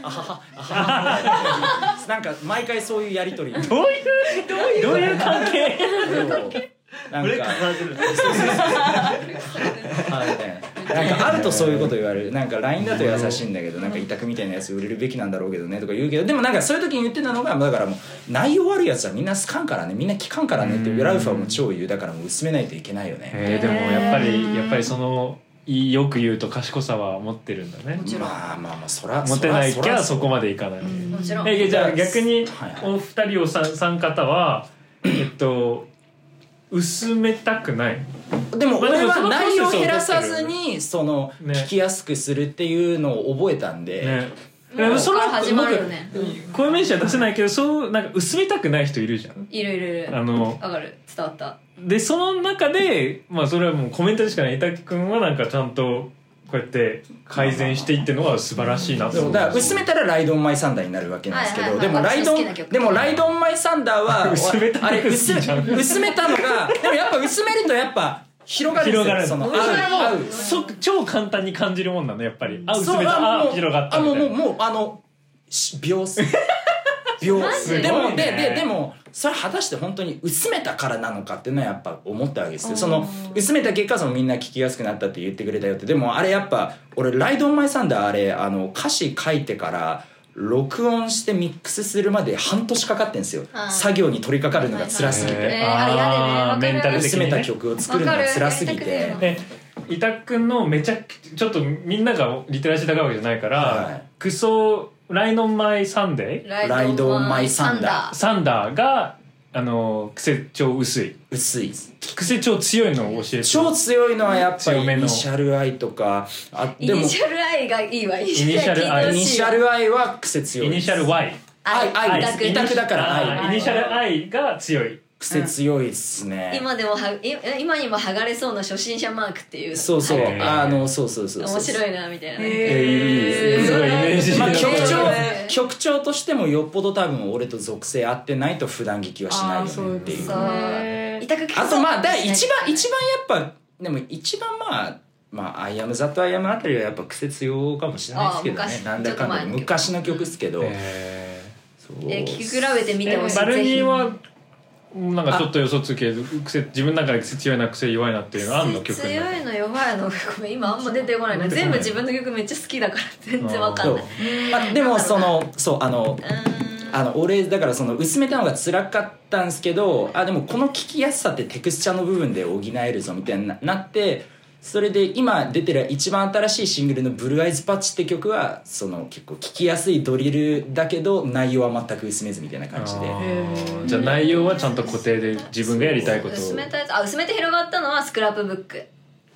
Speaker 6: あははあははなんか毎回そういうやり取り
Speaker 3: どういうどういう関係
Speaker 6: なんか はいなんかあるとそういうこと言われるなんか LINE だと優しいんだけどなんか委託みたいなやつ売れるべきなんだろうけどねとか言うけどでもなんかそういう時に言ってたのがまあだからもう内容悪いやつはみんな好かんからねみんな聞かんからねってラウフはもう超言うだからもう薄めないといけないよね
Speaker 3: えー、でもやっぱりやっぱりそのいよく言うと賢さは持ってるんだね
Speaker 1: ちろん
Speaker 6: まあまあまあそら
Speaker 3: 持てない
Speaker 6: そ
Speaker 3: き
Speaker 6: ら
Speaker 3: ゃ
Speaker 6: そ
Speaker 3: そこまでいかない、
Speaker 1: もちろん
Speaker 3: えじゃあ
Speaker 6: だ
Speaker 3: 逆に
Speaker 6: はいはい
Speaker 3: お二人おさ三方はえっと薄めたくない
Speaker 6: らでも
Speaker 3: まあで
Speaker 6: 俺
Speaker 3: もそ
Speaker 6: は
Speaker 3: の
Speaker 6: 内
Speaker 3: プロセ
Speaker 6: 容
Speaker 3: スを
Speaker 6: 減らさずにその
Speaker 3: ね
Speaker 6: 聞きやすくするっていうのを覚えたんで
Speaker 3: ねでもそれは
Speaker 1: 始まるよね
Speaker 3: 僕こういう名詞は出せないけどそうなんか薄めたくない人いるじゃん
Speaker 1: いるいるいる
Speaker 3: あの
Speaker 1: わかる伝わった
Speaker 3: でその中でまあそれはもうコメントでしかない板木君はなんかちゃんとこうやって改善していってのは素晴らしいなと
Speaker 6: で
Speaker 3: 思
Speaker 6: も
Speaker 3: う
Speaker 6: だから薄めたらライドオンマイサンダーになるわけなんですけ
Speaker 1: はい
Speaker 6: ど
Speaker 1: はい
Speaker 6: で
Speaker 1: はい
Speaker 6: もライ
Speaker 1: 私
Speaker 6: ド
Speaker 1: 好き
Speaker 6: ン
Speaker 1: な曲
Speaker 6: でもライドオンマイサンダーは
Speaker 3: 薄めたの
Speaker 6: あれ薄
Speaker 3: 薄いじゃん
Speaker 6: 薄めたのがでもやっぱ薄めるとやっぱ広がるんです
Speaker 3: 広が
Speaker 6: よ
Speaker 3: る
Speaker 6: その合う
Speaker 3: それ
Speaker 6: 合
Speaker 3: は
Speaker 6: う
Speaker 3: もうそ超簡単に感じるもんなのやっぱりあ薄
Speaker 6: そう
Speaker 3: めた
Speaker 6: あ
Speaker 3: あ
Speaker 6: もう
Speaker 3: 広がった
Speaker 6: あも
Speaker 3: み
Speaker 6: う
Speaker 3: たい
Speaker 6: もう
Speaker 3: な
Speaker 6: もうあのし秒 数秒数でも
Speaker 3: マジ
Speaker 6: で
Speaker 3: で
Speaker 6: ででもそれ果たして本当に薄めたからなのかっていうのはやっぱ思ったわけですよその薄めた結果そのみんな聞きやすくなったって言ってくれたよってでもあれやっぱ俺「ライド・オン・マイ・サンダー」あれあの歌詞書いてから録音してミックスするまで半年かかってんですよ
Speaker 1: あー
Speaker 6: 作業に取り掛かるのが辛すぎ
Speaker 1: はいはい
Speaker 6: て
Speaker 1: えーあれやだねわかる
Speaker 3: メンタル的
Speaker 6: 薄
Speaker 3: に、ね、
Speaker 6: めた曲を作るのが辛すぎ
Speaker 1: わかるやり
Speaker 6: て
Speaker 1: たくね
Speaker 3: で伊田君のめちゃくちょっとみんながリテラシー高いわけじゃないから、
Speaker 6: はい
Speaker 3: クソ「ライノンマイサンデー」
Speaker 1: ライドオンマイサンダー。
Speaker 3: サンダーがあの癖超薄い
Speaker 6: 薄いです
Speaker 3: 癖超強いのを教えて
Speaker 6: 超
Speaker 3: イ
Speaker 6: 強いのはやっぱり
Speaker 3: 強
Speaker 6: イ
Speaker 3: めの
Speaker 6: ニシャル I とかあ
Speaker 1: イ
Speaker 6: でも
Speaker 1: ニ
Speaker 6: イ
Speaker 1: シャル I がいいわ。イニ
Speaker 3: ニシャル I
Speaker 6: ニシャル I は癖強い
Speaker 3: ニシャル Y
Speaker 6: I I
Speaker 1: だ
Speaker 6: で
Speaker 1: く
Speaker 6: す委託だから
Speaker 3: あ
Speaker 6: I
Speaker 3: ーイニシャル I が強い
Speaker 6: 癖強いっすね
Speaker 1: 今でもはい今にも剥がれそうな初心者マークっていう。
Speaker 6: そうそう
Speaker 3: はい
Speaker 6: あのそうそうそうそう
Speaker 1: 面白いなみたいな。
Speaker 3: えーいいですねすごいイメージ
Speaker 6: まあ、曲調
Speaker 1: えー
Speaker 6: 曲調としてもよっぽど多分俺と属性合ってないと普段劇はしないよねっていう
Speaker 1: そう
Speaker 2: へー
Speaker 1: 痛く聞
Speaker 6: あとまあだ
Speaker 1: 一
Speaker 6: 一番一番やっぱでも一番まあまあ「アイアム・ザ・とアイアム」あたりはやっぱ癖強かもしれないですけど
Speaker 1: あー
Speaker 6: ね
Speaker 1: 昔
Speaker 6: なんだかんだ
Speaker 1: ちょっと前の曲
Speaker 6: 昔の曲っすけど、
Speaker 3: え
Speaker 6: そう
Speaker 1: えー聞き比べてみてほしい。
Speaker 3: バルニー
Speaker 1: ぜ
Speaker 3: はなんかちょっとよそつけど癖自分の中で癖強いな癖弱いなっていう
Speaker 1: ひ
Speaker 3: のあんの曲の
Speaker 1: 強いの弱いの ごめん今あんま出てこないな全部自分の曲めっちゃ好きだから全然わか
Speaker 6: そ
Speaker 1: ん
Speaker 6: う
Speaker 1: ない。う
Speaker 6: まあ、でもそのそうあの
Speaker 1: ーん
Speaker 6: あの俺だからその薄めたのが辛かったんですけどあでもこの聞きやすさってテクスチャーの部分で補えるぞみたいにななってそれで今出てる一番新しいシングルの「ブルーアイズパッチ」って曲はその結構聞きやすいドリルだけど内容は全く薄めずみたいな感じで
Speaker 3: あーじゃあ内容はちゃんと固定で自分がやりたいことを
Speaker 1: 薄めたやつあ薄めて広がったのはスクラップブック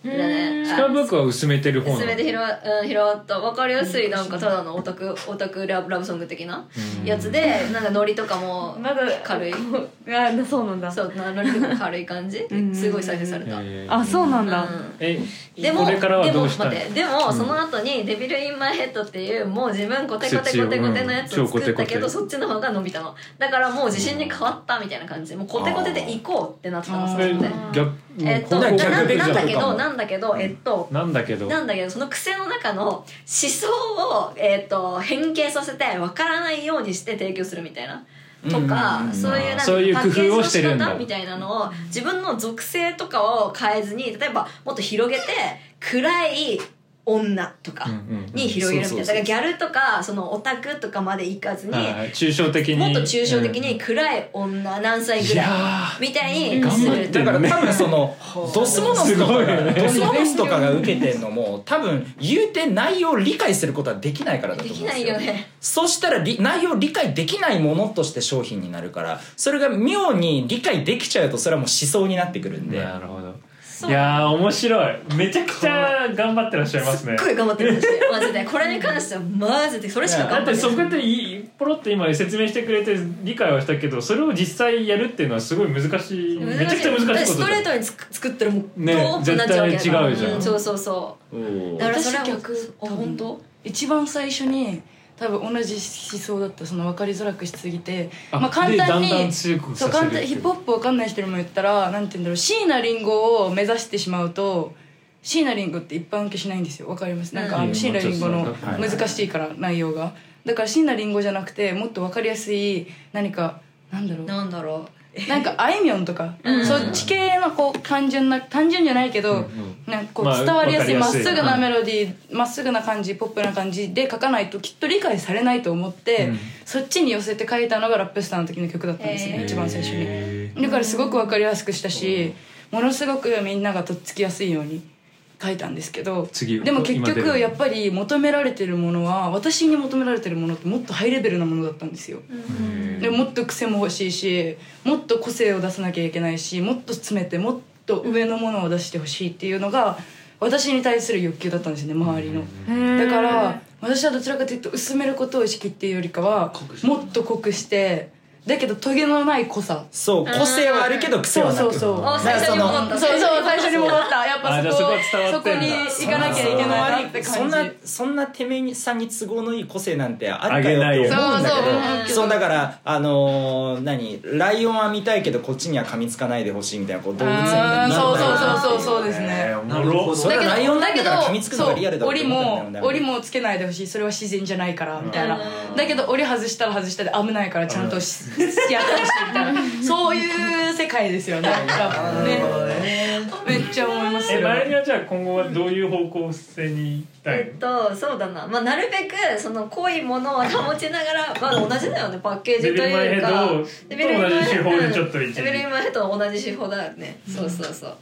Speaker 1: だね
Speaker 3: スクラップブックは薄めてる方な
Speaker 1: 薄
Speaker 3: の
Speaker 1: めて広が,、うん、広がった分かりやすいなんかただのオタクオタクラブラブソング的なやつでなんかノリとかも
Speaker 2: まだ
Speaker 1: 軽い
Speaker 2: こうあなそうなんだ
Speaker 1: そうなノリとかも軽い感じ
Speaker 2: うん
Speaker 1: すごい再生された、
Speaker 3: えー
Speaker 2: あそうなんだ、
Speaker 1: う
Speaker 3: え
Speaker 1: ん、でも
Speaker 3: これからは
Speaker 1: で
Speaker 3: ど
Speaker 1: も
Speaker 3: うし
Speaker 1: 待
Speaker 3: たい
Speaker 1: ってでもその後に「デビル・イン・マイ・ヘッド」っていうもう自分コテコテコテコテのやつを作ったけ
Speaker 3: うん超コテコ
Speaker 1: ど
Speaker 3: テ
Speaker 1: そっちの方が伸びたのだからもう自信に変わったみたいな感じもうコテコテで行こうってなってたのそ
Speaker 3: え
Speaker 1: れで
Speaker 3: 逆
Speaker 1: えっと
Speaker 3: も
Speaker 1: な
Speaker 3: うこう
Speaker 1: な
Speaker 6: 逆
Speaker 1: なんだけ
Speaker 6: 逆かも
Speaker 1: どなんだけどえっと
Speaker 3: なんだけど
Speaker 1: なんだけどその癖の中の思想を、えー、と変形させて分からないようにして提供するみたいな。とか、
Speaker 6: うん
Speaker 1: そういうなんか
Speaker 3: そういう工夫
Speaker 1: パッケージの
Speaker 3: をしてるんだ
Speaker 1: 仕方みたいなのを自分の属性とかを変えずに例えばもっと広げて暗い女とか
Speaker 3: うんうんうん
Speaker 1: に広げるみたいなだ
Speaker 6: そうそうそう
Speaker 1: からギャルとかそのオタクとかまでいかずに
Speaker 3: はいはい抽象的に
Speaker 1: もっと抽象的に暗い女何歳ぐ
Speaker 3: いや
Speaker 1: らいみたいに
Speaker 3: 頑
Speaker 1: す
Speaker 3: 張
Speaker 1: る
Speaker 3: って
Speaker 6: だか
Speaker 3: る
Speaker 6: ら
Speaker 3: ね
Speaker 6: 多分 そのドスモノスとか
Speaker 3: すごいよね
Speaker 6: がドスモノスとかが受けてんのも多分言うて内容を理解することはできないからだと
Speaker 1: で
Speaker 6: 思う
Speaker 1: きな
Speaker 6: んです
Speaker 1: い
Speaker 6: よ
Speaker 1: よね。
Speaker 6: そうしたらり内容を理解できないものとして商品になるからそれが妙に理解できちゃうとそれはもう思想になってくるんで、
Speaker 3: なるほどいやー面白いめちゃくちゃ頑張ってらっしゃいますね
Speaker 1: すっごい頑張ってるんですよマジでこれに関してはマジでそれしか
Speaker 3: だ
Speaker 1: 頑張
Speaker 3: って
Speaker 1: って
Speaker 3: そ
Speaker 1: ない
Speaker 3: こでいポロって今説明してくれて理解はしたけどそれを実際やるっていうのはすごい難しいめちゃくちゃ難しいことだ
Speaker 1: ストレートにつく作ったらもう
Speaker 3: ね
Speaker 1: ドーンとなっちゃうわけだから
Speaker 3: 絶対違うじゃん
Speaker 1: んそうそうそうだからそれは
Speaker 5: 私逆
Speaker 1: あ本当
Speaker 5: 一番最初に多分同じ思想だったその分かりづらくしすぎて
Speaker 3: あ
Speaker 5: まあ、簡単
Speaker 3: でだんだ
Speaker 5: に
Speaker 3: ん強くさせる
Speaker 5: そう簡単ヒップホップ分かんない人にも言ったらなんて言うんだろう椎名林檎を目指してしまうと椎名林檎って一般受けしないんですよわかりますなんかあ
Speaker 3: うん
Speaker 5: の椎名林檎
Speaker 3: うん
Speaker 5: の
Speaker 3: はい
Speaker 5: 難しいから内容がだから椎名林檎じゃなくてもっと分かりやすい何かなんだろう
Speaker 1: なんだろ
Speaker 5: なんかあいみょんとか、
Speaker 1: うん
Speaker 5: そっち系のこう単純な単純じゃないけど、なんかこう
Speaker 3: まあ
Speaker 5: 伝わりやすい
Speaker 3: わ
Speaker 5: ま
Speaker 3: か
Speaker 5: っ
Speaker 3: りやすい
Speaker 5: すぐなメロディーまっすぐな感じポップな感じで書かないときっと理解されないと思って、
Speaker 3: うん
Speaker 5: そっちに寄せて書いたのがラップスターの時の曲だったんですね、
Speaker 1: へー
Speaker 5: 一番最初に
Speaker 3: え
Speaker 5: だからすごく分かりやすくしたし、ものすごくみんながとっつきやすいように書いたんですけど
Speaker 3: 次
Speaker 5: でも結
Speaker 3: 今出る
Speaker 5: 局やっぱり求められてるものは私に求められてるものってもっとハイレベルなものだったんですよ、
Speaker 3: ー
Speaker 5: でもっと癖も欲しいしもっと個性を出さなきゃいけないしもっと詰めてもっと上のものを出してほしいっていうのが私に対する欲求だったんですよね周りのだから私はどちらかというと薄めることを意識っていうよりかはもっと濃くしてだけどトゲのない濃さ
Speaker 6: そう個性はあるけど癖
Speaker 5: そ
Speaker 6: は
Speaker 5: う
Speaker 6: な
Speaker 5: そう
Speaker 6: く
Speaker 5: そう
Speaker 1: お最初に戻った
Speaker 5: そうそう最初に戻ったやっぱ
Speaker 3: あじゃあ
Speaker 5: そ
Speaker 3: そ
Speaker 5: こ
Speaker 3: こ伝わ
Speaker 5: そ
Speaker 3: っ
Speaker 5: こ
Speaker 3: てん
Speaker 5: に
Speaker 3: だ
Speaker 5: 行かなきゃいけないなって
Speaker 6: そん
Speaker 5: 感じ
Speaker 6: なそんなてめえさんに都合のいい個性なんてあ
Speaker 3: あ
Speaker 6: るか
Speaker 3: げ
Speaker 6: よ
Speaker 3: ない
Speaker 6: って
Speaker 3: よ
Speaker 6: 思うんだけど
Speaker 1: そうそう
Speaker 6: そうだからあのー何ライオンは見たいけどこっちには噛みつかないでほしいみたいなこう動物みたい
Speaker 5: あ
Speaker 6: に
Speaker 5: ー
Speaker 6: な
Speaker 5: そ
Speaker 6: ん
Speaker 5: う
Speaker 6: だよ
Speaker 5: そうそうそうそうですね
Speaker 3: えーおもろ
Speaker 6: それはライオンなんだから
Speaker 5: だけど
Speaker 6: 噛みつくのがリアルだ
Speaker 5: そう
Speaker 6: と思
Speaker 5: 檻
Speaker 6: うんだ
Speaker 5: も
Speaker 6: よ
Speaker 5: 檻
Speaker 6: ね
Speaker 5: もつけないでほしいそれは自然じゃないからみたいなだけど檻外したら外したで危ないからちゃんとしやってほしいみたいなそういう世界ですよねやっぱねめっちゃ思います
Speaker 3: え
Speaker 5: よ
Speaker 3: マリニはじゃあ今後はどういう方向性に行きたい
Speaker 1: えっとそうだな、まあ、なるべくその濃いもの を保ちながら、まあ、同じだよねパッケージ
Speaker 3: デ
Speaker 1: と
Speaker 3: ビルマイ
Speaker 1: い
Speaker 3: ヘ
Speaker 1: うか
Speaker 3: ッドと同じ手法でちょっと一
Speaker 1: レベル今ヘッドと同じ手法だよね、そうそうそう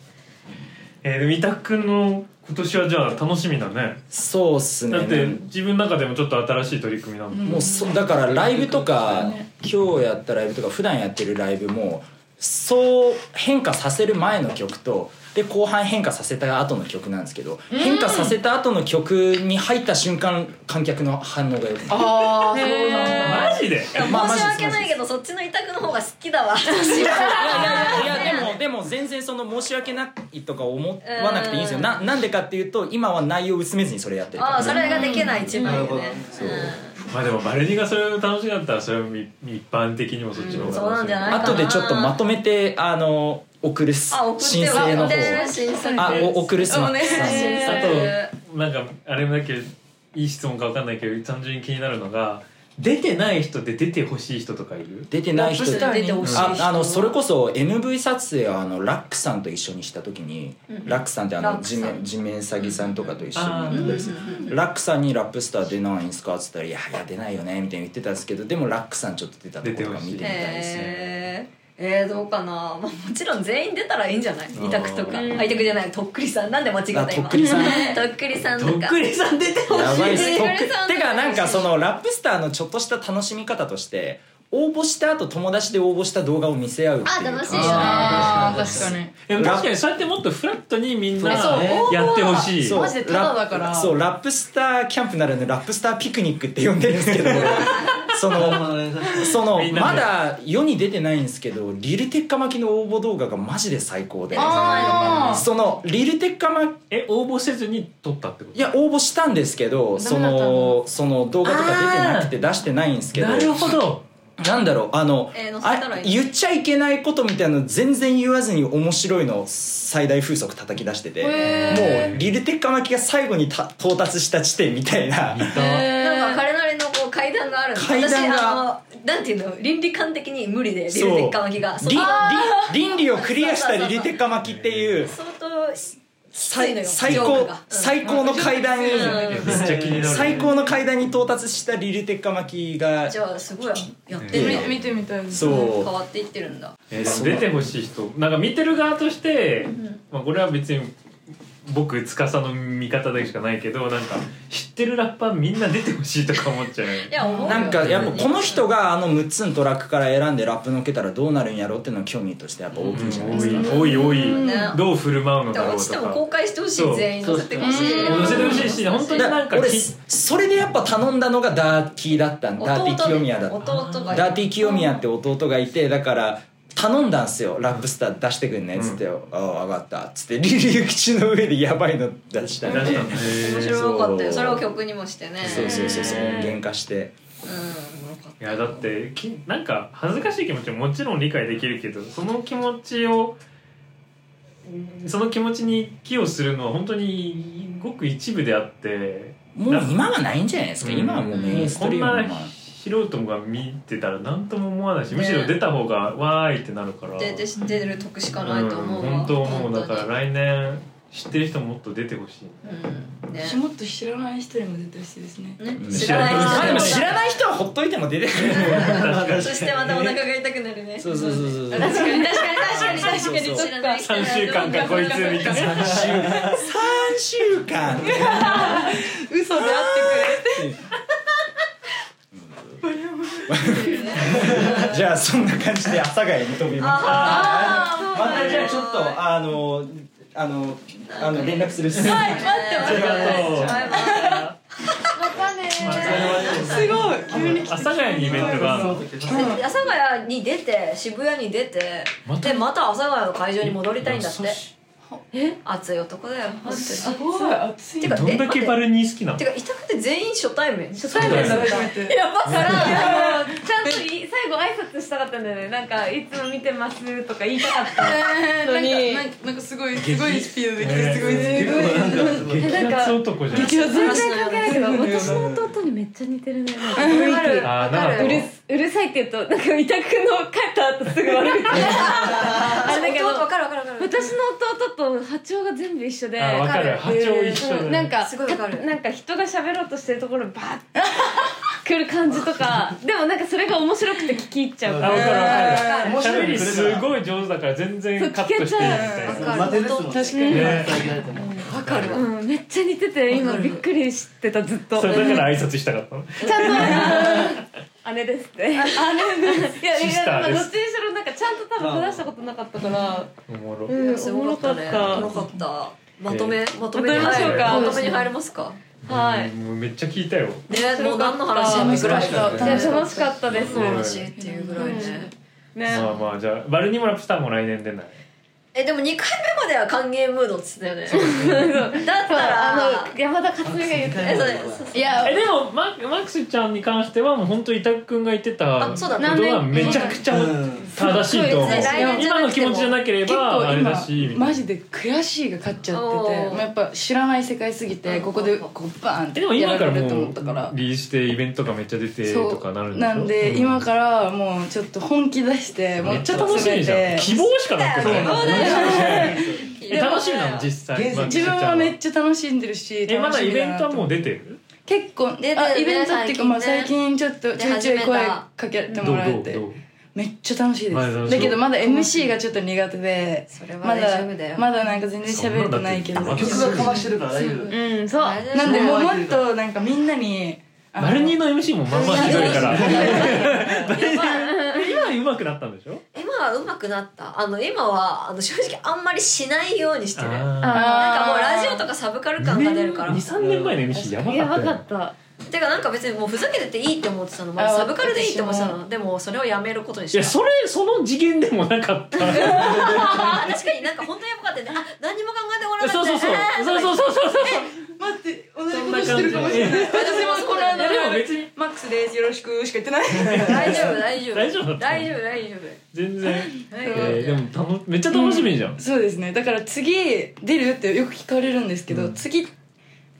Speaker 3: えー、三田君の今年はじゃあ楽しみだね
Speaker 6: そうっすね
Speaker 3: だって自分の中でもちょっと新しい取り組みなの、
Speaker 6: もうそだからライブとか今日やったライブとか普段やってるライブもそう変化させる前の曲とで後半変化させた後の曲なんですけど変化させた後の曲に入った瞬間観客の反応がよくなる
Speaker 5: ああそうなんだ
Speaker 3: マジで
Speaker 1: でも
Speaker 6: まあ
Speaker 1: 申し
Speaker 6: マ
Speaker 1: 訳
Speaker 6: ジです
Speaker 1: ないけどそっちの委託の方が好きだわ私
Speaker 6: いやいやでもでも全然その申し訳ないとか思
Speaker 1: うん
Speaker 6: わなくていいんですよななんでかっていうと今は内容薄めずにそれやってるから
Speaker 1: ああそれができない一番よね、うん
Speaker 3: まあでもバレニがそれを楽しかったらそれは一般的にもそっちの方が楽しい、
Speaker 1: そうなんじゃないかな
Speaker 6: 後でちょっとまとめてあの送るっす
Speaker 1: あ送って
Speaker 6: 申請の
Speaker 1: 送
Speaker 6: 方
Speaker 1: って申請
Speaker 6: あお送るっす
Speaker 5: お願いします
Speaker 3: あとなんかあれもだけどいい質問かわかんないけど単純に気になるのが出てない人で出てほしい人とかいる
Speaker 6: 出てない人
Speaker 5: ラップスタイ
Speaker 1: 出
Speaker 5: ル
Speaker 1: てほしい人
Speaker 6: ああのそれこそ MV 撮影をあのラックさんと一緒にした時に、ラックさんってあ
Speaker 1: ラッ
Speaker 6: の
Speaker 1: クさ
Speaker 6: 地
Speaker 1: ん
Speaker 6: 面地面詐欺さんとかと一緒に
Speaker 3: あー
Speaker 6: やったりするラックさんに「ラップスター出ないんすか?」っつったら「いやいや出ないよね」みたいに言ってたんですけどでもラックさんちょっと出たとことか見てみたいですね。
Speaker 1: えーえー、どうかな、まあ、もちろん全員出たらいいんじゃない委託とか委託じゃないとっくりさんなんで間違えた
Speaker 6: あ
Speaker 1: 今
Speaker 6: とっくりさん
Speaker 1: とっくりさんと
Speaker 3: とっ
Speaker 1: か
Speaker 3: くりさん出てほしい
Speaker 6: やばいっ
Speaker 1: え
Speaker 6: す
Speaker 1: ー
Speaker 6: とっ
Speaker 1: ラックさん
Speaker 6: てかなんかそのラップスターのちょっとした楽しみ方として応募した後友達で応募した動画を見せ合うっていう
Speaker 1: あ楽しいよね
Speaker 5: あー確かに
Speaker 3: でも確かにそうやってもっとフラットにみんな
Speaker 5: そう
Speaker 3: やってほしい
Speaker 6: そう
Speaker 5: マジでタダだから
Speaker 6: ラップそうラップスターキャンプならぬラップスターピクニックって呼んでるんで すけどそのその
Speaker 3: みんなで
Speaker 6: まだ世に出てないんですけどリルテッカ巻きの応募動画がマジで最高で
Speaker 5: あー
Speaker 6: そのリルテッカ巻
Speaker 3: え応募せずに撮ったってこ
Speaker 6: いや応募したんですけどそ
Speaker 5: ダメだったん
Speaker 6: のその動画とか出てなくて出してないんですけ
Speaker 3: と
Speaker 6: ど
Speaker 3: なるほ ど
Speaker 6: なんだろうあの、
Speaker 1: えー載せたら
Speaker 6: あ
Speaker 1: いい
Speaker 6: 言っちゃいけないことみたいなの全然言わずに面白いの最大風速叩き出しててもうリルテッカ巻きが最後にた到達した地点みたい
Speaker 1: な
Speaker 6: な
Speaker 1: んか彼なりのこう階段があるの
Speaker 6: 階段が
Speaker 1: 私あのなんていうの倫理観的に無理でリルテ
Speaker 6: そう
Speaker 1: ッカ巻きが
Speaker 6: り
Speaker 1: う
Speaker 6: り倫理をクリアしたリルテッカ巻きっていう
Speaker 1: 相当いの
Speaker 6: 最
Speaker 1: よ
Speaker 6: 最
Speaker 1: ジョー
Speaker 6: 高
Speaker 1: クがうん
Speaker 6: 最高の階段に
Speaker 3: いやめっちゃ気になる
Speaker 6: 最高の階段に到達したリルテッカ巻きが
Speaker 1: じゃあすごいやってるよ
Speaker 5: み見てみたいです
Speaker 1: 変
Speaker 6: そう
Speaker 1: わっていってるんだ
Speaker 3: えーでも出てほしい人なんか見てる側として、まあ、これは別に僕司の見方でしかないけどなんか知ってるラッパーみんな出てほしいとか思っちゃう
Speaker 1: いや思うよ
Speaker 6: なんかやっぱこの人があの6つのトラックから選んでラップのっけたらどうなるんやろうっていうのは興味としてやっぱ大きいじゃないですか
Speaker 3: 多い多い
Speaker 1: ね
Speaker 3: どう振る舞うの
Speaker 1: で
Speaker 3: だ
Speaker 1: も
Speaker 3: ろう
Speaker 1: 落ち
Speaker 3: と
Speaker 1: て
Speaker 3: か
Speaker 1: も公開してほし
Speaker 3: そ
Speaker 1: いう全員乗せてほしい
Speaker 3: 乗せてほしいし本当に
Speaker 6: だ
Speaker 3: なんか
Speaker 6: 俺
Speaker 3: き
Speaker 6: それでやっぱ頼んだのがダーティーだったんダーティー清宮だった
Speaker 1: 弟が
Speaker 6: ダーティー清宮って弟がいてだから頼んだんすよラップスター出してくんねっつって「ああ分かった」っつってリリー口の上でやばいの出した
Speaker 3: 出
Speaker 6: ん
Speaker 3: し
Speaker 6: で
Speaker 3: たんだ
Speaker 1: 面白かったよそれを曲にもしてね
Speaker 6: そうそうそうそう喧嘩して
Speaker 1: うんよかっ
Speaker 3: いやだってきなんか恥ずかしい気持ちももちろん理解できるけどその気持ちをその気持ちに寄与するのは本当にごく一部であって
Speaker 6: もう今はないんじゃないですか
Speaker 3: うん
Speaker 6: 今はもうメインス
Speaker 3: こ
Speaker 6: トリ
Speaker 3: ん
Speaker 6: ーム
Speaker 3: な
Speaker 6: のまあ
Speaker 3: 素人が見てたら何とも思わないし、
Speaker 1: ね
Speaker 3: むしろ出た方がわーいってなるから
Speaker 1: た出て出る得しか
Speaker 3: うん
Speaker 1: ないと思うわ
Speaker 3: 本当思うだから
Speaker 1: 本
Speaker 3: 来年知ってる人もっと出てほしい
Speaker 1: 当にうんね
Speaker 5: もっと知らない人にも出てほしいですね
Speaker 1: ね
Speaker 6: うん
Speaker 1: 知らない人
Speaker 6: まあでも
Speaker 1: も
Speaker 6: 知らない人はほっといても出てくる
Speaker 1: そしてまたお腹が痛くなるね
Speaker 6: そうそうそうそう
Speaker 1: 確かに確かに確かに確かに
Speaker 6: そうそうそう
Speaker 1: 知らない人
Speaker 3: 3週間かこいつ みたいな
Speaker 6: 3週間
Speaker 5: 嘘であって
Speaker 6: じゃあそんな感じで阿佐ヶ谷に飛びました
Speaker 1: あー
Speaker 6: またじゃあちょっとあのあのあの連絡するっす
Speaker 5: くれ待って
Speaker 3: ありがとう
Speaker 1: バイバイ
Speaker 5: またねすごい急に来て
Speaker 3: 阿佐ヶ谷にイベントがあるの
Speaker 1: 阿佐ヶ谷に出て渋谷に出て
Speaker 3: また
Speaker 1: でまた阿佐ヶ谷の会場に戻りたいんだってえ熱い男だよ本当に
Speaker 5: ごい暑い
Speaker 1: てか
Speaker 3: どんだけバルニー好きな
Speaker 1: あ
Speaker 3: の
Speaker 1: てか痛くて全員初対面初
Speaker 3: 対面
Speaker 1: だった
Speaker 5: 初めて
Speaker 1: やばか
Speaker 2: だ
Speaker 1: ら
Speaker 2: からちゃんとい最後挨拶したかったんだよねなんかいつも見てますとか言いたかったのに
Speaker 5: なんかなんかすごいすごいスピードで来てすごい
Speaker 3: ね
Speaker 5: すごい
Speaker 3: 激アツ男じゃん
Speaker 2: 全然関係ないけど私の弟にめっちゃ似てる ねなんか
Speaker 1: わかる
Speaker 3: あ
Speaker 1: わ
Speaker 3: ーな
Speaker 1: か
Speaker 3: んか
Speaker 2: うる
Speaker 1: る
Speaker 2: すうるさいって言うとなんか委託の帰った後すぐ悪口あれだけど
Speaker 1: わかるわかるわかる
Speaker 2: 私の弟と波長が全部一緒で
Speaker 3: あわかる
Speaker 1: わ
Speaker 3: 波
Speaker 1: かる
Speaker 3: 長一緒だ
Speaker 2: う
Speaker 3: ね
Speaker 2: んなんか
Speaker 1: すごいわかる
Speaker 2: たなんか人が喋ろうとしてるところにバーッて来る感じとか でもなんかそれが面白くて聞き入っちゃうか
Speaker 3: あわかるわ
Speaker 2: ら
Speaker 3: かる
Speaker 12: 面白
Speaker 3: 喋
Speaker 12: い
Speaker 3: り
Speaker 12: です
Speaker 3: すごい上手だから全然カットしていいみたい
Speaker 1: わ
Speaker 3: な
Speaker 1: かる
Speaker 12: 待てですもんね
Speaker 5: 確か
Speaker 2: に
Speaker 3: ね
Speaker 1: わかるわ
Speaker 2: うん、めっちゃ似てて今びっくりしてたずっと
Speaker 3: それだから挨拶したかったの
Speaker 2: ちゃ んと姉ですって姉ですいや
Speaker 3: シスター
Speaker 2: いや
Speaker 3: です
Speaker 2: どっちにしろなんかちゃんと多分話したことなかったから
Speaker 3: おもろ
Speaker 2: うん
Speaker 1: すごかったね
Speaker 2: お
Speaker 1: お
Speaker 2: も
Speaker 1: も
Speaker 2: ろか
Speaker 1: ろ
Speaker 2: っ
Speaker 1: かったまとめまとめに
Speaker 3: め
Speaker 2: まと
Speaker 3: まし
Speaker 1: 入
Speaker 3: ょ
Speaker 1: る
Speaker 3: うか
Speaker 1: まとめに入れますか
Speaker 2: たはい
Speaker 3: もうめっちゃ聞いたよ
Speaker 1: ねもう何の話ってぐらい
Speaker 5: 楽し
Speaker 2: い
Speaker 5: か
Speaker 2: や
Speaker 5: った
Speaker 2: 楽しかったです
Speaker 1: 何の話っていうぐらいね
Speaker 2: ね
Speaker 3: まあまあじゃあバルニモラプスターも来年出ない
Speaker 1: えでも2回目までは歓迎ムードっつってたよねだったら
Speaker 2: あの山田勝美が言って
Speaker 1: えそうそう
Speaker 5: いや
Speaker 3: えでもママックスちゃんに関してはもう本当伊沢くんが言ってた
Speaker 1: あ
Speaker 3: こ
Speaker 1: そ
Speaker 3: と
Speaker 1: うだね
Speaker 3: はめちゃくちゃ正しいと思う
Speaker 1: そうですね来年じゃ
Speaker 3: 今
Speaker 1: な
Speaker 3: の
Speaker 1: くて
Speaker 3: 気
Speaker 1: も
Speaker 3: 持ちじゃなけれ
Speaker 5: 結
Speaker 3: ばあれだ
Speaker 5: 構
Speaker 3: し
Speaker 5: 今マジで悔しいが勝っちゃってて
Speaker 1: おー
Speaker 5: もうやっぱ知らない世界すぎてここでこうバーンっ
Speaker 3: え
Speaker 5: て
Speaker 3: でも今
Speaker 5: や
Speaker 3: から
Speaker 5: られ
Speaker 3: も
Speaker 5: ると思
Speaker 3: う
Speaker 5: ったから
Speaker 3: リリースでイベントがめっちゃ出て
Speaker 5: そう
Speaker 3: とかなるんでしょ
Speaker 5: なんで今からもうちょっと本気出してもう
Speaker 3: めっち
Speaker 5: ちょ
Speaker 3: ゃ
Speaker 5: っと
Speaker 3: 楽しみじゃん希望しかなくない
Speaker 1: そうだ
Speaker 3: え楽しみなの実際
Speaker 12: 現実
Speaker 5: 自分はめっちゃ楽しんでるし
Speaker 3: えま
Speaker 5: 楽
Speaker 3: だ
Speaker 5: し
Speaker 3: イ
Speaker 5: みだ
Speaker 3: ベン
Speaker 5: な
Speaker 3: ト
Speaker 5: と
Speaker 3: はもう出てる
Speaker 5: 結構
Speaker 1: 出てるね
Speaker 5: あイベントっていうか、まあ、
Speaker 1: 最
Speaker 5: 最
Speaker 1: 近
Speaker 5: 近ちょっとちょいちょい
Speaker 1: 出始
Speaker 5: 声
Speaker 1: めた
Speaker 5: かけて
Speaker 3: ど
Speaker 5: も
Speaker 3: う
Speaker 5: らえて
Speaker 3: どうどう
Speaker 5: めっちゃ楽しいで
Speaker 3: はい楽しい
Speaker 5: すだけどまだ MC がちょっと苦手で
Speaker 1: それは
Speaker 5: ま
Speaker 1: 大
Speaker 5: だ
Speaker 1: 丈夫だよ
Speaker 5: まだなんか全然喋れてないけど
Speaker 3: そんなだって
Speaker 12: 曲がかわしてるから大丈夫
Speaker 2: うんそう
Speaker 1: 大丈夫
Speaker 5: なんでもうもっとなんかみんなにあの
Speaker 3: バルニーの MC もまあまあひどいから今上手くなったんでしょ
Speaker 1: 今は上手くなったあの今はあの正直あんまりしないようにしてるなん
Speaker 3: あ
Speaker 1: か
Speaker 5: あー
Speaker 1: もうラジオとかサブカル感が出るから
Speaker 3: 23年前の MC やばかったよね
Speaker 2: やばかった
Speaker 1: てかなんか別にもうふざけてていいって思ってたのま
Speaker 5: あ
Speaker 1: だ
Speaker 5: ー
Speaker 1: サブカルでいいって思ってたのでもそれをやめることに
Speaker 3: い
Speaker 1: し
Speaker 3: や
Speaker 1: た
Speaker 3: それその次元でもなか った
Speaker 1: あー確かになんか本当にやばかったよねあ何にも考えてもらわな
Speaker 3: そうそうそう
Speaker 1: あー
Speaker 3: そうそうそうそう
Speaker 5: 待って同じ
Speaker 3: そん
Speaker 5: こ
Speaker 3: な
Speaker 5: とし
Speaker 3: 感じ
Speaker 5: てるかもしれない私もこの間
Speaker 3: いやでも別に
Speaker 5: マックスですよろしくしか言ってない
Speaker 1: 大丈夫大丈夫
Speaker 3: 大丈夫だった
Speaker 1: 大丈夫大丈夫
Speaker 3: 全然、
Speaker 1: 大
Speaker 3: え
Speaker 1: 丈夫
Speaker 3: ー、でもたのめっちゃ楽しみじゃん、
Speaker 5: そうですねだから次出るってよく聞かれるんですけど、
Speaker 3: うん
Speaker 5: 次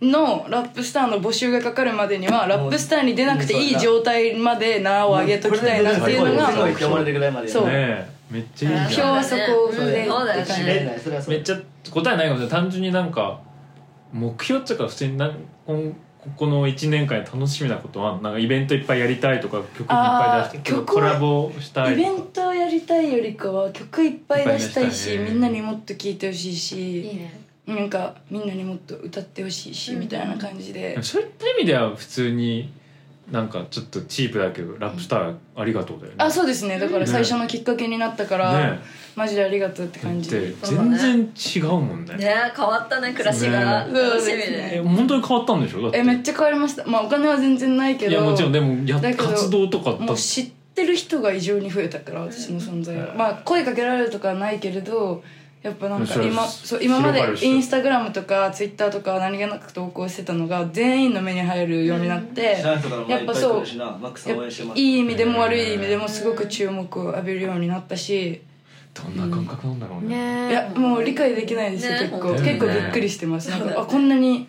Speaker 5: のラップスターの募集がかかるまでにはラップスターに出なくていい状態まで名を上げときたいなっていうのが
Speaker 12: も
Speaker 5: も
Speaker 12: う
Speaker 5: う
Speaker 12: 読まれてぐらいまで
Speaker 5: そう
Speaker 3: ねえめっちゃいいじ
Speaker 5: 今日
Speaker 3: ゃん
Speaker 5: はそこを踏んで
Speaker 1: そうだよ
Speaker 5: って感
Speaker 1: ね
Speaker 5: じ
Speaker 12: 知れないそれはそう
Speaker 3: めっちゃ答えないかもしれない単純になんか目標っていうか普通になんこここの1年間で楽しみなことはなんかイベントいっぱいやりたいとか曲いっぱい出して
Speaker 5: あー曲
Speaker 3: コラボした
Speaker 5: イ
Speaker 3: い
Speaker 5: ベ
Speaker 3: とか
Speaker 5: ントをやりたいよりかは曲いっぱい出したいし
Speaker 3: いっぱい出したいね
Speaker 5: みんなにもっと聴いてほしいし
Speaker 1: いいね
Speaker 5: なんかみんなにもっと歌ってほしいし、
Speaker 1: うん
Speaker 5: みたいな感じで
Speaker 3: そういった意味では普通になんかちょっとチープだけどラップスターありがとうだよね、
Speaker 5: あそうですねだから
Speaker 3: ね
Speaker 5: 最初のきっかけになったから、
Speaker 3: ね
Speaker 5: マジでありがとうって
Speaker 3: だ
Speaker 5: 感
Speaker 3: っ
Speaker 5: じ
Speaker 3: て
Speaker 5: で
Speaker 3: 全然違うもんね
Speaker 1: ね変わったね暮らしが
Speaker 3: ね
Speaker 1: 楽しみ
Speaker 5: そうです
Speaker 1: ね
Speaker 5: ね
Speaker 3: え本当に変わったんでしょだって
Speaker 5: えめっちゃ変わりましたまあお金は全然ないけど
Speaker 3: いやもちろんでもやっ
Speaker 5: だけど
Speaker 3: 活動とかだ
Speaker 5: もう知ってる人が異常に増えたから私の存在は、まあ声かけられるとかはないけれどやっぱなん
Speaker 3: そ
Speaker 5: か
Speaker 3: れ
Speaker 5: 今
Speaker 3: そ
Speaker 5: そう今ま
Speaker 3: 広がる
Speaker 5: で
Speaker 3: っしょ
Speaker 5: インスタグラムとかツイッターとか何気なく投稿してたのが全員の目に入るようになって、
Speaker 12: 知ら
Speaker 5: や
Speaker 12: ない人からも
Speaker 5: っぱそ
Speaker 12: いっぱい来
Speaker 5: う
Speaker 12: るしなマックさん応援してます
Speaker 5: いい意味でも悪い意味でもすごく注目を浴びるようになったし、
Speaker 3: どんな感覚なんだろうね
Speaker 5: いやもう理解できないですよ、
Speaker 1: ね
Speaker 5: 結構、
Speaker 3: 本当にね
Speaker 5: 結構びっくりしてますなん
Speaker 1: そうだ
Speaker 5: か
Speaker 1: よ
Speaker 5: あ
Speaker 1: ね
Speaker 5: こんなに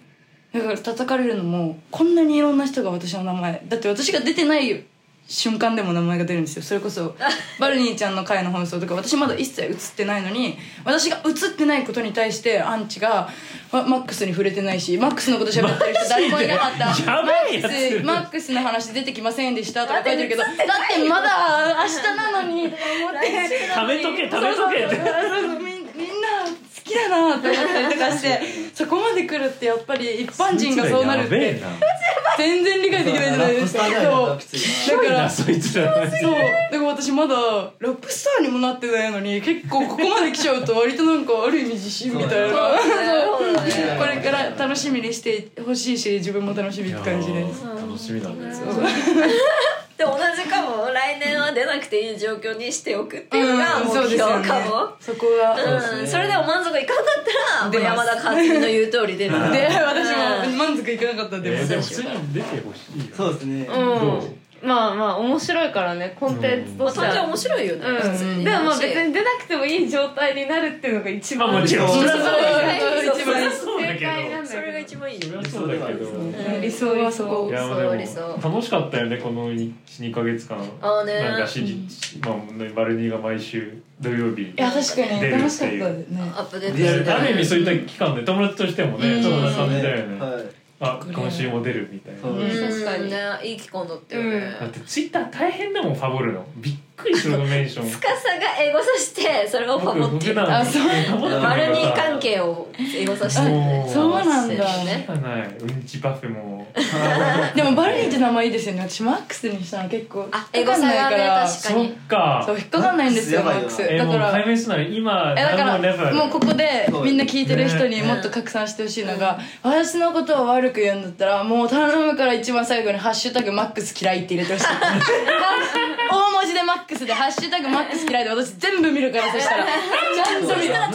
Speaker 5: だから叩かれるのもこんなにいろんな人が私の名前だって私が出てない瞬間でも名前が出るんですよそれこそバルニーちゃんの回の放送とか私まだ一切映ってないのに私が映ってないことに対してアンチがあマックスに触れてないしマックスのこと喋ってる人誰もいなかった
Speaker 3: やばいや
Speaker 5: で
Speaker 3: つ
Speaker 5: マックスの話出てきませんでしたとか書いてるけどだってまだ明日なのにとか思って
Speaker 3: 食べとけ食べとけって
Speaker 5: みみんな好きだなって思ったりとかしてそこまで来るってやっぱり一般人がそうなるっ
Speaker 3: やべえ
Speaker 5: て
Speaker 3: な
Speaker 5: 全然理解できないじゃないです
Speaker 12: ラ
Speaker 5: か
Speaker 12: ップスターだよ
Speaker 5: そ
Speaker 12: ラッ
Speaker 5: う
Speaker 12: プつい
Speaker 5: だか
Speaker 3: いな
Speaker 5: ら
Speaker 3: そいつら
Speaker 5: そうだから私まだラップスターにもなってないのに結構ここまで来ちゃうと割となんかある意味自信みたい
Speaker 1: そ
Speaker 5: な
Speaker 1: うだね
Speaker 5: そうこれから楽しみにしてほしいし自分も楽しみって感じです
Speaker 3: 楽しみだね
Speaker 1: でも同じかも来年は出なくていい状況にしておくっていうのが
Speaker 5: うん
Speaker 1: 目
Speaker 5: そうです
Speaker 1: 標
Speaker 5: よね
Speaker 1: かも、
Speaker 5: そこが
Speaker 1: うんそれでも満足いかんかったらもう
Speaker 5: 出ま
Speaker 1: 山
Speaker 5: す
Speaker 1: 田勝己の言う通り出る
Speaker 5: で
Speaker 1: う
Speaker 5: 私
Speaker 1: ん
Speaker 5: も満足いかなかったで
Speaker 3: え
Speaker 5: も
Speaker 3: ーでも普通に出てほしいよ
Speaker 12: そうですね。
Speaker 3: どう
Speaker 2: うんまあまあ面白いからねコンテンツとして
Speaker 1: そっち
Speaker 2: は
Speaker 1: 面白いよね、普通
Speaker 2: うん、
Speaker 1: に
Speaker 2: でもまあ別に出なくてもいい状態になるっていうのが一番
Speaker 3: まあもちろん
Speaker 2: 一番
Speaker 1: それは
Speaker 2: 一
Speaker 1: それ
Speaker 2: 番
Speaker 1: は
Speaker 3: そうだけど
Speaker 2: 正解なんだ
Speaker 1: それが
Speaker 2: け
Speaker 1: 一番いい
Speaker 3: そり
Speaker 1: よ
Speaker 3: ゃそうだけど
Speaker 1: うん
Speaker 2: 理想はそこ
Speaker 3: いや
Speaker 1: そう理
Speaker 3: で
Speaker 1: 想
Speaker 3: も楽しかったよねこの12か月間
Speaker 1: ああね
Speaker 3: なんかしじ、まあ、バルニーが毎週土曜日
Speaker 5: いや確かに
Speaker 3: 出るっていう
Speaker 5: 楽しかったですね
Speaker 1: アップデート
Speaker 12: リアル
Speaker 3: あ
Speaker 12: タ
Speaker 3: る
Speaker 12: イ
Speaker 3: 意
Speaker 12: ム
Speaker 3: 味そういった期間で友達としてもねそんな感じだよね、
Speaker 12: はい。
Speaker 3: あ今週も出るみたいな、
Speaker 12: そう
Speaker 1: うん
Speaker 2: 確かに
Speaker 1: ねいい期間だったよ
Speaker 2: う
Speaker 1: ね
Speaker 2: ん
Speaker 3: だってツイッター大変だもんファボるのびっくりするのメンション
Speaker 1: 司が英語さしてそれをファボって
Speaker 3: 僕
Speaker 1: る
Speaker 3: なん
Speaker 5: あそう
Speaker 1: マルニー関
Speaker 3: じ
Speaker 1: 係を英語さしてる
Speaker 3: あ
Speaker 1: ね
Speaker 5: そうなん
Speaker 1: してる
Speaker 5: だ
Speaker 1: ね
Speaker 3: ゃないうんちパフェも
Speaker 5: でもバルニーって名前いいですよね私マックスにしたの結構
Speaker 1: あ英語さがね確か
Speaker 3: そっ
Speaker 1: に
Speaker 3: か
Speaker 5: そう引っかかんないんですよ
Speaker 12: マ
Speaker 5: マッ
Speaker 12: ッ
Speaker 5: ク
Speaker 12: ク
Speaker 5: ス
Speaker 12: ス
Speaker 5: だ
Speaker 3: えもう
Speaker 5: から
Speaker 3: 解明するなら今
Speaker 5: えだか
Speaker 3: now or
Speaker 5: ら
Speaker 3: never
Speaker 5: もうここでみんな聞いてる人に
Speaker 1: ね
Speaker 5: もっと拡散してほしいのが、私のことを悪く言うんだったらもう頼むから一番最後に「ハッシュタグマックス嫌い」って入れてほしい大文字でマックスで「ハッシュタグマックス嫌い」で私全部見るからそしたらちゃんと見たら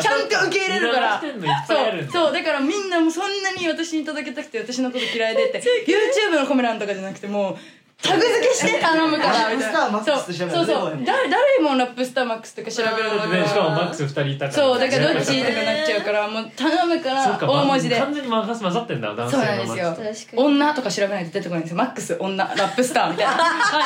Speaker 5: ちゃんと受け入れるから
Speaker 3: 見直してんのいっぱいあるん
Speaker 5: そう
Speaker 3: だ
Speaker 5: そうだからみんなもうそんなに私に届けたくて私のこと嫌いでって YouTube のコメ欄とかじゃなくてもうタグ付けして頼むからみたいな
Speaker 12: ラップスターマックスって調べる
Speaker 5: そうそうそうだ誰もラップスターマックスとか調べるのだか
Speaker 3: ね
Speaker 5: ら
Speaker 3: しかもマックス二人いたから
Speaker 5: そうだからどっち
Speaker 3: そ
Speaker 5: とかなっちゃうからもう頼むから
Speaker 3: っか
Speaker 5: 大文字で
Speaker 3: 完全に任せ混ざってんだ男性
Speaker 5: そう
Speaker 3: の
Speaker 5: なんですよ
Speaker 1: 確かに
Speaker 5: 女とか調べないと出てこないんですよマックス女ラップスターみたいな あい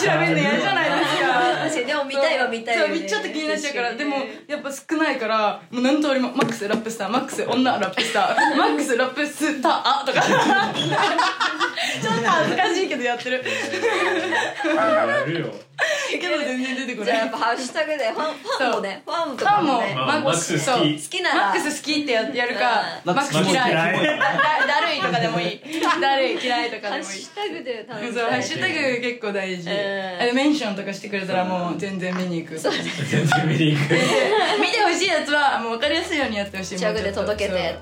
Speaker 5: ちいち調べるの嫌じゃないですか
Speaker 1: 確かにでも見たいは見たい
Speaker 5: そ
Speaker 1: よ
Speaker 5: う
Speaker 1: ね
Speaker 5: 見ちゃって気になっちゃうから
Speaker 1: 確
Speaker 5: で
Speaker 1: に
Speaker 5: も
Speaker 1: ね
Speaker 5: やっぱ少ないからもう何通りもマックスラップスターマックス女ラップス ターマックスラップスターあとかちょっと恥ずかしいけどやってる
Speaker 3: やるよ
Speaker 5: けど全然出てこ
Speaker 1: じゃあ
Speaker 5: な
Speaker 1: やっ
Speaker 5: い
Speaker 1: ぱハッシュタグでファンファンもねファンと
Speaker 5: ファ
Speaker 1: か
Speaker 5: ンも
Speaker 1: もね
Speaker 3: まあ
Speaker 5: マックス
Speaker 3: マックス好き
Speaker 5: そ
Speaker 1: 好
Speaker 5: う
Speaker 1: きなら
Speaker 5: マックス好きってややるか、
Speaker 12: うん
Speaker 5: マックス
Speaker 12: マックス
Speaker 5: 嫌い
Speaker 3: 嫌い
Speaker 5: だ だるいとかでもいい だるい嫌いとか
Speaker 1: ハ
Speaker 5: で
Speaker 1: ッ
Speaker 5: もいい
Speaker 1: シュタグで頼み
Speaker 5: そうハ
Speaker 1: た
Speaker 5: ッ
Speaker 1: い
Speaker 5: シュタグ結構大事、
Speaker 1: うん
Speaker 5: あれメンションとかしてくれたらもう全然見に行く見
Speaker 3: 全然見に行く
Speaker 5: てほしいやつはもう分かりやすいようにやってほしい
Speaker 1: ハッシュタグで届けて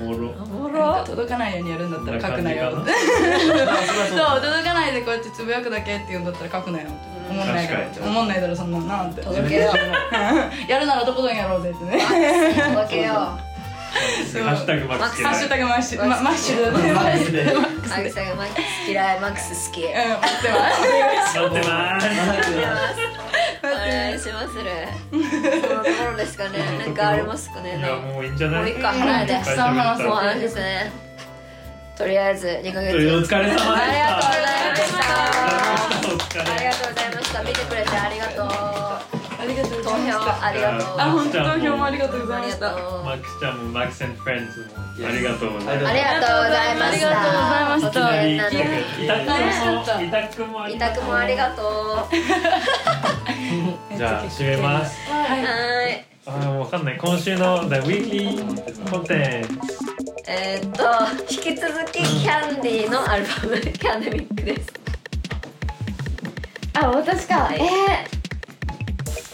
Speaker 5: もうちょっ
Speaker 1: って
Speaker 3: お
Speaker 1: おも
Speaker 3: もろ
Speaker 5: とそうなんか届かないようにやるんだったら書くなよ
Speaker 3: こんな感
Speaker 5: そう届かないでこうやってつぶやくだけって言うんだったら書くなよって思んないから
Speaker 3: 確かに
Speaker 5: 思んないだろそんなんなんて
Speaker 1: 届けよう
Speaker 5: やるならとことんやろうぜって ね
Speaker 1: 届けよう
Speaker 5: そう
Speaker 3: ハッシュタグマッ
Speaker 1: マッ
Speaker 3: クス
Speaker 1: ク
Speaker 3: 嫌
Speaker 1: ス
Speaker 5: ハッ
Speaker 3: い
Speaker 5: シュタグマッシュママッシュだねマッシュうん待
Speaker 1: マックスがマックス嫌いマックス好きお
Speaker 5: ってます
Speaker 3: 待ってます
Speaker 1: 願いしまするそのところですかねなんかありますかね
Speaker 3: い
Speaker 1: な
Speaker 3: や
Speaker 1: んか
Speaker 3: もういいんじゃない
Speaker 1: もう一個離れて
Speaker 3: いっぱい喋った
Speaker 1: そうなんですねとりあえず2ヶ
Speaker 3: お
Speaker 1: 月
Speaker 3: 疲れ様でした
Speaker 1: ありがとうございました
Speaker 3: お疲れ
Speaker 1: ありがとうございました見てくれてありがとう
Speaker 5: ありがとうご
Speaker 1: 投
Speaker 5: ざいまし
Speaker 1: 票
Speaker 5: た
Speaker 1: ありがとう
Speaker 5: あ本当投票もありがとうござ
Speaker 1: あ
Speaker 5: いま
Speaker 1: り
Speaker 5: し
Speaker 1: が
Speaker 5: た
Speaker 1: とう
Speaker 3: マックスちゃんもマックス and friends もありがとうございま
Speaker 1: ありがとうございました
Speaker 5: ありがとうござい
Speaker 1: ご
Speaker 5: ま
Speaker 1: きげんな
Speaker 3: す。委託も
Speaker 1: 委託もありがとう
Speaker 3: じゃあ締めます。
Speaker 1: はい
Speaker 3: あーわかんない今週の The Weekly コンテンツ
Speaker 1: えー、っと引き続きキャンディーのアルバム「キャンデミック」です
Speaker 2: あ私か、
Speaker 1: い
Speaker 2: え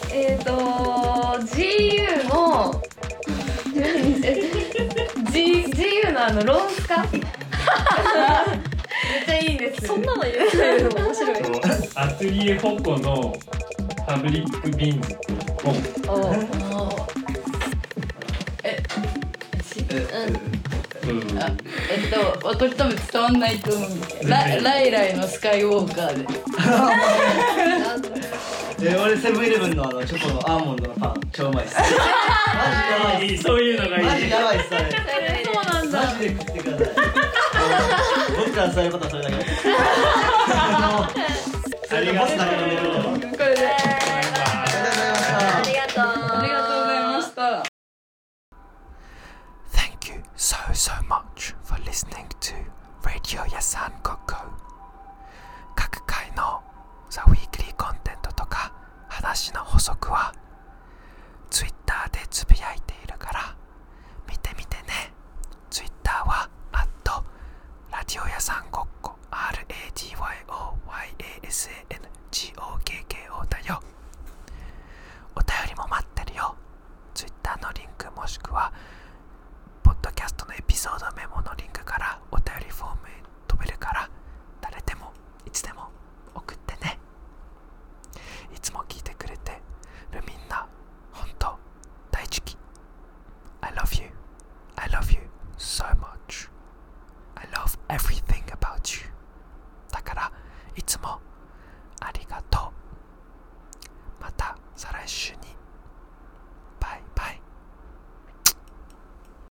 Speaker 2: ー、えー、と GU の G GU のあのロンスカめっちゃいいんです
Speaker 1: そんなの言うないの面白い
Speaker 3: とアトリエホコのパブリックビーンズっていう本
Speaker 1: おう
Speaker 3: うん
Speaker 5: えっと私多分伝わんないと思うんですけどラライライのスカイウォーカーで
Speaker 12: え俺セブンイレブンのあのチョコのアーモンドのパン超うまいっす。マジやばいっ
Speaker 3: いいそういうのが
Speaker 12: す。マ
Speaker 3: い
Speaker 12: ジ
Speaker 3: い。
Speaker 12: やばいっすあれ。
Speaker 2: そうなんだ
Speaker 12: マジで食ってください。僕ら伝えることはそれだけ。あのそれでボスだけのメールを。ありがとうござい
Speaker 5: これで
Speaker 12: ました。
Speaker 1: ありがとうあ
Speaker 5: ありがとうございました。
Speaker 13: Thank you so, so much for listening to Radio Yasan Koko. 各回の The Weekly コンテンツとか話の補足は Twitter でつぶやいているから見てみてね。Twitter は at Radio Yasan everything